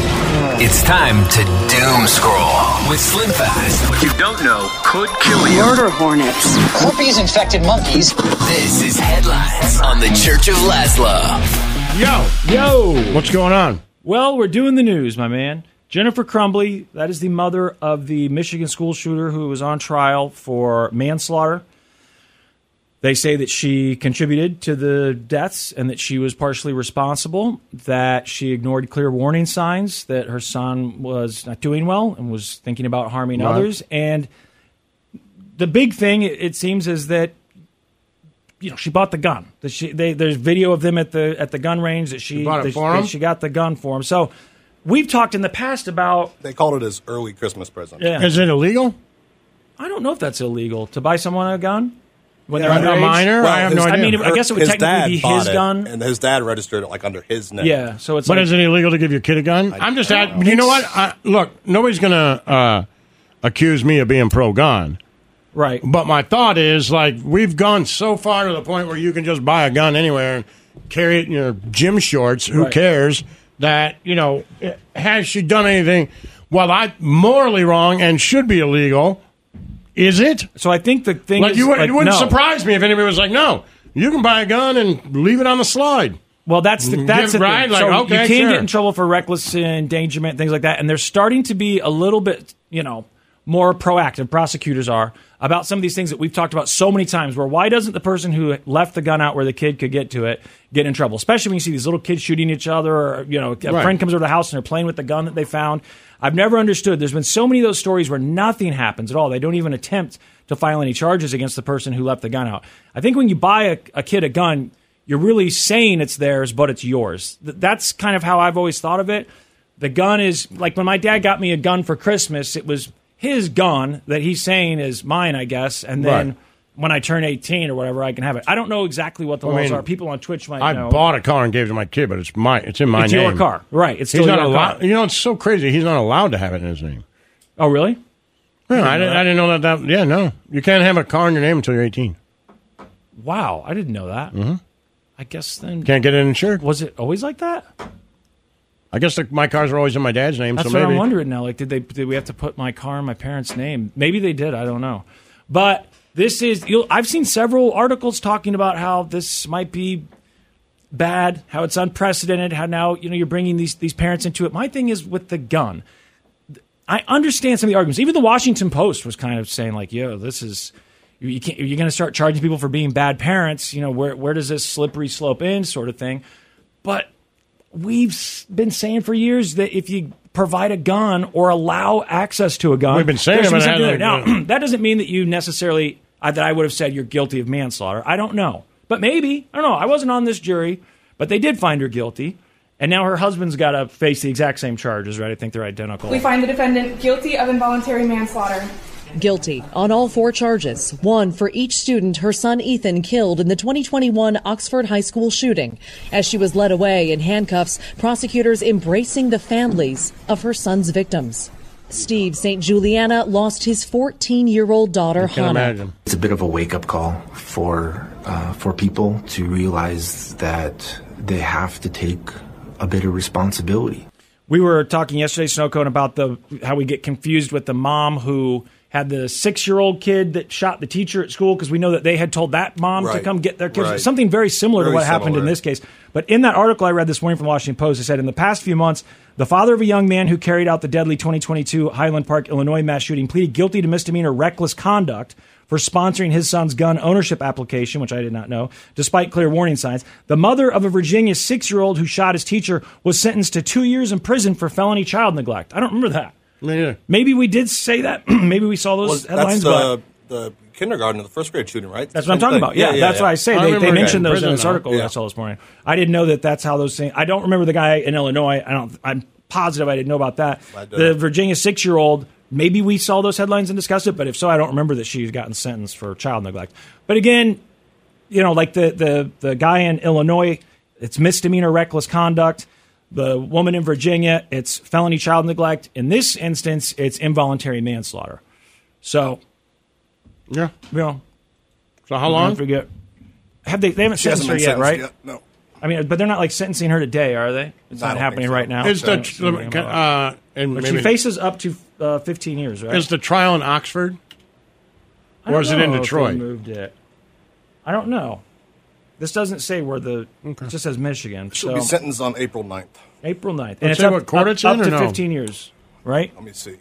[SPEAKER 14] It's time to doom scroll with Slim Fast. What you don't know could kill you. Murder hornets, herpes infected monkeys. This is headlines on the Church of Laszlo.
[SPEAKER 3] Yo,
[SPEAKER 4] yo,
[SPEAKER 3] what's going on?
[SPEAKER 4] Well, we're doing the news, my man. Jennifer Crumbly, that is the mother of the Michigan school shooter who was on trial for manslaughter. They say that she contributed to the deaths and that she was partially responsible, that she ignored clear warning signs that her son was not doing well and was thinking about harming
[SPEAKER 15] Right.
[SPEAKER 4] others. And the big thing, it- it seems, is that you know she bought the gun. That she they, there's video of them at the at the gun range that she,
[SPEAKER 6] bought it
[SPEAKER 4] that-
[SPEAKER 6] for
[SPEAKER 4] that
[SPEAKER 6] 'em?
[SPEAKER 4] she got the gun for him. So we've talked in the past about
[SPEAKER 6] They called it his early Christmas present.
[SPEAKER 4] Yeah.
[SPEAKER 3] Is it illegal?
[SPEAKER 4] I don't know if that's illegal to buy someone a gun when
[SPEAKER 6] Yeah,
[SPEAKER 4] they're underage.
[SPEAKER 6] underage? Well, his-
[SPEAKER 4] I mean, I guess it would
[SPEAKER 6] his dad
[SPEAKER 4] technically be
[SPEAKER 6] bought
[SPEAKER 4] his
[SPEAKER 6] it,
[SPEAKER 4] gun.
[SPEAKER 6] and his dad registered it like under his name.
[SPEAKER 4] Yeah, so it's
[SPEAKER 3] but
[SPEAKER 4] like-
[SPEAKER 3] is it illegal to give your kid a gun? I, am just asking. You know what? I, look, nobody's going to uh, accuse me of being pro gun.
[SPEAKER 4] Right.
[SPEAKER 3] But my thought is like, we've gone so far to the point where you can just buy a gun anywhere and carry it in your gym shorts. Who
[SPEAKER 4] Right.
[SPEAKER 3] cares? That, you know, eh, has she done anything? Well, I morally wrong and should be illegal. Is it?
[SPEAKER 4] So I think the thing
[SPEAKER 3] like
[SPEAKER 4] is,
[SPEAKER 3] you would,
[SPEAKER 4] like,
[SPEAKER 3] it wouldn't
[SPEAKER 4] no.
[SPEAKER 3] surprise me if anybody was like, "No, you can buy a gun and leave it on the slide."
[SPEAKER 4] Well, that's the, that's the thing.
[SPEAKER 3] Mm-hmm. right. Like,
[SPEAKER 4] so
[SPEAKER 3] okay,
[SPEAKER 4] you can
[SPEAKER 3] sure.
[SPEAKER 4] get in trouble for reckless endangerment, things like that. And they're starting to be a little bit, you know, more proactive. Prosecutors are about some of these things that we've talked about so many times. Where why doesn't the person who left the gun out where the kid could get to it get in trouble? Especially when you see these little kids shooting each other, or you know, a
[SPEAKER 16] Right.
[SPEAKER 4] friend comes over to the house and they're playing with the gun that they found. I've never understood. There's been so many of those stories where nothing happens at all. They don't even attempt to file any charges against the person who left the gun out. I think when you buy a, a kid a gun, you're really saying it's theirs, but it's yours. Th- that's kind of how I've always thought of it. The gun is like when my dad got me a gun for Christmas, it was his gun that he's saying is mine, I guess. And then
[SPEAKER 3] Right.
[SPEAKER 4] when I turn 18 or whatever, I can have it. I don't know exactly what the
[SPEAKER 3] I
[SPEAKER 4] laws
[SPEAKER 3] mean,
[SPEAKER 4] are. People on Twitch might
[SPEAKER 3] I
[SPEAKER 4] know.
[SPEAKER 3] bought a car and gave it to my kid, but it's my it's in my
[SPEAKER 4] It's
[SPEAKER 3] name.
[SPEAKER 4] your car. Right, it's
[SPEAKER 3] he's
[SPEAKER 4] still
[SPEAKER 3] not
[SPEAKER 4] your
[SPEAKER 3] allowed.
[SPEAKER 4] car.
[SPEAKER 3] You know, it's so crazy. He's not allowed to have it in his name.
[SPEAKER 4] Oh, really?
[SPEAKER 3] Yeah, I
[SPEAKER 4] I
[SPEAKER 3] didn't.
[SPEAKER 4] didn't know that.
[SPEAKER 3] I didn't know that. That yeah, no, you can't have a car in your name until you're 18.
[SPEAKER 4] wow, I didn't know that.
[SPEAKER 3] Mm-hmm.
[SPEAKER 4] I guess then.
[SPEAKER 3] Can't get it insured.
[SPEAKER 4] Was it always like that?
[SPEAKER 3] I guess the, my cars were always in my dad's name.
[SPEAKER 4] That's
[SPEAKER 3] so
[SPEAKER 4] what
[SPEAKER 3] maybe
[SPEAKER 4] I'm wondering now. Like, did they did we have to put my car in my parents' name? Maybe they did. I don't know. But This is you'll, I've seen several articles talking about how this might be bad, how it's unprecedented, how now you know you're bringing these these parents into it. My thing is with the gun. I understand some of the arguments. Even the Washington Post was kind of saying like, "Yo, this is." you- You can't, you're going to start charging people for being bad parents. You know where where does this slippery slope end, sort of thing. But we've s- been saying for years that if you provide a gun or allow access to a gun,
[SPEAKER 3] We've been saying
[SPEAKER 4] there
[SPEAKER 3] it,
[SPEAKER 4] should be
[SPEAKER 3] but I
[SPEAKER 4] something there.
[SPEAKER 3] haven't-
[SPEAKER 4] Now that doesn't mean that you necessarily I, that I would have said you're guilty of manslaughter. I don't know, but maybe I don't know. I wasn't on this jury, but they did find her guilty, and now her husband's got to face the exact same charges. Right? I think they're identical.
[SPEAKER 15] We find the defendant guilty of involuntary manslaughter.
[SPEAKER 16] Guilty on all four charges, one for each student her son Ethan killed in the 2021 Oxford High School shooting. As she was led away in handcuffs, prosecutors embracing the families of her son's victims. Steve St. Juliana lost his 14 year old daughter, Hannah.
[SPEAKER 17] It's a bit of a wake up call for uh, for people to realize that they have to take a bit of responsibility.
[SPEAKER 4] We were talking yesterday, Snowcone, about the how we get confused with the mom who had the six-year-old kid that shot the teacher at school because we know that they had told that mom to
[SPEAKER 18] Right.
[SPEAKER 4] come get their kids.
[SPEAKER 18] Right.
[SPEAKER 4] Something very similar
[SPEAKER 18] Very
[SPEAKER 4] to what happened in
[SPEAKER 18] similar.
[SPEAKER 4] this case. But in that article I read this morning from the Washington Post, it said in the past few months, the father of a young man who carried out the deadly 2022 Highland Park, Illinois mass shooting pleaded guilty to misdemeanor reckless conduct for sponsoring his son's gun ownership application, which I did not know, despite clear warning signs. The mother of a Virginia six year old who shot his teacher was sentenced to two years in prison for felony child neglect. I don't remember that. Maybe we did say that. Maybe we saw those
[SPEAKER 18] Well, that's
[SPEAKER 4] headlines. but
[SPEAKER 6] uh,
[SPEAKER 18] the, the kindergarten or the first grade shooting, right?
[SPEAKER 4] That's what I'm talking about. Yeah, that's what I say. they, they mentioned those in uh, this article that I
[SPEAKER 18] Yeah.
[SPEAKER 4] saw this morning. I didn't know that that's how those things. I don't remember the guy in Illinois. I don't. I'm positive I didn't know about that.
[SPEAKER 18] I don't.
[SPEAKER 4] The Virginia six year old. Maybe we saw those headlines and discussed it, but if so, I don't remember that she's gotten sentenced for child neglect. But again, you know, like the the the guy in Illinois, it's misdemeanor reckless conduct. The woman in Virginia, it's felony child neglect. In this instance, it's involuntary manslaughter. So,
[SPEAKER 3] yeah,
[SPEAKER 4] you know.
[SPEAKER 3] So how
[SPEAKER 4] I
[SPEAKER 3] long?
[SPEAKER 4] forget. Have they? They haven't
[SPEAKER 3] She hasn't
[SPEAKER 4] sentenced her
[SPEAKER 3] been
[SPEAKER 4] yet, right?
[SPEAKER 3] sentenced
[SPEAKER 6] No.
[SPEAKER 4] I mean, but they're not like sentencing her today, are they? It's
[SPEAKER 3] I
[SPEAKER 4] not
[SPEAKER 3] don't
[SPEAKER 4] happening
[SPEAKER 3] think so.
[SPEAKER 4] right now.
[SPEAKER 3] Is
[SPEAKER 4] So I
[SPEAKER 3] the-
[SPEAKER 4] don't see anything about it.
[SPEAKER 3] uh, and
[SPEAKER 4] But
[SPEAKER 3] maybe-
[SPEAKER 4] she faces up to uh, 15 years, right?
[SPEAKER 3] Is the trial in Oxford?
[SPEAKER 4] I don't
[SPEAKER 3] Or is it in
[SPEAKER 4] know if they
[SPEAKER 3] Detroit?
[SPEAKER 4] Moved it. I don't know. This doesn't say where the. It just says Michigan.
[SPEAKER 6] She'll
[SPEAKER 4] so
[SPEAKER 6] be sentenced on April 9th.
[SPEAKER 4] April 9th,
[SPEAKER 6] Let's
[SPEAKER 4] and it's
[SPEAKER 6] see
[SPEAKER 4] up,
[SPEAKER 6] what court
[SPEAKER 4] up-
[SPEAKER 6] it's in
[SPEAKER 4] up
[SPEAKER 6] or
[SPEAKER 4] to
[SPEAKER 6] no?
[SPEAKER 4] 15 years, right?
[SPEAKER 6] Let me see.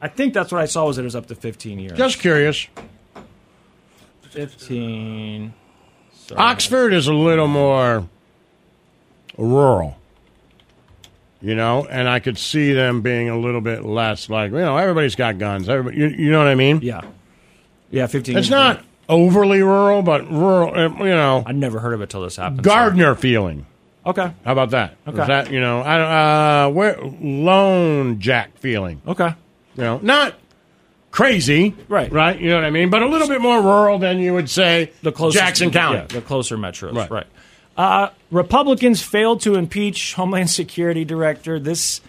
[SPEAKER 4] I think that's what I saw was that it was up to 15 years.
[SPEAKER 3] Just curious.
[SPEAKER 4] 15. Sorry.
[SPEAKER 3] Oxford is a little more rural, you know, and I could see them being a little bit less like you know everybody's got guns. Everybody, you, you know what I mean?
[SPEAKER 4] Yeah, yeah. Fifteen.
[SPEAKER 3] It's
[SPEAKER 4] years
[SPEAKER 3] not overly rural, but rural. uh, You know, I
[SPEAKER 4] never heard of it till this happened.
[SPEAKER 3] Gardner feeling.
[SPEAKER 4] Okay.
[SPEAKER 3] How about that? Is
[SPEAKER 4] Okay.
[SPEAKER 3] that you know, I don't- uh, where lone jack feeling.
[SPEAKER 4] Okay.
[SPEAKER 3] You know, not crazy. Right. Right. You know what I mean? But a little bit more rural than you would say the
[SPEAKER 4] closest-
[SPEAKER 3] Jackson County.
[SPEAKER 4] yeah, the closer metros.
[SPEAKER 3] Right.
[SPEAKER 4] Right. Uh, Republicans failed to impeach Homeland Security Director. This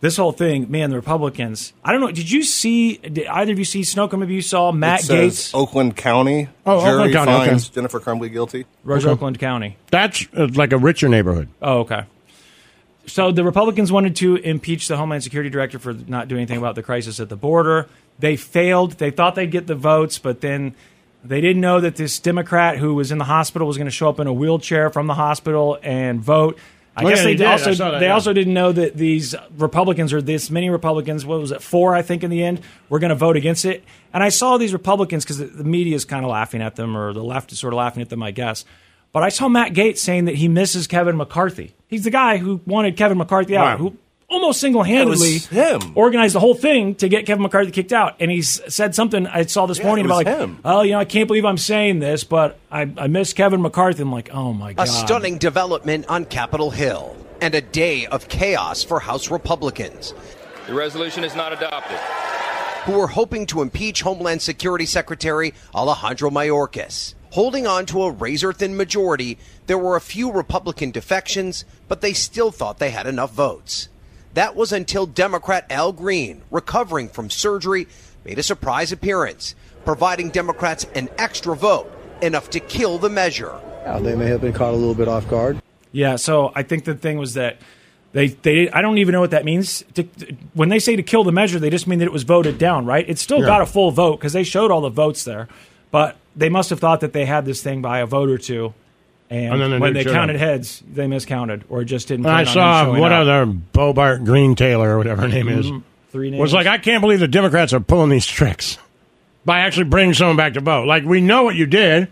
[SPEAKER 4] this whole thing, man. The Republicans. I don't know. Did you see? Did either of you see Snowcomb? Maybe you saw Matt
[SPEAKER 6] it says
[SPEAKER 4] Gates,
[SPEAKER 6] Oakland County.
[SPEAKER 4] Oh,
[SPEAKER 6] jury
[SPEAKER 4] Oakland County, okay.
[SPEAKER 6] finds Jennifer Crumley guilty.
[SPEAKER 4] Rose Oakland County.
[SPEAKER 3] That's uh, like a richer neighborhood.
[SPEAKER 4] Oh, okay. So the Republicans wanted to impeach the Homeland Security Director for not doing anything about the crisis at the border. They failed. They thought they'd get the votes, but then they didn't know that this Democrat who was in the hospital was going to show up in a wheelchair from the hospital and vote. I
[SPEAKER 3] Oh,
[SPEAKER 4] guess
[SPEAKER 3] yeah,
[SPEAKER 4] they,
[SPEAKER 3] they did. I
[SPEAKER 4] also
[SPEAKER 3] saw that,
[SPEAKER 4] they
[SPEAKER 3] yeah.
[SPEAKER 4] also didn't know that these Republicans or this many Republicans, what was it, four I think in the end, were going to vote against it. And I saw these Republicans because the, the media is kind of laughing at them, or the left is sort of laughing at them, I guess. But I saw Matt Gates saying that he misses Kevin McCarthy. He's the guy who wanted Kevin McCarthy out,
[SPEAKER 18] Wow.
[SPEAKER 4] who almost single handedly organized the whole thing to get Kevin McCarthy kicked out. And he's said something I saw this morning
[SPEAKER 18] it
[SPEAKER 4] about
[SPEAKER 18] was
[SPEAKER 4] like,
[SPEAKER 18] him.
[SPEAKER 4] oh, you know, I can't believe I'm saying this, but I, I miss Kevin McCarthy. I'm like, oh my
[SPEAKER 19] A
[SPEAKER 4] god.
[SPEAKER 19] stunning development on Capitol Hill and a day of chaos for House Republicans
[SPEAKER 20] The resolution is not adopted.
[SPEAKER 19] who were hoping to impeach Homeland Security Secretary Alejandro Mayorkas. Holding on to a razor thin majority, there were a few Republican defections, but they still thought they had enough votes. That was until Democrat Al Green, recovering from surgery, made a surprise appearance, providing Democrats an extra vote, enough to kill the measure.
[SPEAKER 21] They may have been caught a little bit off guard.
[SPEAKER 4] Yeah, so I think the thing was that They, they, I don't even know what that means. To, when they say to kill the measure, they just mean that it was voted down, right? It still
[SPEAKER 22] Yeah.
[SPEAKER 4] got a full vote because they showed all the votes there, but they must have thought that they had this thing by a vote or two, and,
[SPEAKER 3] And then the
[SPEAKER 4] when
[SPEAKER 3] dude
[SPEAKER 4] they
[SPEAKER 3] showed
[SPEAKER 4] counted
[SPEAKER 3] up.
[SPEAKER 4] heads, they miscounted or just didn't.
[SPEAKER 3] And I
[SPEAKER 4] plan on him
[SPEAKER 3] saw
[SPEAKER 4] showing
[SPEAKER 3] what
[SPEAKER 4] up.
[SPEAKER 3] other Bobart Green Taylor or whatever her name is
[SPEAKER 4] Mhm. Three names.
[SPEAKER 3] was like, I can't believe the Democrats are pulling these tricks by actually bringing someone back to vote. Like we know what you did.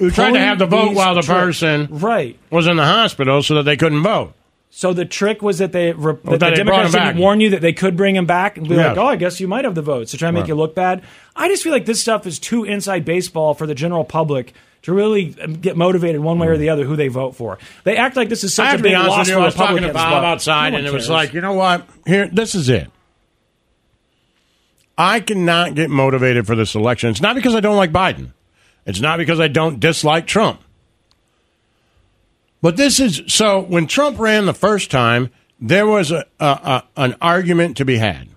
[SPEAKER 3] You tried to
[SPEAKER 4] Pulling
[SPEAKER 3] have the vote
[SPEAKER 4] these
[SPEAKER 3] while the
[SPEAKER 4] tricks.
[SPEAKER 3] person
[SPEAKER 4] right
[SPEAKER 3] was in the hospital so that they couldn't vote.
[SPEAKER 4] So the trick was that they
[SPEAKER 3] Well,
[SPEAKER 4] re- that
[SPEAKER 3] Oh, that
[SPEAKER 4] the
[SPEAKER 3] they brought
[SPEAKER 4] Democrats
[SPEAKER 3] him
[SPEAKER 4] didn't
[SPEAKER 3] back.
[SPEAKER 4] warn you that they could bring him back and be
[SPEAKER 3] Yes.
[SPEAKER 4] like, "Oh, I guess you might have the votes to try and make
[SPEAKER 3] Right.
[SPEAKER 4] you look bad." I just feel like this stuff is too inside baseball for the general public to really um, get motivated one way or the other who they vote for. They act like this is
[SPEAKER 3] Hmm. I
[SPEAKER 4] such
[SPEAKER 3] have
[SPEAKER 4] a
[SPEAKER 3] to be
[SPEAKER 4] big
[SPEAKER 3] honest
[SPEAKER 4] loss
[SPEAKER 3] with you.
[SPEAKER 4] for
[SPEAKER 3] I was talking to
[SPEAKER 4] Republicans.
[SPEAKER 3] Bob
[SPEAKER 4] but
[SPEAKER 3] outside,
[SPEAKER 4] no
[SPEAKER 3] and
[SPEAKER 4] one
[SPEAKER 3] it was
[SPEAKER 4] cares.
[SPEAKER 3] like, you know what? Here, this is it. I cannot get motivated for this election. It's not because I don't like Biden. It's not because I don't dislike Trump. But this is so. When Trump ran the first time, there was a, a, a an argument to be had,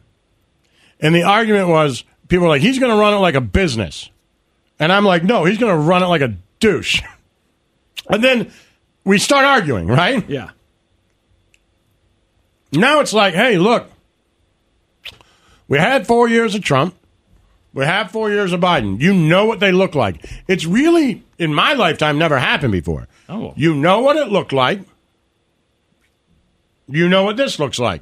[SPEAKER 3] and the argument was people were like, "He's going to run it like a business," and I'm like, "No, he's going to run it like a douche." And then we start arguing, right?
[SPEAKER 4] Yeah.
[SPEAKER 3] Now it's like, hey, look, we had four years of Trump. We have four years of Biden. You know what they look like. It's really, in my lifetime, never happened before.
[SPEAKER 4] Oh.
[SPEAKER 3] You know what it looked like. You know what this looks like.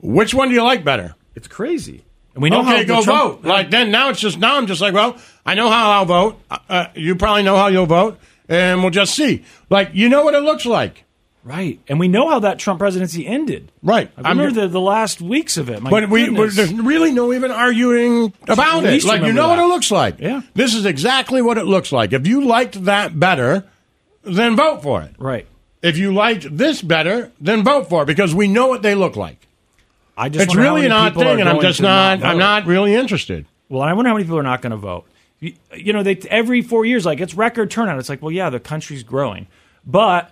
[SPEAKER 3] Which one do you like better?
[SPEAKER 4] It's crazy. And we know
[SPEAKER 3] okay,
[SPEAKER 4] how
[SPEAKER 3] go
[SPEAKER 4] the Trump-
[SPEAKER 3] vote. Like then, now it's just now I'm just like, well, I know how I'll vote. Uh, Uh, you probably know how you'll vote, and we'll just see. Like you know what it looks like,
[SPEAKER 4] right? And we know how that Trump presidency ended,
[SPEAKER 3] right?
[SPEAKER 4] I remember the, the last weeks of it. My
[SPEAKER 3] but we, we
[SPEAKER 4] goodness.
[SPEAKER 3] there's really no even arguing about
[SPEAKER 4] At
[SPEAKER 3] it.
[SPEAKER 4] least
[SPEAKER 3] Like you
[SPEAKER 4] remember
[SPEAKER 3] know
[SPEAKER 4] that.
[SPEAKER 3] what it looks like. Yeah, this is exactly what it looks like. If you liked that better, then vote for it.
[SPEAKER 4] Right.
[SPEAKER 3] If you liked this better, then vote for it because we know what they look like.
[SPEAKER 4] I just
[SPEAKER 3] it's
[SPEAKER 4] wonder how
[SPEAKER 3] really an
[SPEAKER 4] many
[SPEAKER 3] odd
[SPEAKER 4] people are
[SPEAKER 3] thing, and I'm
[SPEAKER 4] going
[SPEAKER 3] just
[SPEAKER 4] to not
[SPEAKER 3] not. I'm
[SPEAKER 4] vote.
[SPEAKER 3] not really interested.
[SPEAKER 4] Well, I wonder how many people are not going to vote. You, you know, they every four years, like it's record turnout. It's like, well, yeah, the country's growing, but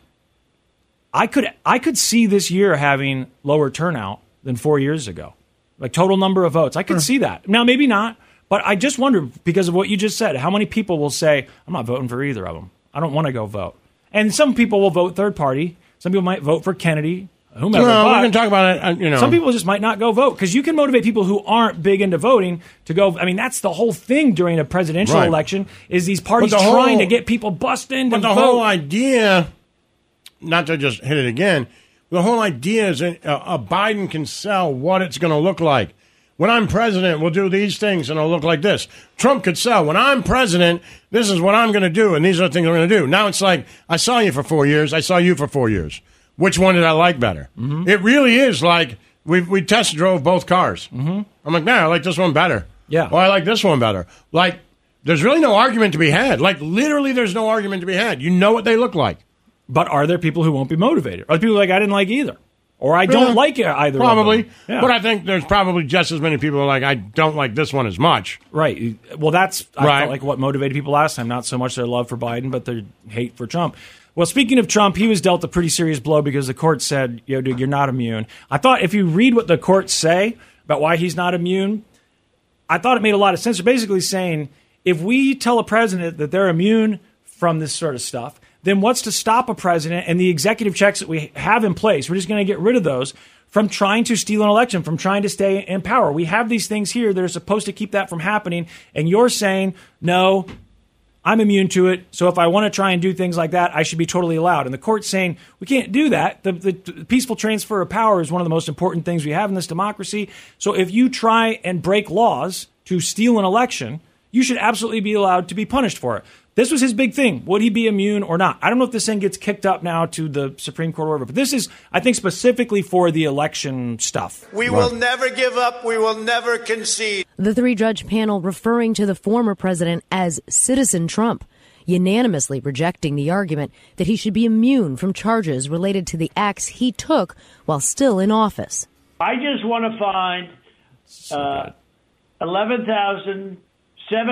[SPEAKER 4] I could I could see this year having lower turnout than four years ago, like total number of votes. I
[SPEAKER 3] Hmm.
[SPEAKER 4] could see that. Now, maybe not, but I just wonder because of what you just said, how many people will say, "I'm not voting for either of them. I don't want to go vote." And some people will vote third party. Some people might vote for Kennedy, whomever.
[SPEAKER 3] No,
[SPEAKER 4] but
[SPEAKER 3] we can talk about it. uh, You know,
[SPEAKER 4] some people just might not go vote because you can motivate people who aren't big into voting to go. I mean, that's the whole thing during a presidential
[SPEAKER 3] Right.
[SPEAKER 4] election is these parties
[SPEAKER 3] the
[SPEAKER 4] trying
[SPEAKER 3] whole-
[SPEAKER 4] to get people busted into
[SPEAKER 3] But the
[SPEAKER 4] vote.
[SPEAKER 3] whole idea, not to just hit it again, the whole idea is that uh, uh, Biden can sell what it's going to look like. When I'm president, we'll do these things and it'll look like this. Trump could sell. When I'm president, this is what I'm going to do and these are the things I'm going to do. Now it's like, I saw you for four years. I saw you for four years. Which one did I like better? It really is like we, we test drove both cars. Mm-hmm. I'm like, man, I like this one better. Yeah. Or I like this one better. Like, there's really no argument to be had. Like, literally, there's no argument to be had. You know what they look like.
[SPEAKER 4] But are there people who won't be motivated? Are there people like I didn't like either, or I don't
[SPEAKER 3] Yeah.
[SPEAKER 4] like it either? of them?
[SPEAKER 3] Probably.
[SPEAKER 4] Yeah.
[SPEAKER 3] But I think there's probably just as many people who are like, I don't like this one as much.
[SPEAKER 4] Right. Well, that's I
[SPEAKER 3] Right.
[SPEAKER 4] felt like what motivated people last time. Not so much their love for Biden, but their hate for Trump. Well, speaking of Trump, he was dealt a pretty serious blow because the court said, "Yo, dude, you're not immune." I thought if you read what the courts say about why he's not immune, I thought it made a lot of sense. They're basically saying if we tell a president that they're immune from this sort of stuff, then what's to stop a president and the executive checks that we have in place? We're just going to get rid of those from trying to steal an election, from trying to stay in power. We have these things here that are supposed to keep that from happening. And you're saying, no, I'm immune to it. So if I want to try and do things like that, I should be totally allowed. And the court's saying we can't do that. The, the peaceful transfer of power is one of the most important things we have in this democracy. So if you try and break laws to steal an election, you should absolutely be allowed to be punished for it. This was his big thing. Would he be immune or not? I don't know if this thing gets kicked up now to the Supreme Court or whatever, but this is, I think, specifically for the election stuff.
[SPEAKER 2] We will never give up. We will never concede.
[SPEAKER 21] The three judge panel referring to the former president as Citizen Trump, unanimously rejecting the argument that he should be immune from charges related to the acts he took while still in office.
[SPEAKER 23] I just want to find uh,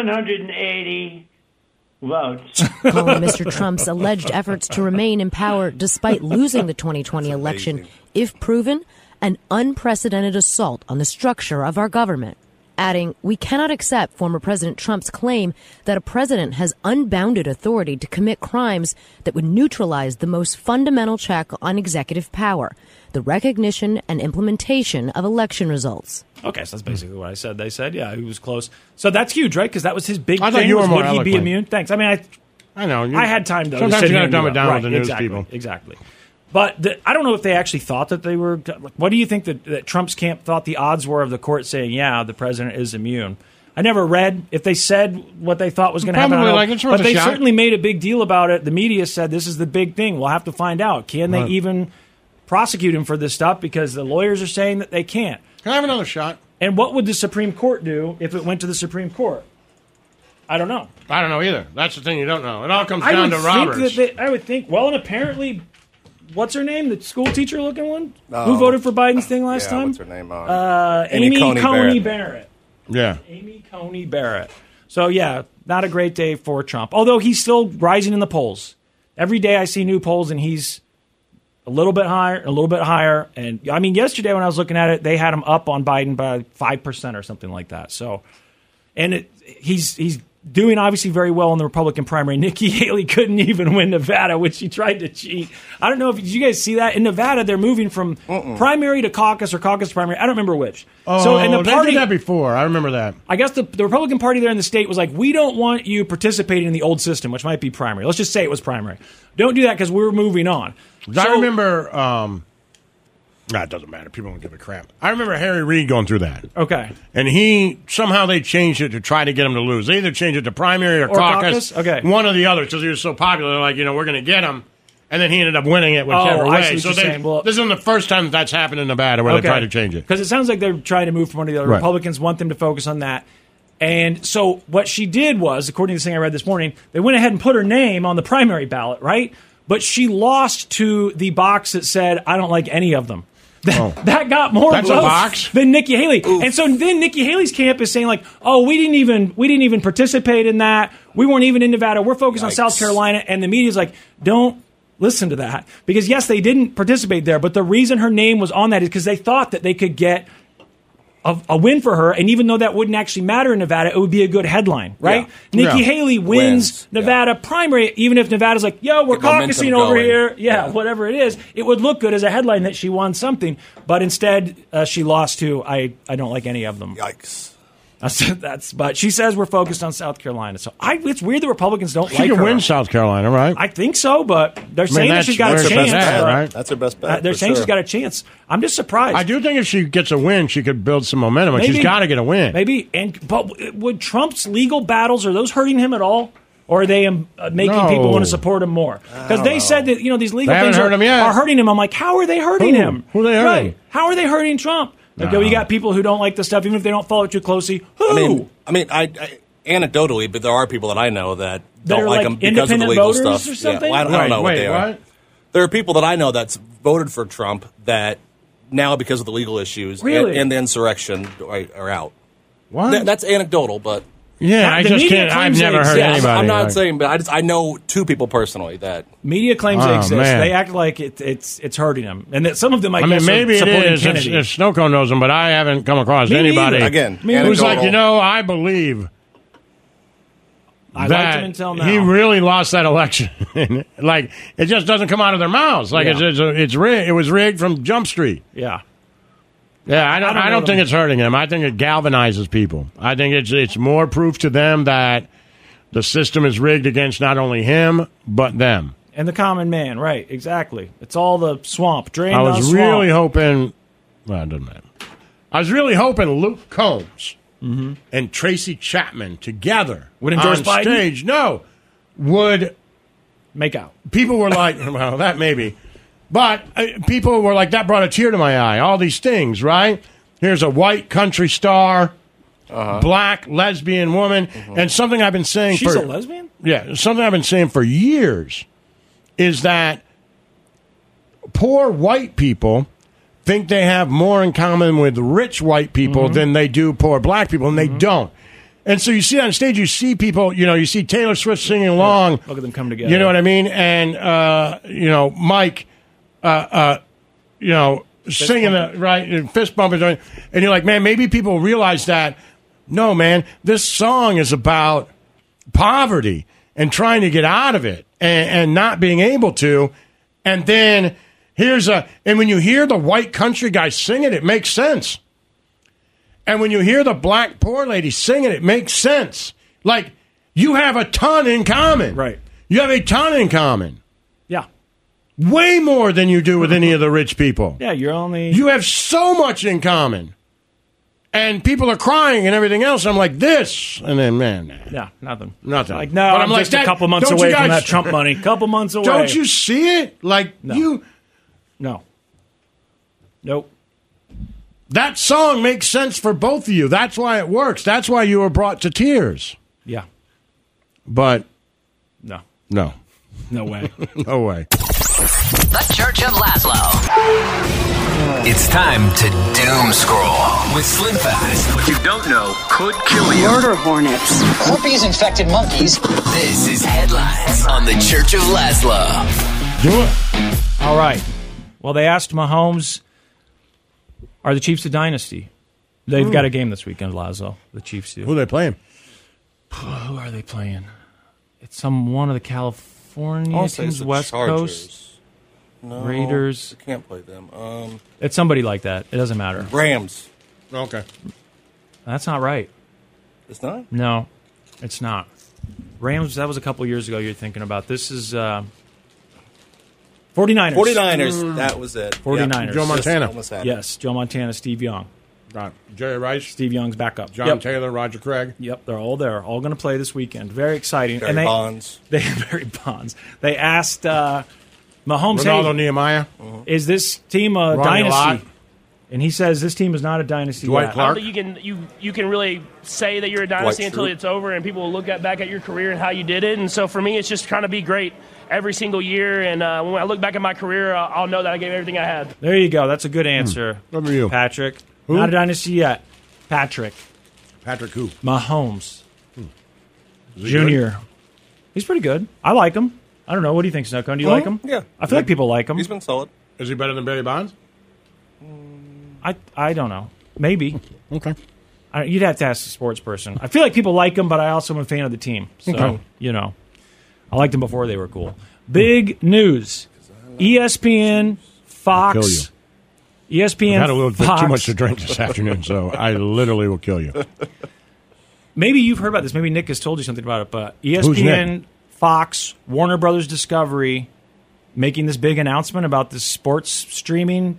[SPEAKER 23] 11,780 votes.
[SPEAKER 21] calling Mr. Oh, Trump's alleged efforts to remain in power despite losing the 2020 election, if proven, an unprecedented assault on the structure of our government. adding, We cannot accept former President Trump's claim that a president has unbounded authority to commit crimes that would neutralize the most fundamental check on executive power the recognition and implementation of election results.
[SPEAKER 4] Okay, so that's basically what I said. They said, yeah, he was close. So that's huge, right? Because that was his big
[SPEAKER 3] I thought
[SPEAKER 4] thing.
[SPEAKER 3] you were
[SPEAKER 4] was,
[SPEAKER 3] more
[SPEAKER 4] would he be
[SPEAKER 3] eloquent.
[SPEAKER 4] immune? Thanks. I mean, I,
[SPEAKER 3] I know. you-
[SPEAKER 4] I had time though. to
[SPEAKER 3] Sometimes
[SPEAKER 4] sit
[SPEAKER 3] you gotta
[SPEAKER 4] here and
[SPEAKER 3] dumb
[SPEAKER 4] do
[SPEAKER 3] it down
[SPEAKER 4] right,
[SPEAKER 3] with the news
[SPEAKER 4] exactly,
[SPEAKER 3] people.
[SPEAKER 4] Exactly. But the, I don't know if they actually thought that they were. Like, what do you think that, that Trump's camp thought the odds were of the court saying, "Yeah, the president is immune"? I never read if they said what they thought was going to happen. I
[SPEAKER 3] Probably,
[SPEAKER 4] don't know.
[SPEAKER 3] like, it's worth
[SPEAKER 4] but
[SPEAKER 3] a
[SPEAKER 4] they
[SPEAKER 3] shot.
[SPEAKER 4] certainly made a big deal about it. The media said this is the big thing. We'll have to find out. Can
[SPEAKER 3] Right.
[SPEAKER 4] they even prosecute him for this stuff? Because the lawyers are saying that they can't.
[SPEAKER 3] Can I have another shot?
[SPEAKER 4] And what would the Supreme Court do if it went to the Supreme Court? I don't know.
[SPEAKER 3] I don't know either. That's the thing you don't know. It all comes
[SPEAKER 4] I
[SPEAKER 3] down
[SPEAKER 4] would
[SPEAKER 3] to
[SPEAKER 4] think
[SPEAKER 3] Roberts.
[SPEAKER 4] that they- I would think. Well, and apparently, what's her name? The school teacher looking one
[SPEAKER 3] Oh.
[SPEAKER 4] who voted for Biden's thing last
[SPEAKER 3] Yeah,
[SPEAKER 4] time.
[SPEAKER 3] what's her name? Um,
[SPEAKER 4] Uh,
[SPEAKER 3] Amy
[SPEAKER 4] Amy,
[SPEAKER 3] Coney
[SPEAKER 4] Coney,
[SPEAKER 3] Barrett.
[SPEAKER 4] Barrett.
[SPEAKER 3] yeah.
[SPEAKER 4] Amy Coney Barrett. So yeah, not a great day for Trump. Although he's still rising in the polls. Every day I see new polls, and he's a little bit higher, a little bit higher. And I mean, yesterday when I was looking at it, they had him up on Biden by five percent or something like that. So, and it, he's he's doing obviously very well in the Republican primary. Nikki Haley couldn't even win Nevada, which she tried to cheat. I don't know if did you guys see that in Nevada, they're moving from primary to caucus or caucus to primary. I don't remember which.
[SPEAKER 3] Oh,
[SPEAKER 4] so, and the
[SPEAKER 3] they
[SPEAKER 4] party
[SPEAKER 3] did that before. I remember that.
[SPEAKER 4] I guess the, the Republican Party there in the state was like, we don't want you participating in the old system, which might be primary. Let's just say it was primary. Don't do that because we're moving on.
[SPEAKER 3] I remember. Um, nah, it doesn't matter. People don't give a crap. I remember Harry Reid going through that.
[SPEAKER 4] Okay.
[SPEAKER 3] And he somehow they changed it to try to get him to lose. They either changed it to primary or,
[SPEAKER 4] Or caucus? Okay.
[SPEAKER 3] one or the other because he was so popular. They're like, you know, we're going to get him, and then he ended up winning it whichever
[SPEAKER 4] Oh, I
[SPEAKER 3] way.
[SPEAKER 4] see what
[SPEAKER 3] So
[SPEAKER 4] you're
[SPEAKER 3] they,
[SPEAKER 4] saying. Well-
[SPEAKER 3] this isn't the first time that's happened in Nevada where they try to change it.
[SPEAKER 4] Because it sounds like they're trying to move from one to the other.
[SPEAKER 3] Right.
[SPEAKER 4] Republicans want them to focus on that. And so what she did was, according to this thing I read this morning, they went ahead and put her name on the primary ballot, right? But she lost to the box that said, I don't like any of them. That got more
[SPEAKER 3] Oh. That's a
[SPEAKER 4] votes
[SPEAKER 3] box?
[SPEAKER 4] than Nikki Haley. And so then Nikki Haley's camp is saying like, "Oh, we didn't even we didn't even participate in that. We weren't even in Nevada. We're focused on South Carolina." And the media's like, "Don't listen to that." Because yes, they didn't participate there, but the reason her name was on that is because they thought that they could get a, a win for her, and even though that wouldn't actually matter in Nevada, it would be a good headline, right?
[SPEAKER 3] Yeah.
[SPEAKER 4] Nikki
[SPEAKER 3] Yeah.
[SPEAKER 4] Haley wins,
[SPEAKER 3] Wins,
[SPEAKER 4] Nevada primary, even if Nevada's like, yo, we're
[SPEAKER 3] momentum
[SPEAKER 4] caucusing over
[SPEAKER 3] going.
[SPEAKER 4] here, yeah, whatever it is, it would look good as a headline that she won something, but instead uh, she lost to I, I don't like any of them. Yikes. That's but she says we're focused on South Carolina, so I, it's weird the Republicans don't
[SPEAKER 3] She
[SPEAKER 4] like
[SPEAKER 3] could
[SPEAKER 4] her.
[SPEAKER 3] win South Carolina, right?
[SPEAKER 4] I think so, but they're
[SPEAKER 3] mean,
[SPEAKER 4] saying that
[SPEAKER 3] that's-
[SPEAKER 4] she's got a
[SPEAKER 3] that's her best
[SPEAKER 4] chance.
[SPEAKER 3] bet,
[SPEAKER 4] but,
[SPEAKER 3] right?
[SPEAKER 4] uh,
[SPEAKER 3] That's her best
[SPEAKER 4] they're saying she's got a chance. I'm just surprised.
[SPEAKER 3] I do think if she gets a win, she could build some momentum. and she's
[SPEAKER 4] Maybe-
[SPEAKER 3] got to get a win.
[SPEAKER 4] Maybe and but would Trump's legal battles are those hurting him at all? Or are they um, uh, making
[SPEAKER 3] No.
[SPEAKER 4] people want to support him more? Because
[SPEAKER 3] don't
[SPEAKER 4] they
[SPEAKER 3] know.
[SPEAKER 4] said that you know these legal
[SPEAKER 3] They haven't
[SPEAKER 4] things
[SPEAKER 3] hurt
[SPEAKER 4] are,
[SPEAKER 3] him yet.
[SPEAKER 4] are hurting him. I'm like, how are they hurting
[SPEAKER 3] Who?
[SPEAKER 4] him?
[SPEAKER 3] Who are they hurting?
[SPEAKER 4] Right. How are they hurting Trump? Like,
[SPEAKER 18] No.
[SPEAKER 4] oh, you got people who don't like the stuff, even if they don't follow it too closely. Who?
[SPEAKER 18] I mean, I mean, I, I anecdotally, but there are people that I know that
[SPEAKER 4] That
[SPEAKER 18] don't
[SPEAKER 4] are,
[SPEAKER 18] like
[SPEAKER 4] like,
[SPEAKER 18] them because of the
[SPEAKER 4] independent
[SPEAKER 18] legal
[SPEAKER 4] voters
[SPEAKER 18] stuff.
[SPEAKER 4] or something?
[SPEAKER 18] Yeah, well, I, don't- I don't
[SPEAKER 4] Wait,
[SPEAKER 18] know what
[SPEAKER 4] wait,
[SPEAKER 18] they are.
[SPEAKER 4] what?
[SPEAKER 18] There are people that I know that's voted for Trump that now because of the legal issues and- and,
[SPEAKER 4] Really?
[SPEAKER 18] the insurrection are, are out.
[SPEAKER 3] What?
[SPEAKER 18] That- that's anecdotal, but
[SPEAKER 3] Yeah, I
[SPEAKER 18] The
[SPEAKER 3] just
[SPEAKER 18] media
[SPEAKER 3] can't. I've
[SPEAKER 18] claims they
[SPEAKER 3] never heard
[SPEAKER 18] exist.
[SPEAKER 3] anybody.
[SPEAKER 18] I'm not
[SPEAKER 3] like-
[SPEAKER 18] saying, but I just I know two people personally that
[SPEAKER 4] Media claims they
[SPEAKER 3] Oh,
[SPEAKER 4] exist.
[SPEAKER 3] man.
[SPEAKER 4] They act like it, it's it's hurting him, and that some of them I,
[SPEAKER 3] I mean,
[SPEAKER 4] guess,
[SPEAKER 3] maybe
[SPEAKER 4] are
[SPEAKER 3] it
[SPEAKER 4] supporting
[SPEAKER 3] is. If,
[SPEAKER 4] Kennedy.
[SPEAKER 3] if Snowcone knows them, but I haven't come across
[SPEAKER 4] Me neither.
[SPEAKER 3] anybody
[SPEAKER 4] Again, Me
[SPEAKER 3] who's
[SPEAKER 4] anecdotal.
[SPEAKER 3] like, you know, I believe
[SPEAKER 4] I liked
[SPEAKER 3] that
[SPEAKER 4] him until
[SPEAKER 3] he
[SPEAKER 4] now.
[SPEAKER 3] really lost that election. like, it just doesn't come out of their mouths. Like,
[SPEAKER 4] Yeah.
[SPEAKER 3] it's it's, it's rigged. It was rigged from Jump Street.
[SPEAKER 4] yeah,
[SPEAKER 3] Yeah, I don't. I don't,
[SPEAKER 4] I don't know them.
[SPEAKER 3] think it's hurting them. I think it galvanizes people. I think it's it's more proof to them that the system is rigged against not only him but them.
[SPEAKER 4] and the common man, right? Exactly. It's all the swamp drain.
[SPEAKER 3] I
[SPEAKER 4] the
[SPEAKER 3] was
[SPEAKER 4] swamp.
[SPEAKER 3] really hoping. Well, it doesn't matter. I was really hoping Luke Combs and Tracy Chapman together
[SPEAKER 4] Mm-hmm. Would endorse
[SPEAKER 3] on
[SPEAKER 4] Biden?
[SPEAKER 3] stage. No, would
[SPEAKER 4] make out.
[SPEAKER 3] People were like, well, that maybe, but uh, people were like, that brought a tear to my eye. All these things, right? Here's a white country star, black lesbian woman, and something I've been saying.
[SPEAKER 4] Uh-huh. She's
[SPEAKER 3] for,
[SPEAKER 4] a lesbian.
[SPEAKER 3] yeah, something I've been saying for years is that poor white people think they have more in common with rich white people
[SPEAKER 4] Mm-hmm.
[SPEAKER 3] than they do poor black people, and they don't. And so you see on stage, you see people, you know, you see Taylor Swift singing along.
[SPEAKER 4] Look at them come together.
[SPEAKER 3] You know what I mean? And uh, you know, Mike, uh, uh, you know, singing the right and fist bumpers, and you're like, man, maybe people realize that No, man, this song is about poverty and trying to get out of it and, and not being able to. And then here's a, and when you hear the white country guy sing it, it makes sense. And when you hear the black poor lady sing it, it makes sense. Like, you have a ton in common. Right. You have a ton in common.
[SPEAKER 4] Yeah.
[SPEAKER 3] Way more than you do with any of the rich people.
[SPEAKER 4] Yeah, you're only.
[SPEAKER 3] You have so much in common. And people are crying and everything else. I'm like, this. And then, man, nah,
[SPEAKER 4] Yeah, nothing.
[SPEAKER 3] nothing.
[SPEAKER 4] Like, no,
[SPEAKER 3] But
[SPEAKER 4] I'm, just
[SPEAKER 3] that-
[SPEAKER 4] a couple months
[SPEAKER 3] don't you
[SPEAKER 4] away from
[SPEAKER 3] guys-
[SPEAKER 4] that Trump money. Couple months away.
[SPEAKER 3] Don't you see it? Like, you.
[SPEAKER 4] No. Nope.
[SPEAKER 3] That song makes sense for both of you. That's why it works. That's why you were brought to tears.
[SPEAKER 4] Yeah.
[SPEAKER 3] But
[SPEAKER 4] No.
[SPEAKER 3] no.
[SPEAKER 4] No way.
[SPEAKER 3] no way.
[SPEAKER 14] The Church of Laszlo. It's time to doom scroll with Slim Fast. What you don't know could kill you. Murder hornets, herpes infected monkeys. This is headlines on the Church of Laszlo.
[SPEAKER 3] Do it.
[SPEAKER 4] All right. Well, they asked Mahomes, "Are the Chiefs a dynasty?" They've
[SPEAKER 3] Hmm.
[SPEAKER 4] got a game this weekend, Lazo. The Chiefs do.
[SPEAKER 3] Who they playing?
[SPEAKER 4] Who are they playing? It's some one of the California
[SPEAKER 18] I'll say it's
[SPEAKER 4] teams,
[SPEAKER 18] the
[SPEAKER 4] West
[SPEAKER 18] Chargers.
[SPEAKER 4] Coast.
[SPEAKER 18] No,
[SPEAKER 4] Raiders.
[SPEAKER 18] I can't play them. Um,
[SPEAKER 4] It's somebody like that. It doesn't matter.
[SPEAKER 18] Rams.
[SPEAKER 3] Okay.
[SPEAKER 4] That's not right.
[SPEAKER 18] It's not?
[SPEAKER 4] No, it's not. Rams. That was a couple years ago. You're thinking about this is uh, 49ers.
[SPEAKER 18] 49ers, that was it.
[SPEAKER 4] 49ers.
[SPEAKER 18] Yeah, Joe Montana. Just almost had it.
[SPEAKER 4] Yes, Joe Montana. Steve Young.
[SPEAKER 3] Right. Jerry Rice.
[SPEAKER 4] Steve Young's backup.
[SPEAKER 3] John Taylor, Roger Craig.
[SPEAKER 4] Yep, they're all there. All going to play this weekend. Very exciting.
[SPEAKER 18] Barry
[SPEAKER 4] and they,
[SPEAKER 18] Bonds.
[SPEAKER 4] They Barry Bonds. They asked uh, Mahomes. hey,
[SPEAKER 3] Ronaldo Nehemiah.
[SPEAKER 4] Is this team a
[SPEAKER 3] Ronnie Lott.
[SPEAKER 4] dynasty? And he says this team is not a dynasty.
[SPEAKER 22] I
[SPEAKER 4] yet.
[SPEAKER 22] don't think you can you you can really say that you're a dynasty until
[SPEAKER 4] Schrute.
[SPEAKER 22] it's over, and people will look at, back at your career and how you did it. And so for me, it's just trying to be great every single year. And uh, when I look back at my career, I'll, I'll know that I gave everything I had.
[SPEAKER 4] There you go. That's a good
[SPEAKER 3] Hmm.
[SPEAKER 4] answer. Remember you, Patrick.
[SPEAKER 3] Who?
[SPEAKER 4] Not a dynasty yet. Patrick
[SPEAKER 3] Patrick who?
[SPEAKER 4] Mahomes
[SPEAKER 3] Hmm. Is he
[SPEAKER 4] Junior. He's pretty good. I like him. I don't know. What do you think, Snowcone? Do you
[SPEAKER 3] Mhm.
[SPEAKER 4] like him?
[SPEAKER 3] Yeah.
[SPEAKER 4] I feel like people like him.
[SPEAKER 3] He's
[SPEAKER 18] been solid.
[SPEAKER 3] Is he better than Barry Bonds?
[SPEAKER 4] I I don't know. Maybe.
[SPEAKER 3] Okay.
[SPEAKER 4] I, you'd have to ask the sports person. I feel like people like him, but I also am a fan of the team. So
[SPEAKER 3] Okay.
[SPEAKER 4] you know, I liked him before they were cool. Big news: E ESPN,
[SPEAKER 3] kill
[SPEAKER 4] Fox, E
[SPEAKER 3] I
[SPEAKER 4] ESPN,
[SPEAKER 3] had a little bit
[SPEAKER 4] Fox.
[SPEAKER 3] too much to drink this afternoon, so I literally will kill you.
[SPEAKER 4] Maybe you've heard about this. Maybe Nick has told you something about it. But E
[SPEAKER 3] Who's
[SPEAKER 4] ESPN, Fox, Warner Brothers Discovery, making this big announcement about this sports streaming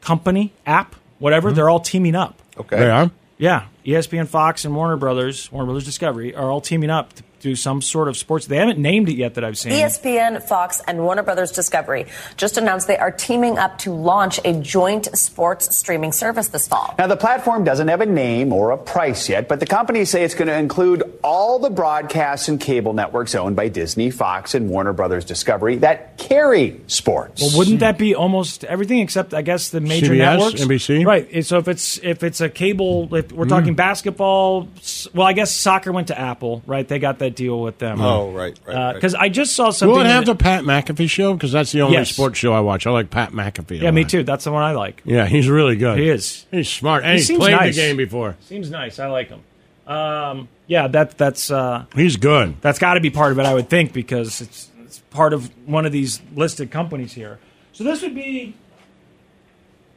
[SPEAKER 4] company app, whatever. They're all teaming up.
[SPEAKER 18] Okay.
[SPEAKER 3] They are?
[SPEAKER 4] Yeah, E ESPN, Fox, and Warner Brothers, Warner Brothers Discovery are all teaming up to do some sort of sports. They haven't named it yet that I've
[SPEAKER 1] E
[SPEAKER 4] seen.
[SPEAKER 1] ESPN, Fox, and Warner Brothers Discovery just announced they are teaming up to launch a joint sports streaming service this fall.
[SPEAKER 5] Now, the platform doesn't have a name or a price yet, but the companies say it's going to include all the broadcasts and cable networks owned by Disney, Fox, and Warner Brothers Discovery that carry sports.
[SPEAKER 4] Well, wouldn't that be almost everything except I guess the major
[SPEAKER 5] CBS,
[SPEAKER 4] networks,
[SPEAKER 5] NBC?
[SPEAKER 4] right? and So if it's if it's a cable, if we're talking basketball. s- Well, I guess soccer went to Apple, right? They got that deal with them.
[SPEAKER 3] Oh, right,
[SPEAKER 4] right. Because I just saw something.
[SPEAKER 3] Will it have
[SPEAKER 4] that-
[SPEAKER 3] the Pat McAfee show? Because that's the only
[SPEAKER 4] Yes.
[SPEAKER 3] sports show I watch. I like Pat McAfee. a
[SPEAKER 4] yeah, me
[SPEAKER 3] lot.
[SPEAKER 4] too. That's the one I like.
[SPEAKER 3] Yeah, he's really good.
[SPEAKER 4] He is.
[SPEAKER 3] He's smart, and
[SPEAKER 4] He
[SPEAKER 3] he's
[SPEAKER 4] seems
[SPEAKER 3] played
[SPEAKER 4] nice.
[SPEAKER 3] the game before.
[SPEAKER 4] Seems nice. I like him. Um, yeah, that that's uh,
[SPEAKER 3] he's good.
[SPEAKER 4] That's got to be part of it, I would think, because it's it's part of one of these listed companies here. So this would be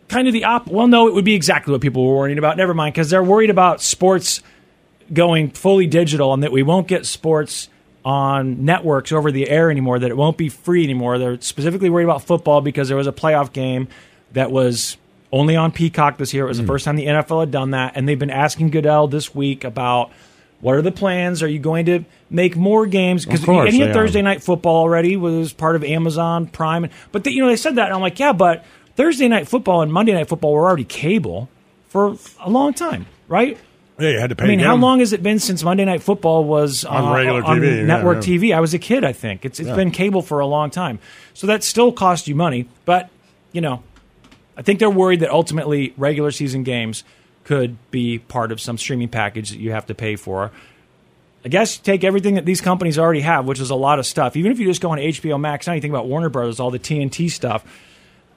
[SPEAKER 4] kind of the op. Well, no, it would be exactly what people were worrying about. Never mind, because they're worried about sports going fully digital and that we won't get sports on networks over the air anymore. That it won't be free anymore. They're specifically worried about football because there was a playoff game that was only on Peacock this year. It was
[SPEAKER 3] Hmm.
[SPEAKER 4] the first time the NFL had done that, and they've been asking Goodell this week about. What are the plans? Are you going to make more games? Because
[SPEAKER 3] Of course
[SPEAKER 4] any
[SPEAKER 3] they are.
[SPEAKER 4] Thursday night football already was part of Amazon Prime. But they, you know they said that, and I'm like, yeah, but Thursday night football and Monday night football were already cable for a long time, right?
[SPEAKER 3] Yeah, you had to pay.
[SPEAKER 4] I mean,
[SPEAKER 3] to get
[SPEAKER 4] how
[SPEAKER 3] him.
[SPEAKER 4] long has it been since Monday Night Football was
[SPEAKER 3] On
[SPEAKER 4] uh,
[SPEAKER 3] regular
[SPEAKER 4] on
[SPEAKER 3] TV, yeah,
[SPEAKER 4] network
[SPEAKER 3] yeah.
[SPEAKER 4] TV? I was a kid, I think. It's it's
[SPEAKER 3] Yeah.
[SPEAKER 4] been cable for a long time, so that still cost you money. But you know, I think they're worried that ultimately regular season games could be part of some streaming package that you have to pay for. I guess take everything that these companies already have, which is a lot of stuff. Even if you just go on HBO Max, now you think about Warner Brothers, all the TNT stuff, E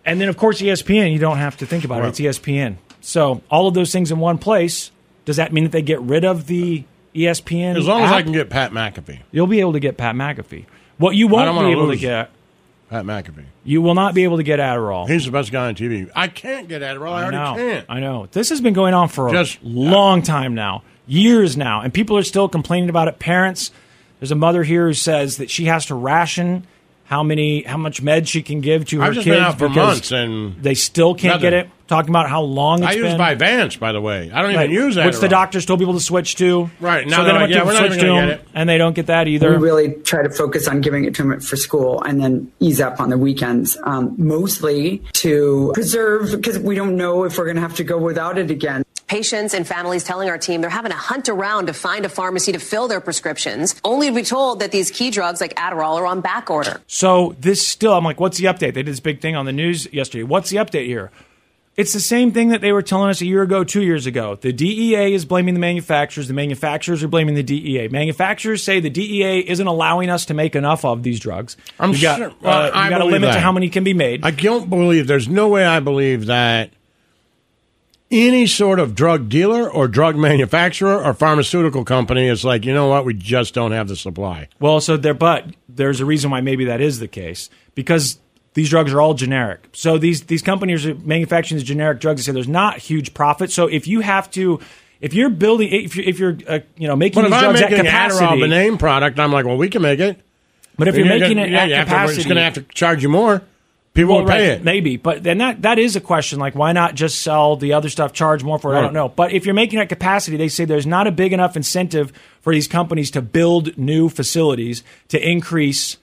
[SPEAKER 4] and then of course ESPN. You don't have to think about it; it's ESPN. So all of those things in one place Does that mean that they get rid of the E ESPN?
[SPEAKER 3] As long as I
[SPEAKER 4] app?
[SPEAKER 3] can get Pat McAfee.
[SPEAKER 4] you'll be able to get Pat McAfee. What you
[SPEAKER 3] I
[SPEAKER 4] won't
[SPEAKER 3] don't
[SPEAKER 4] be
[SPEAKER 3] wanna
[SPEAKER 4] able
[SPEAKER 3] lose
[SPEAKER 4] to get,
[SPEAKER 3] Pat McAfee.
[SPEAKER 4] you will not be able to get Adderall.
[SPEAKER 3] He's the best guy on TV. I can't get Adderall. I, already uh,
[SPEAKER 4] know.
[SPEAKER 3] can't.
[SPEAKER 4] I know. This has been going on for a long time now, years now, and people are still complaining about it. Parents, there's a mother here who says that she has to ration how many, how much med she can give to her
[SPEAKER 3] I've just
[SPEAKER 4] kids
[SPEAKER 3] been out for
[SPEAKER 4] because
[SPEAKER 3] months and
[SPEAKER 4] they still can't get it.
[SPEAKER 3] nothing.
[SPEAKER 4] Talking about how long it's
[SPEAKER 3] I use
[SPEAKER 4] been.
[SPEAKER 3] Vyvanse, by the way. I don't even
[SPEAKER 4] Right.
[SPEAKER 3] use that.
[SPEAKER 4] Which the doctors told people to switch to.
[SPEAKER 3] Right, now
[SPEAKER 4] so
[SPEAKER 3] they're
[SPEAKER 4] then I
[SPEAKER 3] like,
[SPEAKER 4] went
[SPEAKER 3] yeah,
[SPEAKER 4] to
[SPEAKER 3] we're not
[SPEAKER 4] switch
[SPEAKER 3] even
[SPEAKER 4] to
[SPEAKER 3] gonna
[SPEAKER 4] them,
[SPEAKER 3] get it.
[SPEAKER 4] and they don't get that either.
[SPEAKER 7] We really try to focus on giving it to them for school and then ease up on the weekends, um, mostly to preserve because we don't know if we're going to have to go without it again.
[SPEAKER 8] Patients and families telling our team they're having to hunt around to find a pharmacy to fill their prescriptions, only to be told that these key drugs like Adderall are on back order.
[SPEAKER 4] So this still, I'm like, what's the update? They did this big thing on the news yesterday. What's the update here? It's the same thing that they were telling us a year ago, two years ago. The DEA is blaming the manufacturers. The manufacturers are blaming the DEA. Manufacturers say the DEA isn't allowing us to make enough of these drugs.
[SPEAKER 3] I'm
[SPEAKER 4] We've got,
[SPEAKER 3] sure.
[SPEAKER 4] uh, we've
[SPEAKER 3] I
[SPEAKER 4] got a
[SPEAKER 3] believe
[SPEAKER 4] limit to
[SPEAKER 3] that.
[SPEAKER 4] how many can be made.
[SPEAKER 3] I don't believe. There's no way I believe that any sort of drug dealer or drug manufacturer or pharmaceutical company is like, you know what? We just don't have the supply.
[SPEAKER 4] Well, so there, but there's a reason why maybe that is the case because these drugs are all generic. So these these companies are manufacturing these generic drugs. They say there's not huge profit. So if you have to, if you're building, if you're, if you're uh, you know making
[SPEAKER 3] But if
[SPEAKER 4] these
[SPEAKER 3] I'm
[SPEAKER 4] drugs
[SPEAKER 3] making
[SPEAKER 4] at
[SPEAKER 3] Adderall, the
[SPEAKER 4] capacity,
[SPEAKER 3] name product, I'm like, well, we can make it.
[SPEAKER 4] But if
[SPEAKER 3] And
[SPEAKER 4] you're making
[SPEAKER 3] gonna-
[SPEAKER 4] it
[SPEAKER 3] yeah,
[SPEAKER 4] at
[SPEAKER 3] you have to- we're just
[SPEAKER 4] capacity-
[SPEAKER 3] going to have to charge you more. People
[SPEAKER 4] Well,
[SPEAKER 3] won't pay
[SPEAKER 4] right,
[SPEAKER 3] it.
[SPEAKER 4] Maybe, but then that that is a question. Like, why not just sell the other stuff, charge more for it? I
[SPEAKER 3] Right.
[SPEAKER 4] don't know. But if you're making it at capacity, they say there's not a big enough incentive for these companies to build new facilities to increase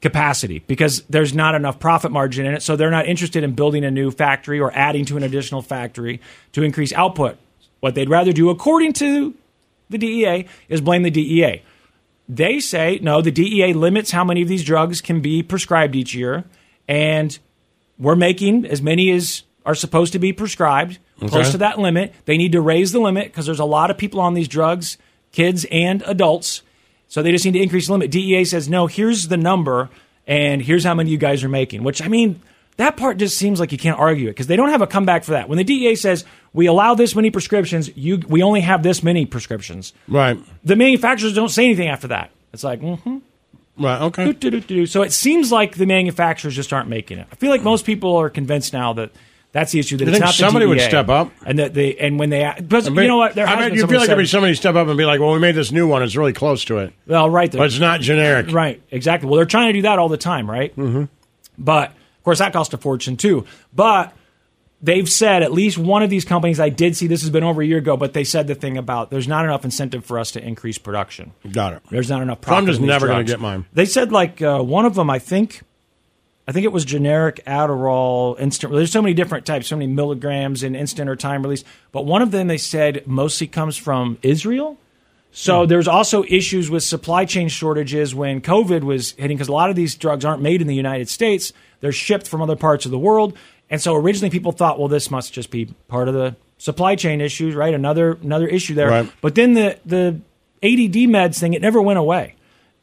[SPEAKER 4] capacity because there's not enough profit margin in it. So they're not interested in building a new factory or adding to an additional factory to increase output. What they'd rather do, according to the DEA, is blame the DEA. They say no, the DEA limits how many of these drugs can be prescribed each year, and we're making as many as are supposed to be prescribed close
[SPEAKER 3] Okay.
[SPEAKER 4] to that limit. They need to raise the limit because there's a lot of people on these drugs, kids and adults. So they just need to increase the limit. DEA says, no, here's the number and here's how many you guys are making, which I mean, that part just seems like you can't argue it because they don't have a comeback for that. When the DEA says, we allow this many prescriptions, you, we only have this many prescriptions.
[SPEAKER 3] Right.
[SPEAKER 4] The manufacturers don't say anything after that. It's like, hmm
[SPEAKER 3] Right. Okay.
[SPEAKER 4] do-do-do-do. So it seems like the manufacturers just aren't making it. I feel like most people are convinced now that that's the issue. That
[SPEAKER 3] You
[SPEAKER 4] it's
[SPEAKER 3] think
[SPEAKER 4] not the
[SPEAKER 3] somebody would
[SPEAKER 4] DEA.
[SPEAKER 3] step up?
[SPEAKER 4] and that they and when they because
[SPEAKER 3] I mean,
[SPEAKER 4] you know what? There
[SPEAKER 3] I
[SPEAKER 4] has
[SPEAKER 3] mean,
[SPEAKER 4] been
[SPEAKER 3] you
[SPEAKER 4] someone
[SPEAKER 3] feel like there'd be
[SPEAKER 4] said-
[SPEAKER 3] somebody step up and be like, well, we made this new one. It's really close to it.
[SPEAKER 4] well, right there,
[SPEAKER 3] But it's not generic.
[SPEAKER 4] right? Exactly. Well, they're trying to do that all the time, right? Mm-hmm. But of course, that cost a fortune too. But they've said at least one of these companies. I did see this has been over a year ago, but they said the thing about there's not enough incentive for us to increase production.
[SPEAKER 3] Got it.
[SPEAKER 4] There's not enough
[SPEAKER 3] So I'm
[SPEAKER 4] profit.
[SPEAKER 3] just
[SPEAKER 4] in these
[SPEAKER 3] never gonna
[SPEAKER 4] drugs.
[SPEAKER 3] get mine.
[SPEAKER 4] They said like uh, one of them. I think, I think it was generic Adderall instant. There's so many different types, so many milligrams in instant or time release. But one of them they said mostly comes from Israel. So there's also issues with supply chain shortages when COVID was hitting because a lot of these drugs aren't made in the United States; they're shipped from other parts of the world. And so originally people thought, well, this must just be part of the supply chain issues, right? Another another issue there.
[SPEAKER 3] Right.
[SPEAKER 4] But then the the ADD meds thing, it never went away,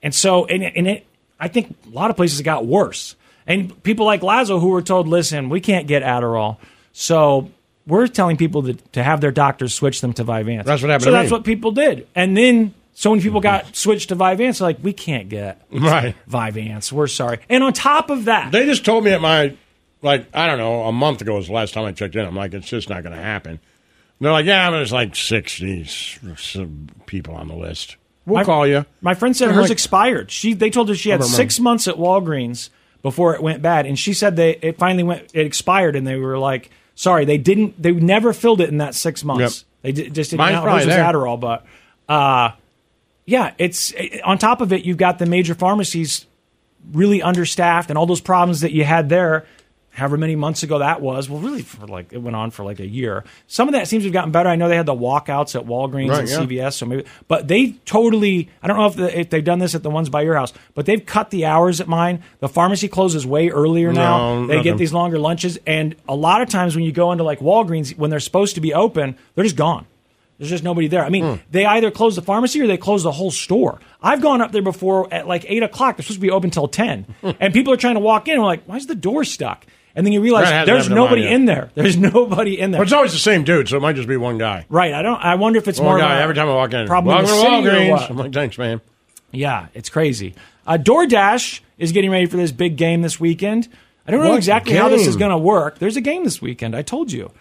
[SPEAKER 4] and so and it, and it, I think a lot of places it got worse. And people like Lazo who were told, listen, we can't get Adderall, so we're telling people to, to have their doctors switch them to Vyvanse.
[SPEAKER 3] That's what happened
[SPEAKER 4] So
[SPEAKER 3] to
[SPEAKER 4] that's
[SPEAKER 3] me. Mm-hmm.
[SPEAKER 4] what people did, and then so many people got switched to Vyvanse. Like we can't get
[SPEAKER 3] Right.
[SPEAKER 4] Vyvanse. We're sorry. And on top of that,
[SPEAKER 3] Mm-hmm. They just told me at my, like, I don't know, a month ago was the last time I checked in. I'm like, it's just not going to happen. And they're like, yeah, but it's like 60 s- some people on the list. We'll
[SPEAKER 4] My-
[SPEAKER 3] call you.
[SPEAKER 4] My friend said
[SPEAKER 3] I'm
[SPEAKER 4] hers
[SPEAKER 3] like-
[SPEAKER 4] expired. She they told her she had
[SPEAKER 3] Never mind.
[SPEAKER 4] six months at Walgreens before it went bad, and she said they it finally went it expired, and they were like, sorry, they didn't they never filled it in that six months. They di- just didn't.
[SPEAKER 3] Mine's
[SPEAKER 4] know.
[SPEAKER 3] probably
[SPEAKER 4] Hers was
[SPEAKER 3] there.
[SPEAKER 4] Adderall, but uh, yeah, it's it- on top of it. You've got the major pharmacies really understaffed, and all those problems that you had there. However many months ago that was, well, really for like it went on for like a year. Some of that seems to have gotten better. I know they had the walkouts at Walgreens
[SPEAKER 3] Right,
[SPEAKER 4] and
[SPEAKER 3] yeah.
[SPEAKER 4] CVS. CVS, so maybe. But they totally. I don't know if the, if they've done this at the ones by your house, but they've cut the hours at mine. The pharmacy closes way earlier now.
[SPEAKER 3] No,
[SPEAKER 4] they
[SPEAKER 3] nothing.
[SPEAKER 4] get these longer lunches, and a lot of times when you go into like Walgreens when they're supposed to be open, they're just gone. There's just nobody there. I
[SPEAKER 3] Hmm.
[SPEAKER 4] mean, they either close the pharmacy or they close the whole store. I've gone up there before at like eight o'clock. They're supposed to be open till ten, and people are trying to walk in. And we're like, why is the door stuck? And then you realize
[SPEAKER 3] That hasn't
[SPEAKER 4] there's
[SPEAKER 3] happened to mine
[SPEAKER 4] nobody
[SPEAKER 3] yet.
[SPEAKER 4] in there. There's nobody in there.
[SPEAKER 3] Well, it's always the same dude, so it might just be one guy.
[SPEAKER 4] Right. I don't. I wonder if it's
[SPEAKER 3] One
[SPEAKER 4] more
[SPEAKER 3] guy
[SPEAKER 4] of a
[SPEAKER 3] every time I walk in.
[SPEAKER 4] Problem with the
[SPEAKER 3] Welcome to
[SPEAKER 4] city or
[SPEAKER 3] Walgreens.
[SPEAKER 4] what?
[SPEAKER 3] I'm like, thanks, man.
[SPEAKER 4] Yeah, it's crazy. Uh, DoorDash is getting ready for this big game this weekend. I don't know
[SPEAKER 3] What
[SPEAKER 4] exactly how this is
[SPEAKER 3] game?
[SPEAKER 4] going to work. There's a game this weekend. I told you.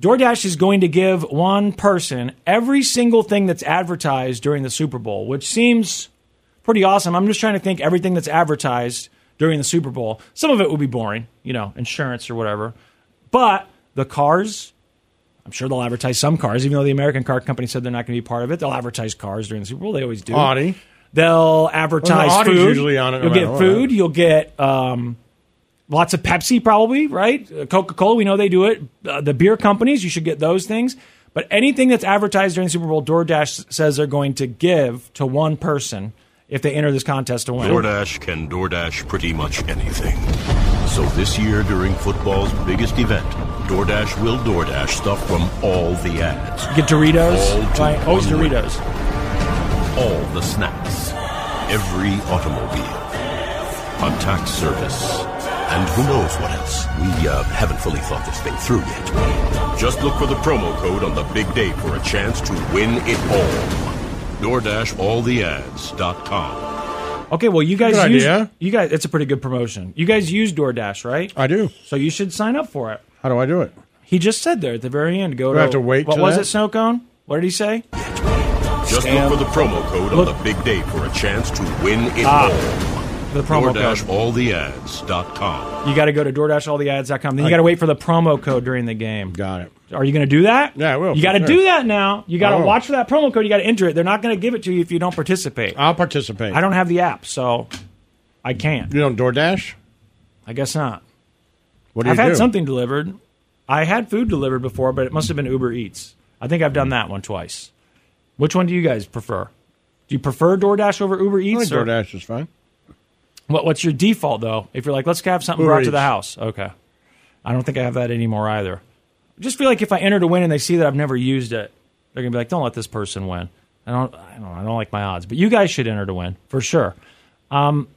[SPEAKER 4] DoorDash is going to give one person every single thing that's advertised during the Super Bowl, which seems pretty awesome. I'm just trying to think everything that's advertised during the Super Bowl. Some of it will be boring, you know, insurance or whatever. But the cars, I'm sure they'll advertise some cars, even though the American car company said they're not going to be part of it. They'll advertise cars during the Super Bowl. They always do.
[SPEAKER 3] Audi.
[SPEAKER 4] They'll advertise
[SPEAKER 3] Well, the Audi's
[SPEAKER 4] food.
[SPEAKER 3] usually on it no
[SPEAKER 4] You'll
[SPEAKER 3] matter
[SPEAKER 4] get
[SPEAKER 3] what.
[SPEAKER 4] food. You'll get um, lots of Pepsi, probably right. Coca Cola. We know they do it. Uh, the beer companies. You should get those things. But anything that's advertised during the Super Bowl, DoorDash s- says they're going to give to one person if they enter this contest to win.
[SPEAKER 9] DoorDash can DoorDash pretty much anything. So this year, during football's biggest event, DoorDash will DoorDash stuff from all the ads.
[SPEAKER 4] Get Doritos.
[SPEAKER 9] All to
[SPEAKER 4] Buy- always
[SPEAKER 9] one winner.
[SPEAKER 4] Doritos.
[SPEAKER 9] All the snacks. Every automobile. A tax service. And who knows what else? We uh, haven't fully thought this thing through yet. Just look for the promo code on the big day for a chance to win it all. DoorDashAllTheAds.com.
[SPEAKER 4] Okay, well, you guys
[SPEAKER 9] Good
[SPEAKER 4] use
[SPEAKER 9] idea.
[SPEAKER 4] you guys. It's a pretty good promotion. You guys use DoorDash, right? I
[SPEAKER 3] do.
[SPEAKER 4] So you should sign up for it.
[SPEAKER 3] How do I do it?
[SPEAKER 4] He just said there at the very end. Go
[SPEAKER 3] Do I have to wait
[SPEAKER 4] What
[SPEAKER 3] till
[SPEAKER 4] was
[SPEAKER 3] that?
[SPEAKER 4] it, Snow Cone? What did he say?
[SPEAKER 9] Just
[SPEAKER 4] Scam.
[SPEAKER 9] look for the promo code
[SPEAKER 4] Look-
[SPEAKER 9] on the big day for a chance to win it
[SPEAKER 4] Ah,
[SPEAKER 9] all.
[SPEAKER 4] the promo code.
[SPEAKER 9] DoorDashAllTheAds.com.
[SPEAKER 4] You got to go to DoorDashAllTheAds.com. Then you
[SPEAKER 9] I-
[SPEAKER 4] got to wait for the promo code during the game.
[SPEAKER 3] Got it.
[SPEAKER 4] Are you going to do that? Yeah, I will. You
[SPEAKER 3] for
[SPEAKER 4] got to
[SPEAKER 3] sure.
[SPEAKER 4] do that now. You got
[SPEAKER 3] I
[SPEAKER 4] to
[SPEAKER 3] will.
[SPEAKER 4] watch for that promo code. You got to enter it. They're not going to give it to you if you don't participate.
[SPEAKER 3] I'll participate.
[SPEAKER 4] I don't have the app, so I can't.
[SPEAKER 3] You don't DoorDash?
[SPEAKER 4] I guess not.
[SPEAKER 3] What do
[SPEAKER 4] I've
[SPEAKER 3] you
[SPEAKER 4] had
[SPEAKER 3] do?
[SPEAKER 4] something delivered. I had food delivered before, but it must have been Uber Eats. I think I've done that one twice. Which one do you guys prefer? Do you prefer DoorDash over Uber Eats? or-
[SPEAKER 3] DoorDash is fine.
[SPEAKER 4] What, what's your default though? If you're like, let's have something
[SPEAKER 3] Uber
[SPEAKER 4] brought to
[SPEAKER 3] Eats.
[SPEAKER 4] the house. Okay. I don't think I have that anymore either. I just feel like if I enter to win and they see that I've never used it, they're gonna be like, don't let this person win. I don't, I don't, I don't like my odds. But you guys should enter to win for sure. Um,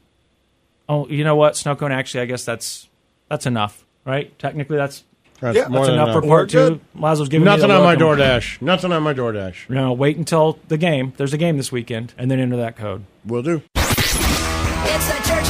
[SPEAKER 4] oh, you know what, Snow Cone? Actually, I guess that's that's enough, right? Technically, that's
[SPEAKER 3] That's Yeah. more
[SPEAKER 4] that's
[SPEAKER 3] than
[SPEAKER 4] enough for
[SPEAKER 3] enough.
[SPEAKER 4] part
[SPEAKER 3] We're
[SPEAKER 4] two.
[SPEAKER 3] good.
[SPEAKER 4] Mazel's giving me
[SPEAKER 3] Nothing
[SPEAKER 4] the
[SPEAKER 3] on my
[SPEAKER 4] look. I'm-
[SPEAKER 3] DoorDash. Nothing on my DoorDash.
[SPEAKER 4] No, wait until the game. There's a game this weekend, and then enter that code.
[SPEAKER 3] Will do.
[SPEAKER 14] It's the church.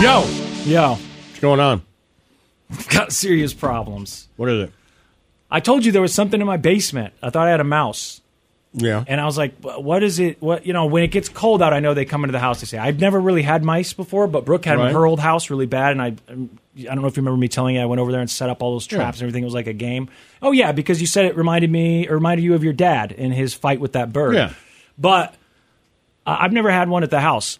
[SPEAKER 3] Yo,
[SPEAKER 4] yo,
[SPEAKER 3] what's going on?
[SPEAKER 4] Got serious problems.
[SPEAKER 3] What is it?
[SPEAKER 4] I told you there was something in my basement. I thought I had a mouse.
[SPEAKER 3] Yeah.
[SPEAKER 4] And I was like, "Wh- what is it? What you know, when it gets cold out, I know they come into the house. They say, I've never really had mice before, but Brooke had them in
[SPEAKER 3] Right.
[SPEAKER 4] her old house really bad. And I, I don't know if you remember me telling you, I went over there and set up all those traps
[SPEAKER 3] Yeah.
[SPEAKER 4] and everything. It was like a game. Oh yeah, because you said it reminded me, it reminded you of your dad in his fight with that bird.
[SPEAKER 3] Yeah.
[SPEAKER 4] But uh, I've never had one at the house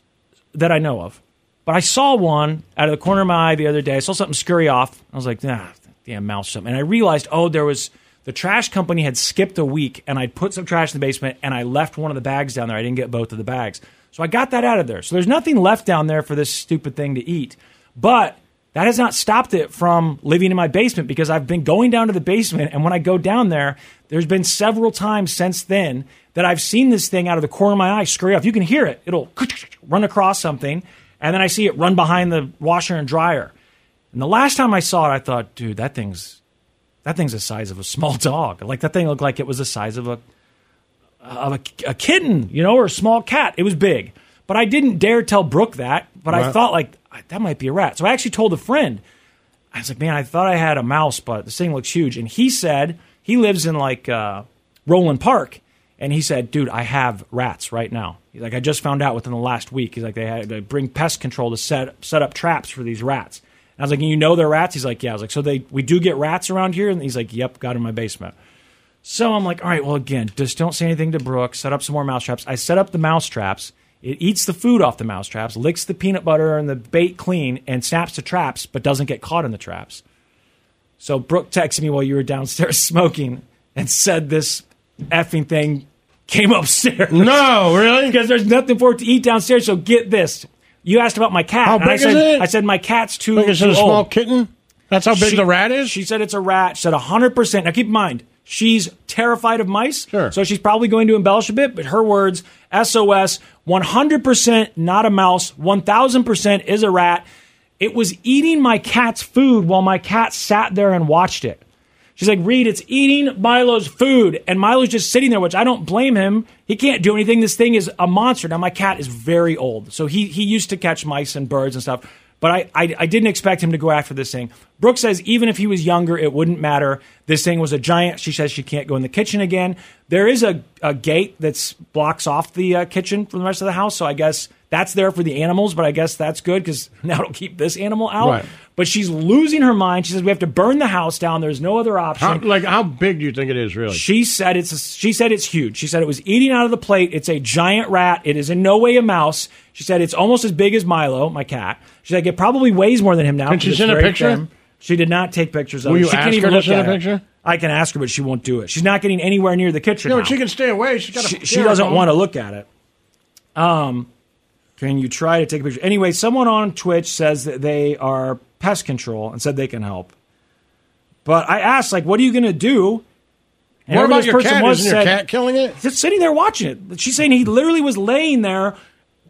[SPEAKER 4] that I know of. But I saw one out of the corner of my eye the other day. I saw something scurry off. I was like, ah, damn mouse something. And I realized, oh, there was the trash company had skipped a week and I put some trash in the basement and I left one of the bags down there. I didn't get both of the bags. So I got that out of there. So there's nothing left down there for this stupid thing to eat. But that has not stopped it from living in my basement because I've been going down to the basement. And when I go down there, there's been several times since then that I've seen this thing out of the corner of my eye scurry off. You can hear it, it'll run across something. And then I see it run behind the washer and dryer. And the last time I saw it, I thought, dude, that thing's that thing's the size of a small dog. Like that thing looked like it was the size of a of a, a kitten, you know, or a small cat. It was big, but I didn't dare tell Brooke that. But I
[SPEAKER 12] Right.
[SPEAKER 4] thought like that might be a rat. So I actually told a friend. I was like, man, I thought I had a mouse, but this thing looks huge. And he said he lives in like uh, Roland Park, and he said, dude, I have rats right now. He's like, I just found out within the last week. He's like, they had they bring pest control to set set up traps for these rats. And I was like, you know they're rats? He's like, yeah. I was like, so they we do get rats around here, and he's like, yep, got in my basement. So I'm like, all right, well, again, just don't say anything to Brooke. Set up some more mouse traps. I set up the mouse traps. It eats the food off the mouse traps, licks the peanut butter and the bait clean, and snaps the traps, but doesn't get caught in the traps. So Brooke texted me while you were downstairs smoking and said this effing thing came upstairs.
[SPEAKER 3] No, really?
[SPEAKER 4] Because there's nothing for it to eat downstairs. So get this. You asked about my cat.
[SPEAKER 3] How
[SPEAKER 4] and I
[SPEAKER 3] big is
[SPEAKER 4] said,
[SPEAKER 3] it?
[SPEAKER 4] I said my cat's too.
[SPEAKER 3] Like it's
[SPEAKER 4] too
[SPEAKER 3] a small
[SPEAKER 4] old.
[SPEAKER 3] kitten? That's how big
[SPEAKER 4] She-
[SPEAKER 3] the rat is?
[SPEAKER 4] She said it's a rat. She said 100%. Now keep in mind, she's terrified of mice. Sure. So she's probably going to embellish a bit, but her words, SOS, 100% not a mouse, 1000% is a rat. It was eating my cat's food while my cat sat there and watched it. She's like, Reed, it's eating Milo's food. And Milo's just sitting there, which I don't blame him. He can't do anything. This thing is a monster. Now, my cat is very old. So he, he used to catch mice and birds and stuff. But I, I, I didn't expect him to go after this thing. Brooke says, even if he was younger, it wouldn't matter. This thing was a giant. She says she can't go in the kitchen again. There is a, a gate that blocks off the uh, kitchen from the rest of the house. So I guess that's there for the animals, but I guess that's good because now it'll keep this animal out.
[SPEAKER 3] Right.
[SPEAKER 4] But she's losing her mind. She says, we have to burn the house down. There's no other option.
[SPEAKER 3] How, like, how big do you think it is, really?
[SPEAKER 4] She said it's she said it's huge. She said it was eating out of the plate. It's a giant rat. It is in no way a mouse. She said it's almost as big as Milo, my cat. She's like it probably weighs more than him now.
[SPEAKER 3] And
[SPEAKER 4] because
[SPEAKER 3] she's
[SPEAKER 4] it's
[SPEAKER 3] in a
[SPEAKER 4] very
[SPEAKER 3] picture?
[SPEAKER 4] thin. She did not take pictures of
[SPEAKER 3] Will
[SPEAKER 4] it.
[SPEAKER 3] you
[SPEAKER 4] she
[SPEAKER 3] ask
[SPEAKER 4] can't even
[SPEAKER 3] her to
[SPEAKER 4] look
[SPEAKER 3] send
[SPEAKER 4] at
[SPEAKER 3] a
[SPEAKER 4] it.
[SPEAKER 3] picture?
[SPEAKER 4] I can ask her, but she won't do it. She's not getting anywhere near the kitchen.
[SPEAKER 3] Yeah,
[SPEAKER 4] now.
[SPEAKER 3] but she can stay away. She's got a
[SPEAKER 4] She, she doesn't want to look at it. Um, can you try to take a picture? Anyway, someone on Twitch says that they are pest control and said they can help. But I asked, like, what are you going to do?
[SPEAKER 3] What
[SPEAKER 4] whoever
[SPEAKER 3] about
[SPEAKER 4] this
[SPEAKER 3] your cat?
[SPEAKER 4] was
[SPEAKER 3] Isn't your cat killing it?
[SPEAKER 4] Just sitting there watching it. She's saying he literally was laying there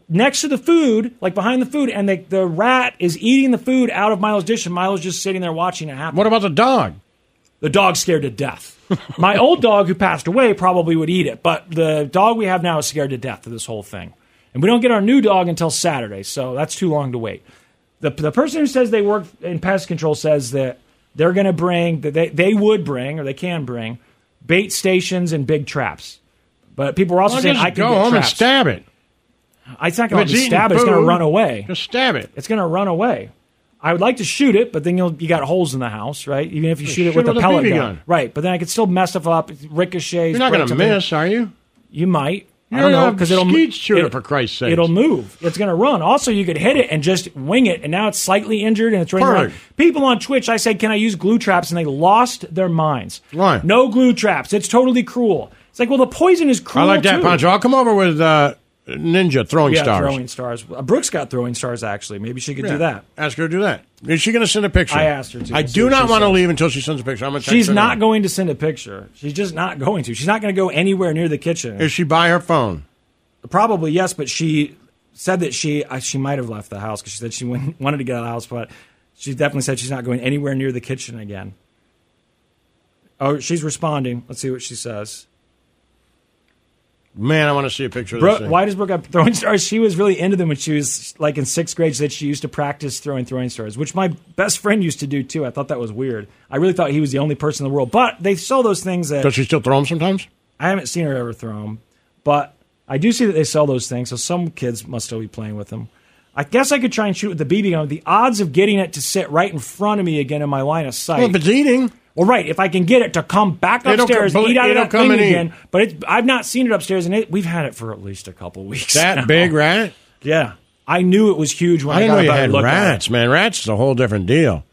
[SPEAKER 4] next to the food, like behind the food, and the, the rat is eating the food out of Milo's dish, and Milo's just sitting there watching it happen. What
[SPEAKER 3] about the dog?
[SPEAKER 4] The dog's scared to death. My old dog, who passed away, probably would eat it, but the dog we have now is scared to death of this whole thing. And we don't get our new dog until Saturday, so that's too long to wait. The, the person who says they work in pest control says that they're going to bring, that they, they would bring, or they can bring, bait stations and big traps. But people are also
[SPEAKER 3] Well,
[SPEAKER 4] saying
[SPEAKER 3] just
[SPEAKER 4] I can
[SPEAKER 3] go
[SPEAKER 4] get
[SPEAKER 3] home
[SPEAKER 4] traps.
[SPEAKER 3] and stab it.
[SPEAKER 4] I- It's not
[SPEAKER 3] If
[SPEAKER 4] going
[SPEAKER 3] it's
[SPEAKER 4] to
[SPEAKER 3] eating
[SPEAKER 4] stab it. It's going
[SPEAKER 3] food,
[SPEAKER 4] to run away.
[SPEAKER 3] Just stab it.
[SPEAKER 4] It's going to run away. I would like to shoot it, but then you'll, you got holes in the house, right? Even if you
[SPEAKER 3] Just
[SPEAKER 4] shoot it
[SPEAKER 3] shoot
[SPEAKER 4] with
[SPEAKER 3] it
[SPEAKER 4] a
[SPEAKER 3] with a
[SPEAKER 4] pellet
[SPEAKER 3] BB
[SPEAKER 4] gun.
[SPEAKER 3] gun.
[SPEAKER 4] right? But then I could still mess stuff up. it Ricochets.
[SPEAKER 3] You're not
[SPEAKER 4] break
[SPEAKER 3] going to
[SPEAKER 4] something.
[SPEAKER 3] miss, are you?
[SPEAKER 4] You might. I
[SPEAKER 3] You're
[SPEAKER 4] don't know
[SPEAKER 3] a
[SPEAKER 4] because it'll
[SPEAKER 3] skeet shooter,
[SPEAKER 4] it'll-
[SPEAKER 3] for Christ's sake.
[SPEAKER 4] It'll move. It's going to run. Also, you could hit it and just wing it, and now it's slightly injured and it's running around.
[SPEAKER 3] Perfect.
[SPEAKER 4] People on Twitch, I said, "Can I use glue traps?" and they lost their minds.
[SPEAKER 3] Why?
[SPEAKER 4] No glue traps. It's totally cruel. It's like, well, the poison is cruel.
[SPEAKER 3] I like that,
[SPEAKER 4] too.
[SPEAKER 3] Pancho. I'll come over with uh, Ninja throwing
[SPEAKER 4] yeah,
[SPEAKER 3] stars.
[SPEAKER 4] throwing stars. Uh, Brooks got throwing stars actually. Maybe she could
[SPEAKER 3] Yeah.
[SPEAKER 4] do that.
[SPEAKER 3] Ask her to do that. Is she going to send a picture?
[SPEAKER 4] I asked her to.
[SPEAKER 3] I
[SPEAKER 4] We'll see
[SPEAKER 3] do
[SPEAKER 4] what
[SPEAKER 3] not
[SPEAKER 4] she
[SPEAKER 3] want to
[SPEAKER 4] says.
[SPEAKER 3] leave until she sends a picture. I'm going to.
[SPEAKER 4] She's not going to send a picture. She's just not going to. She's not going to go anywhere near the kitchen.
[SPEAKER 3] Is she by her phone?
[SPEAKER 4] Probably yes, but she said that she uh, she might have left the house because she said she went, wanted to get out of the house, but she definitely said she's not going anywhere near the kitchen again. Oh, she's responding. Let's see what she says.
[SPEAKER 3] Man, I want to see a picture of
[SPEAKER 4] Brooke,
[SPEAKER 3] this. thing.
[SPEAKER 4] why does Brooke have throwing stars? She was really into them when she was like in sixth grade. She said she used to practice throwing throwing stars, which my best friend used to do too. I thought that was weird. I really thought he was the only person in the world. But they sell those things that
[SPEAKER 3] Does she still throw them sometimes?
[SPEAKER 4] I haven't seen her ever throw them, but I do see that they sell those things. So some kids must still be playing with them. I guess I could try and shoot with the BB gun. The odds of getting it to sit right in front of me again in my line of sight.
[SPEAKER 3] Well, if it's eating.
[SPEAKER 4] Well, right. If I can get it to come back
[SPEAKER 3] It'll
[SPEAKER 4] upstairs,
[SPEAKER 3] come-
[SPEAKER 4] eat out of
[SPEAKER 3] it'll
[SPEAKER 4] that
[SPEAKER 3] come
[SPEAKER 4] thing
[SPEAKER 3] and eat.
[SPEAKER 4] again. But it's, I've not seen it upstairs, and it, we've had it for at least a couple weeks.
[SPEAKER 3] That
[SPEAKER 4] now.
[SPEAKER 3] big rat?
[SPEAKER 4] Yeah, I knew it was huge when I,
[SPEAKER 3] I didn't
[SPEAKER 4] got
[SPEAKER 3] know
[SPEAKER 4] a
[SPEAKER 3] you
[SPEAKER 4] better
[SPEAKER 3] had
[SPEAKER 4] look at it.
[SPEAKER 3] rats, man. Rats is a whole different deal.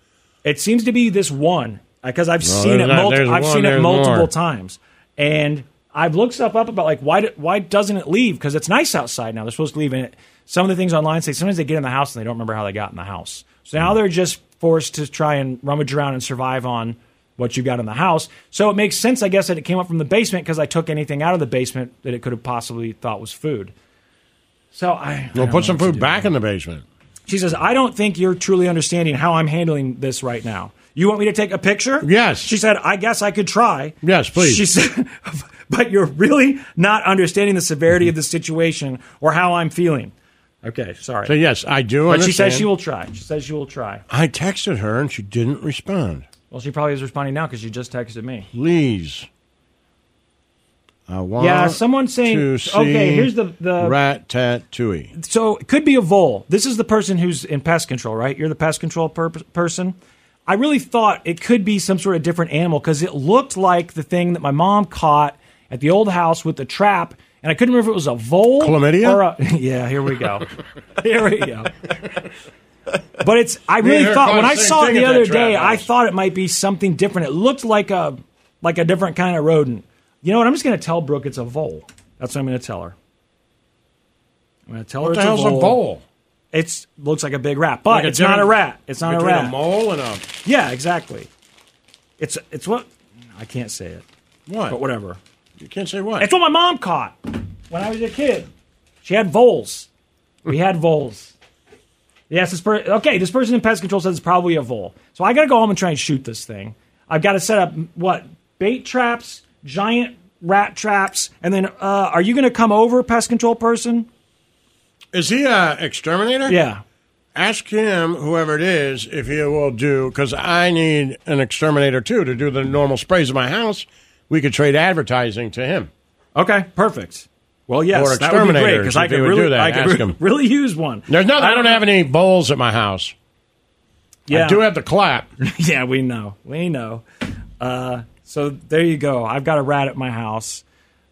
[SPEAKER 4] It seems to be this one because I've
[SPEAKER 3] No,
[SPEAKER 4] seen
[SPEAKER 3] there's
[SPEAKER 4] it.
[SPEAKER 3] not-
[SPEAKER 4] multi-
[SPEAKER 3] there's
[SPEAKER 4] I've
[SPEAKER 3] one,
[SPEAKER 4] seen it
[SPEAKER 3] there's
[SPEAKER 4] multiple
[SPEAKER 3] more.
[SPEAKER 4] times, and I've looked stuff up about like why do, why doesn't it leave? Because it's nice outside now. They're supposed to leave, and it, some of the things online say sometimes they get in the house and they don't remember how they got in the house. So
[SPEAKER 3] Hmm.
[SPEAKER 4] now they're just forced to try and rummage around and survive on what you got in the house. So it makes sense, I guess, that it came up from the basement because I took anything out of the basement that it could have possibly thought was food. So I
[SPEAKER 3] Well,
[SPEAKER 4] I don't
[SPEAKER 3] put
[SPEAKER 4] know
[SPEAKER 3] some
[SPEAKER 4] what to
[SPEAKER 3] food
[SPEAKER 4] do.
[SPEAKER 3] back in the basement.
[SPEAKER 4] She says, I don't think you're truly understanding how I'm handling this right now. You want me to take a picture? Yes. She said, I guess I could try.
[SPEAKER 3] Yes, please.
[SPEAKER 4] She said, but you're really not understanding the severity of the situation or how I'm feeling. Okay, sorry.
[SPEAKER 3] So, yes, I do
[SPEAKER 4] But she
[SPEAKER 3] understand.
[SPEAKER 4] says she will try. She says she will try.
[SPEAKER 3] I texted her and she didn't respond.
[SPEAKER 4] Well, she probably is responding now because she just texted me.
[SPEAKER 3] Please. I want
[SPEAKER 4] Yeah, someone's saying-
[SPEAKER 3] to see
[SPEAKER 4] okay, here's the- the-
[SPEAKER 3] rat tattooy.
[SPEAKER 4] So it could be a vole. This is the person who's in pest control, right? You're the pest control per- person. I really thought it could be some sort of different animal because it looked like the thing that my mom caught at the old house with the trap, and I couldn't remember if it was a vole
[SPEAKER 3] Chlamydia?
[SPEAKER 4] or a. Yeah, here we go. here we go. But it's. I
[SPEAKER 3] Me and
[SPEAKER 4] really
[SPEAKER 3] her
[SPEAKER 4] thought
[SPEAKER 3] caught
[SPEAKER 4] when
[SPEAKER 3] the
[SPEAKER 4] I
[SPEAKER 3] same
[SPEAKER 4] saw it
[SPEAKER 3] thing
[SPEAKER 4] the
[SPEAKER 3] at that
[SPEAKER 4] other
[SPEAKER 3] trap
[SPEAKER 4] day, I
[SPEAKER 3] house.
[SPEAKER 4] thought it might be something different. It looked like a like a different kind of rodent. You know what? I'm just going to tell Brooke it's a vole. That's what I'm going to tell her. I'm going to tell
[SPEAKER 3] What
[SPEAKER 4] her
[SPEAKER 3] the
[SPEAKER 4] it's
[SPEAKER 3] hell's a
[SPEAKER 4] a vole.
[SPEAKER 3] vole?
[SPEAKER 4] It's looks like a big rat, but
[SPEAKER 3] Like a
[SPEAKER 4] it's not a
[SPEAKER 3] different-
[SPEAKER 4] rat. It's not a
[SPEAKER 3] between
[SPEAKER 4] rat.
[SPEAKER 3] mole and a.
[SPEAKER 4] yeah, exactly. It's it's what I can't say it.
[SPEAKER 3] What?
[SPEAKER 4] But whatever.
[SPEAKER 3] You can't say what?
[SPEAKER 4] It's what my mom caught when I was a kid. She had voles. We had voles. Yes, this per- okay. This person in pest control says it's probably a vole. So I got to go home and try and shoot this thing. I've got to set up what bait traps, giant rat traps, and then uh, are you going to come over, pest control person?
[SPEAKER 3] Is he a exterminator?
[SPEAKER 4] Yeah.
[SPEAKER 3] Ask him, whoever it is, if he will do, because I need an exterminator too to do the normal sprays of my house. We could trade advertising to him.
[SPEAKER 4] Okay, perfect. Well, yes,
[SPEAKER 3] or
[SPEAKER 4] that would be
[SPEAKER 3] exterminators,
[SPEAKER 4] great because I
[SPEAKER 3] if he
[SPEAKER 4] could
[SPEAKER 3] would
[SPEAKER 4] really,
[SPEAKER 3] do that.
[SPEAKER 4] I could
[SPEAKER 3] ask
[SPEAKER 4] re-
[SPEAKER 3] him.
[SPEAKER 4] really use one.
[SPEAKER 3] There's no, I don't have any bowls at my house.
[SPEAKER 4] Yeah.
[SPEAKER 3] I do have the clap.
[SPEAKER 4] yeah, we know. We know. Uh, so there you go. I've got a rat at my house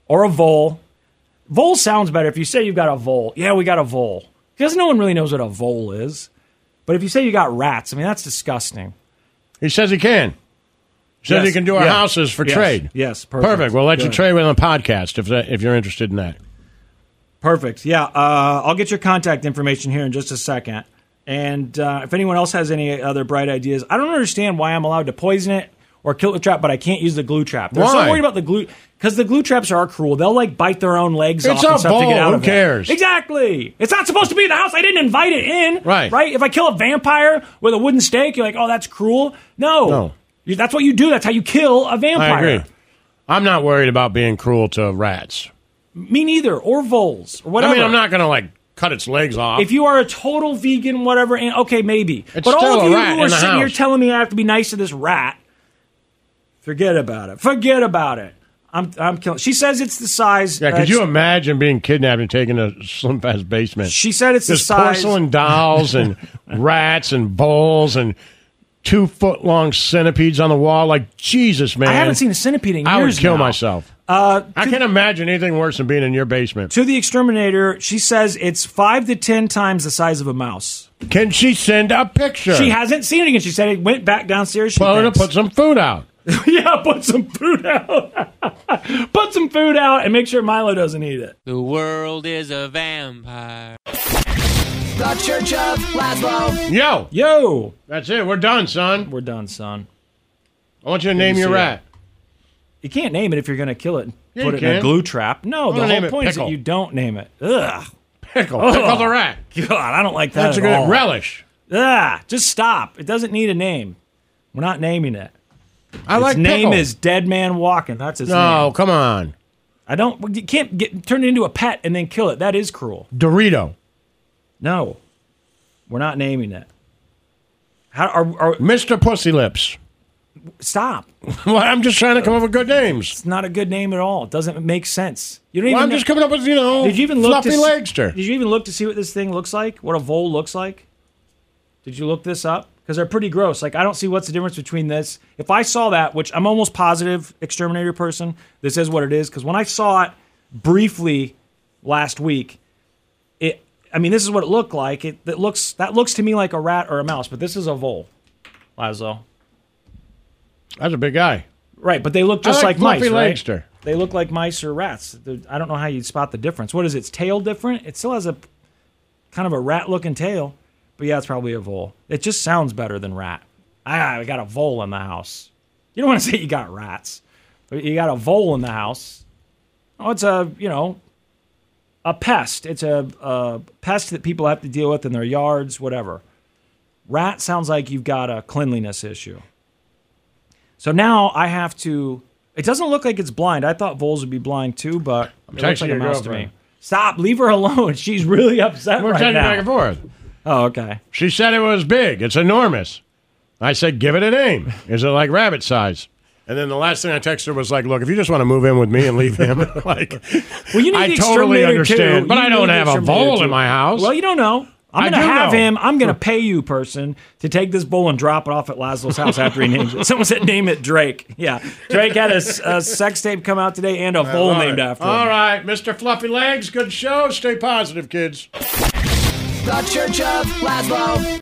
[SPEAKER 4] or a vole. Vole sounds better. If you say you've got a vole, yeah, we got a vole. Because no one really knows what a vole is. But if you say you got rats, I mean, that's disgusting.
[SPEAKER 3] He says he can. He says
[SPEAKER 4] Yes.
[SPEAKER 3] he can do our
[SPEAKER 4] Yeah.
[SPEAKER 3] houses for
[SPEAKER 4] Yes.
[SPEAKER 3] trade.
[SPEAKER 4] Yes, perfect.
[SPEAKER 3] We'll let you
[SPEAKER 4] Good.
[SPEAKER 3] trade with on the podcast if that, if you're interested in that.
[SPEAKER 4] Perfect. Yeah, uh, I'll get your contact information here in just a second. And uh, if anyone else has any other bright ideas, I don't understand why I'm allowed to poison it or kill the trap, but I can't use the glue trap. They're so
[SPEAKER 3] Why?
[SPEAKER 4] worried about the glue because the glue traps are cruel. They'll like bite their own legs
[SPEAKER 3] It's
[SPEAKER 4] off
[SPEAKER 3] a
[SPEAKER 4] and stuff to
[SPEAKER 3] ball.
[SPEAKER 4] get out
[SPEAKER 3] Who
[SPEAKER 4] of
[SPEAKER 3] cares?
[SPEAKER 4] it. Exactly. It's not supposed to be in the house. I didn't invite it in.
[SPEAKER 3] Right.
[SPEAKER 4] Right. If I kill a vampire with a wooden stake, you're like, oh, that's cruel. No.
[SPEAKER 3] No.
[SPEAKER 4] You- That's what you do. That's how you kill a vampire.
[SPEAKER 3] I agree. I'm not worried about being cruel to rats.
[SPEAKER 4] Me neither. Or voles or whatever.
[SPEAKER 3] I mean, I'm not going to like cut its legs off.
[SPEAKER 4] If you are a total vegan, whatever, and okay, maybe.
[SPEAKER 3] It's
[SPEAKER 4] but all
[SPEAKER 3] still
[SPEAKER 4] of
[SPEAKER 3] a
[SPEAKER 4] you
[SPEAKER 3] rat
[SPEAKER 4] who are
[SPEAKER 3] in the
[SPEAKER 4] sitting here
[SPEAKER 3] house.
[SPEAKER 4] telling me I have to be nice to this rat, forget about it. Forget about it. I'm, I'm killing. She says it's the size.
[SPEAKER 3] yeah,
[SPEAKER 4] uh,
[SPEAKER 3] could you
[SPEAKER 4] she-
[SPEAKER 3] imagine being kidnapped and taken to Slim Fast basement?
[SPEAKER 4] She said it's the
[SPEAKER 3] There's
[SPEAKER 4] size-
[SPEAKER 3] porcelain dolls and rats and bowls and two foot long centipedes on the wall. Like Jesus, man!
[SPEAKER 4] I haven't seen a centipede in
[SPEAKER 3] I would
[SPEAKER 4] years.
[SPEAKER 3] kill
[SPEAKER 4] now.
[SPEAKER 3] myself.
[SPEAKER 4] Uh,
[SPEAKER 3] I can't imagine anything worse than being in your basement.
[SPEAKER 4] to the exterminator, she says it's five to ten times the size of a mouse.
[SPEAKER 3] Can she send a picture?
[SPEAKER 4] She hasn't seen it again. She said it went back downstairs. She
[SPEAKER 3] Well, to
[SPEAKER 4] thinks.
[SPEAKER 3] put some food out.
[SPEAKER 4] yeah, put some food out. put some food out and make sure Milo doesn't eat it.
[SPEAKER 12] The world is a vampire.
[SPEAKER 14] The Church of Laszlo.
[SPEAKER 3] Yo,
[SPEAKER 4] yo,
[SPEAKER 3] that's it. We're done, son.
[SPEAKER 4] We're done, son.
[SPEAKER 3] I want you to name
[SPEAKER 4] see
[SPEAKER 3] your
[SPEAKER 4] it.
[SPEAKER 3] rat.
[SPEAKER 4] You can't name it if you're going to kill it and
[SPEAKER 3] Yeah,
[SPEAKER 4] put
[SPEAKER 3] you
[SPEAKER 4] it in a
[SPEAKER 3] can.
[SPEAKER 4] glue trap.
[SPEAKER 3] I'm
[SPEAKER 4] No, the
[SPEAKER 3] gonna name
[SPEAKER 4] whole
[SPEAKER 3] it
[SPEAKER 4] point is that
[SPEAKER 3] Pickle.
[SPEAKER 4] you don't name it. Ugh.
[SPEAKER 3] Pickle.
[SPEAKER 4] Ugh.
[SPEAKER 3] Pickle the rat.
[SPEAKER 4] God, I don't like that.
[SPEAKER 3] That's a
[SPEAKER 4] Oh. at
[SPEAKER 3] good
[SPEAKER 4] all.
[SPEAKER 3] relish.
[SPEAKER 4] Ah, just stop. It doesn't need a name. We're not naming it.
[SPEAKER 3] I
[SPEAKER 4] its
[SPEAKER 3] like
[SPEAKER 4] name
[SPEAKER 3] Pickle.
[SPEAKER 4] is Dead Man Walking. That's his
[SPEAKER 3] No,
[SPEAKER 4] name.
[SPEAKER 3] come on.
[SPEAKER 4] I don't. well, You can't get turn it into a pet and then kill it. That is cruel.
[SPEAKER 3] Dorito.
[SPEAKER 4] No, we're not naming it. How are, are
[SPEAKER 3] Mr. Pussy Lips.
[SPEAKER 4] stop?
[SPEAKER 3] Well, I'm just trying to come up with good names.
[SPEAKER 4] It's not a good name at all. It doesn't make sense. You don't
[SPEAKER 3] Well,
[SPEAKER 4] even.
[SPEAKER 3] I'm just coming up with, you know,
[SPEAKER 4] Did you even look
[SPEAKER 3] Fluffy
[SPEAKER 4] to s-
[SPEAKER 3] Legster.
[SPEAKER 4] Did you even look to see what this thing looks like? What a vole looks like? Did you look this up? Because they're pretty gross. Like I don't see what's the difference between this. If I saw that, which I'm almost positive, exterminator person, this is what it is. Because when I saw it briefly last week, it. I mean, this is what it looked like. It that looks that looks to me like a rat or a mouse, but this is a vole, Lazo.
[SPEAKER 3] That's a big guy.
[SPEAKER 4] Right, but they look
[SPEAKER 3] I
[SPEAKER 4] just
[SPEAKER 3] like
[SPEAKER 4] like,
[SPEAKER 3] Fluffy
[SPEAKER 4] mice, right?
[SPEAKER 3] Legster.
[SPEAKER 4] They look like mice or rats. The- I don't know how you'd spot the difference. What is its tail different? It still has a kind of a rat-looking tail, but yeah, it's probably a vole. It just sounds better than rat. Ah, I got a vole in the house. You don't want to say you got rats, but you got a vole in the house. Oh, it's a you know a pest. It's a, a pest that people have to deal with in their yards, whatever. Rat sounds like you've got a cleanliness issue. So now I have to. It doesn't look like it's blind. I thought voles would be blind too, but it looks
[SPEAKER 3] texting
[SPEAKER 4] like a
[SPEAKER 3] your
[SPEAKER 4] mouse to
[SPEAKER 3] girlfriend.
[SPEAKER 4] me. Stop. Leave her alone. She's really upset
[SPEAKER 3] We're
[SPEAKER 4] right
[SPEAKER 3] taking it
[SPEAKER 4] now.
[SPEAKER 3] back and forth.
[SPEAKER 4] Oh, okay.
[SPEAKER 3] She said it was big. It's enormous. I said, give it a name. Is it like rabbit size? And then the last thing I texted her was like, look, if you just want to move in with me and leave him, like,
[SPEAKER 4] Well, you need
[SPEAKER 3] I
[SPEAKER 4] the
[SPEAKER 3] totally
[SPEAKER 4] exterminator,
[SPEAKER 3] understand.
[SPEAKER 4] too.
[SPEAKER 3] But
[SPEAKER 4] You
[SPEAKER 3] I
[SPEAKER 4] need
[SPEAKER 3] don't
[SPEAKER 4] the
[SPEAKER 3] have a
[SPEAKER 4] exterminator,
[SPEAKER 3] bowl
[SPEAKER 4] too.
[SPEAKER 3] in my house.
[SPEAKER 4] Well, you don't know.
[SPEAKER 3] I
[SPEAKER 4] I'm gonna
[SPEAKER 3] do
[SPEAKER 4] have
[SPEAKER 3] know.
[SPEAKER 4] him. I'm gonna pay you, person, to take this bowl and drop it off at Laszlo's house after he names it. Someone said name it Drake. Yeah, Drake had a, s- a sex tape come out today and a bowl
[SPEAKER 3] All right.
[SPEAKER 4] named after him.
[SPEAKER 3] All right, Mr. Fluffy Legs, good show. Stay positive, kids.
[SPEAKER 24] The Church of Laszlo.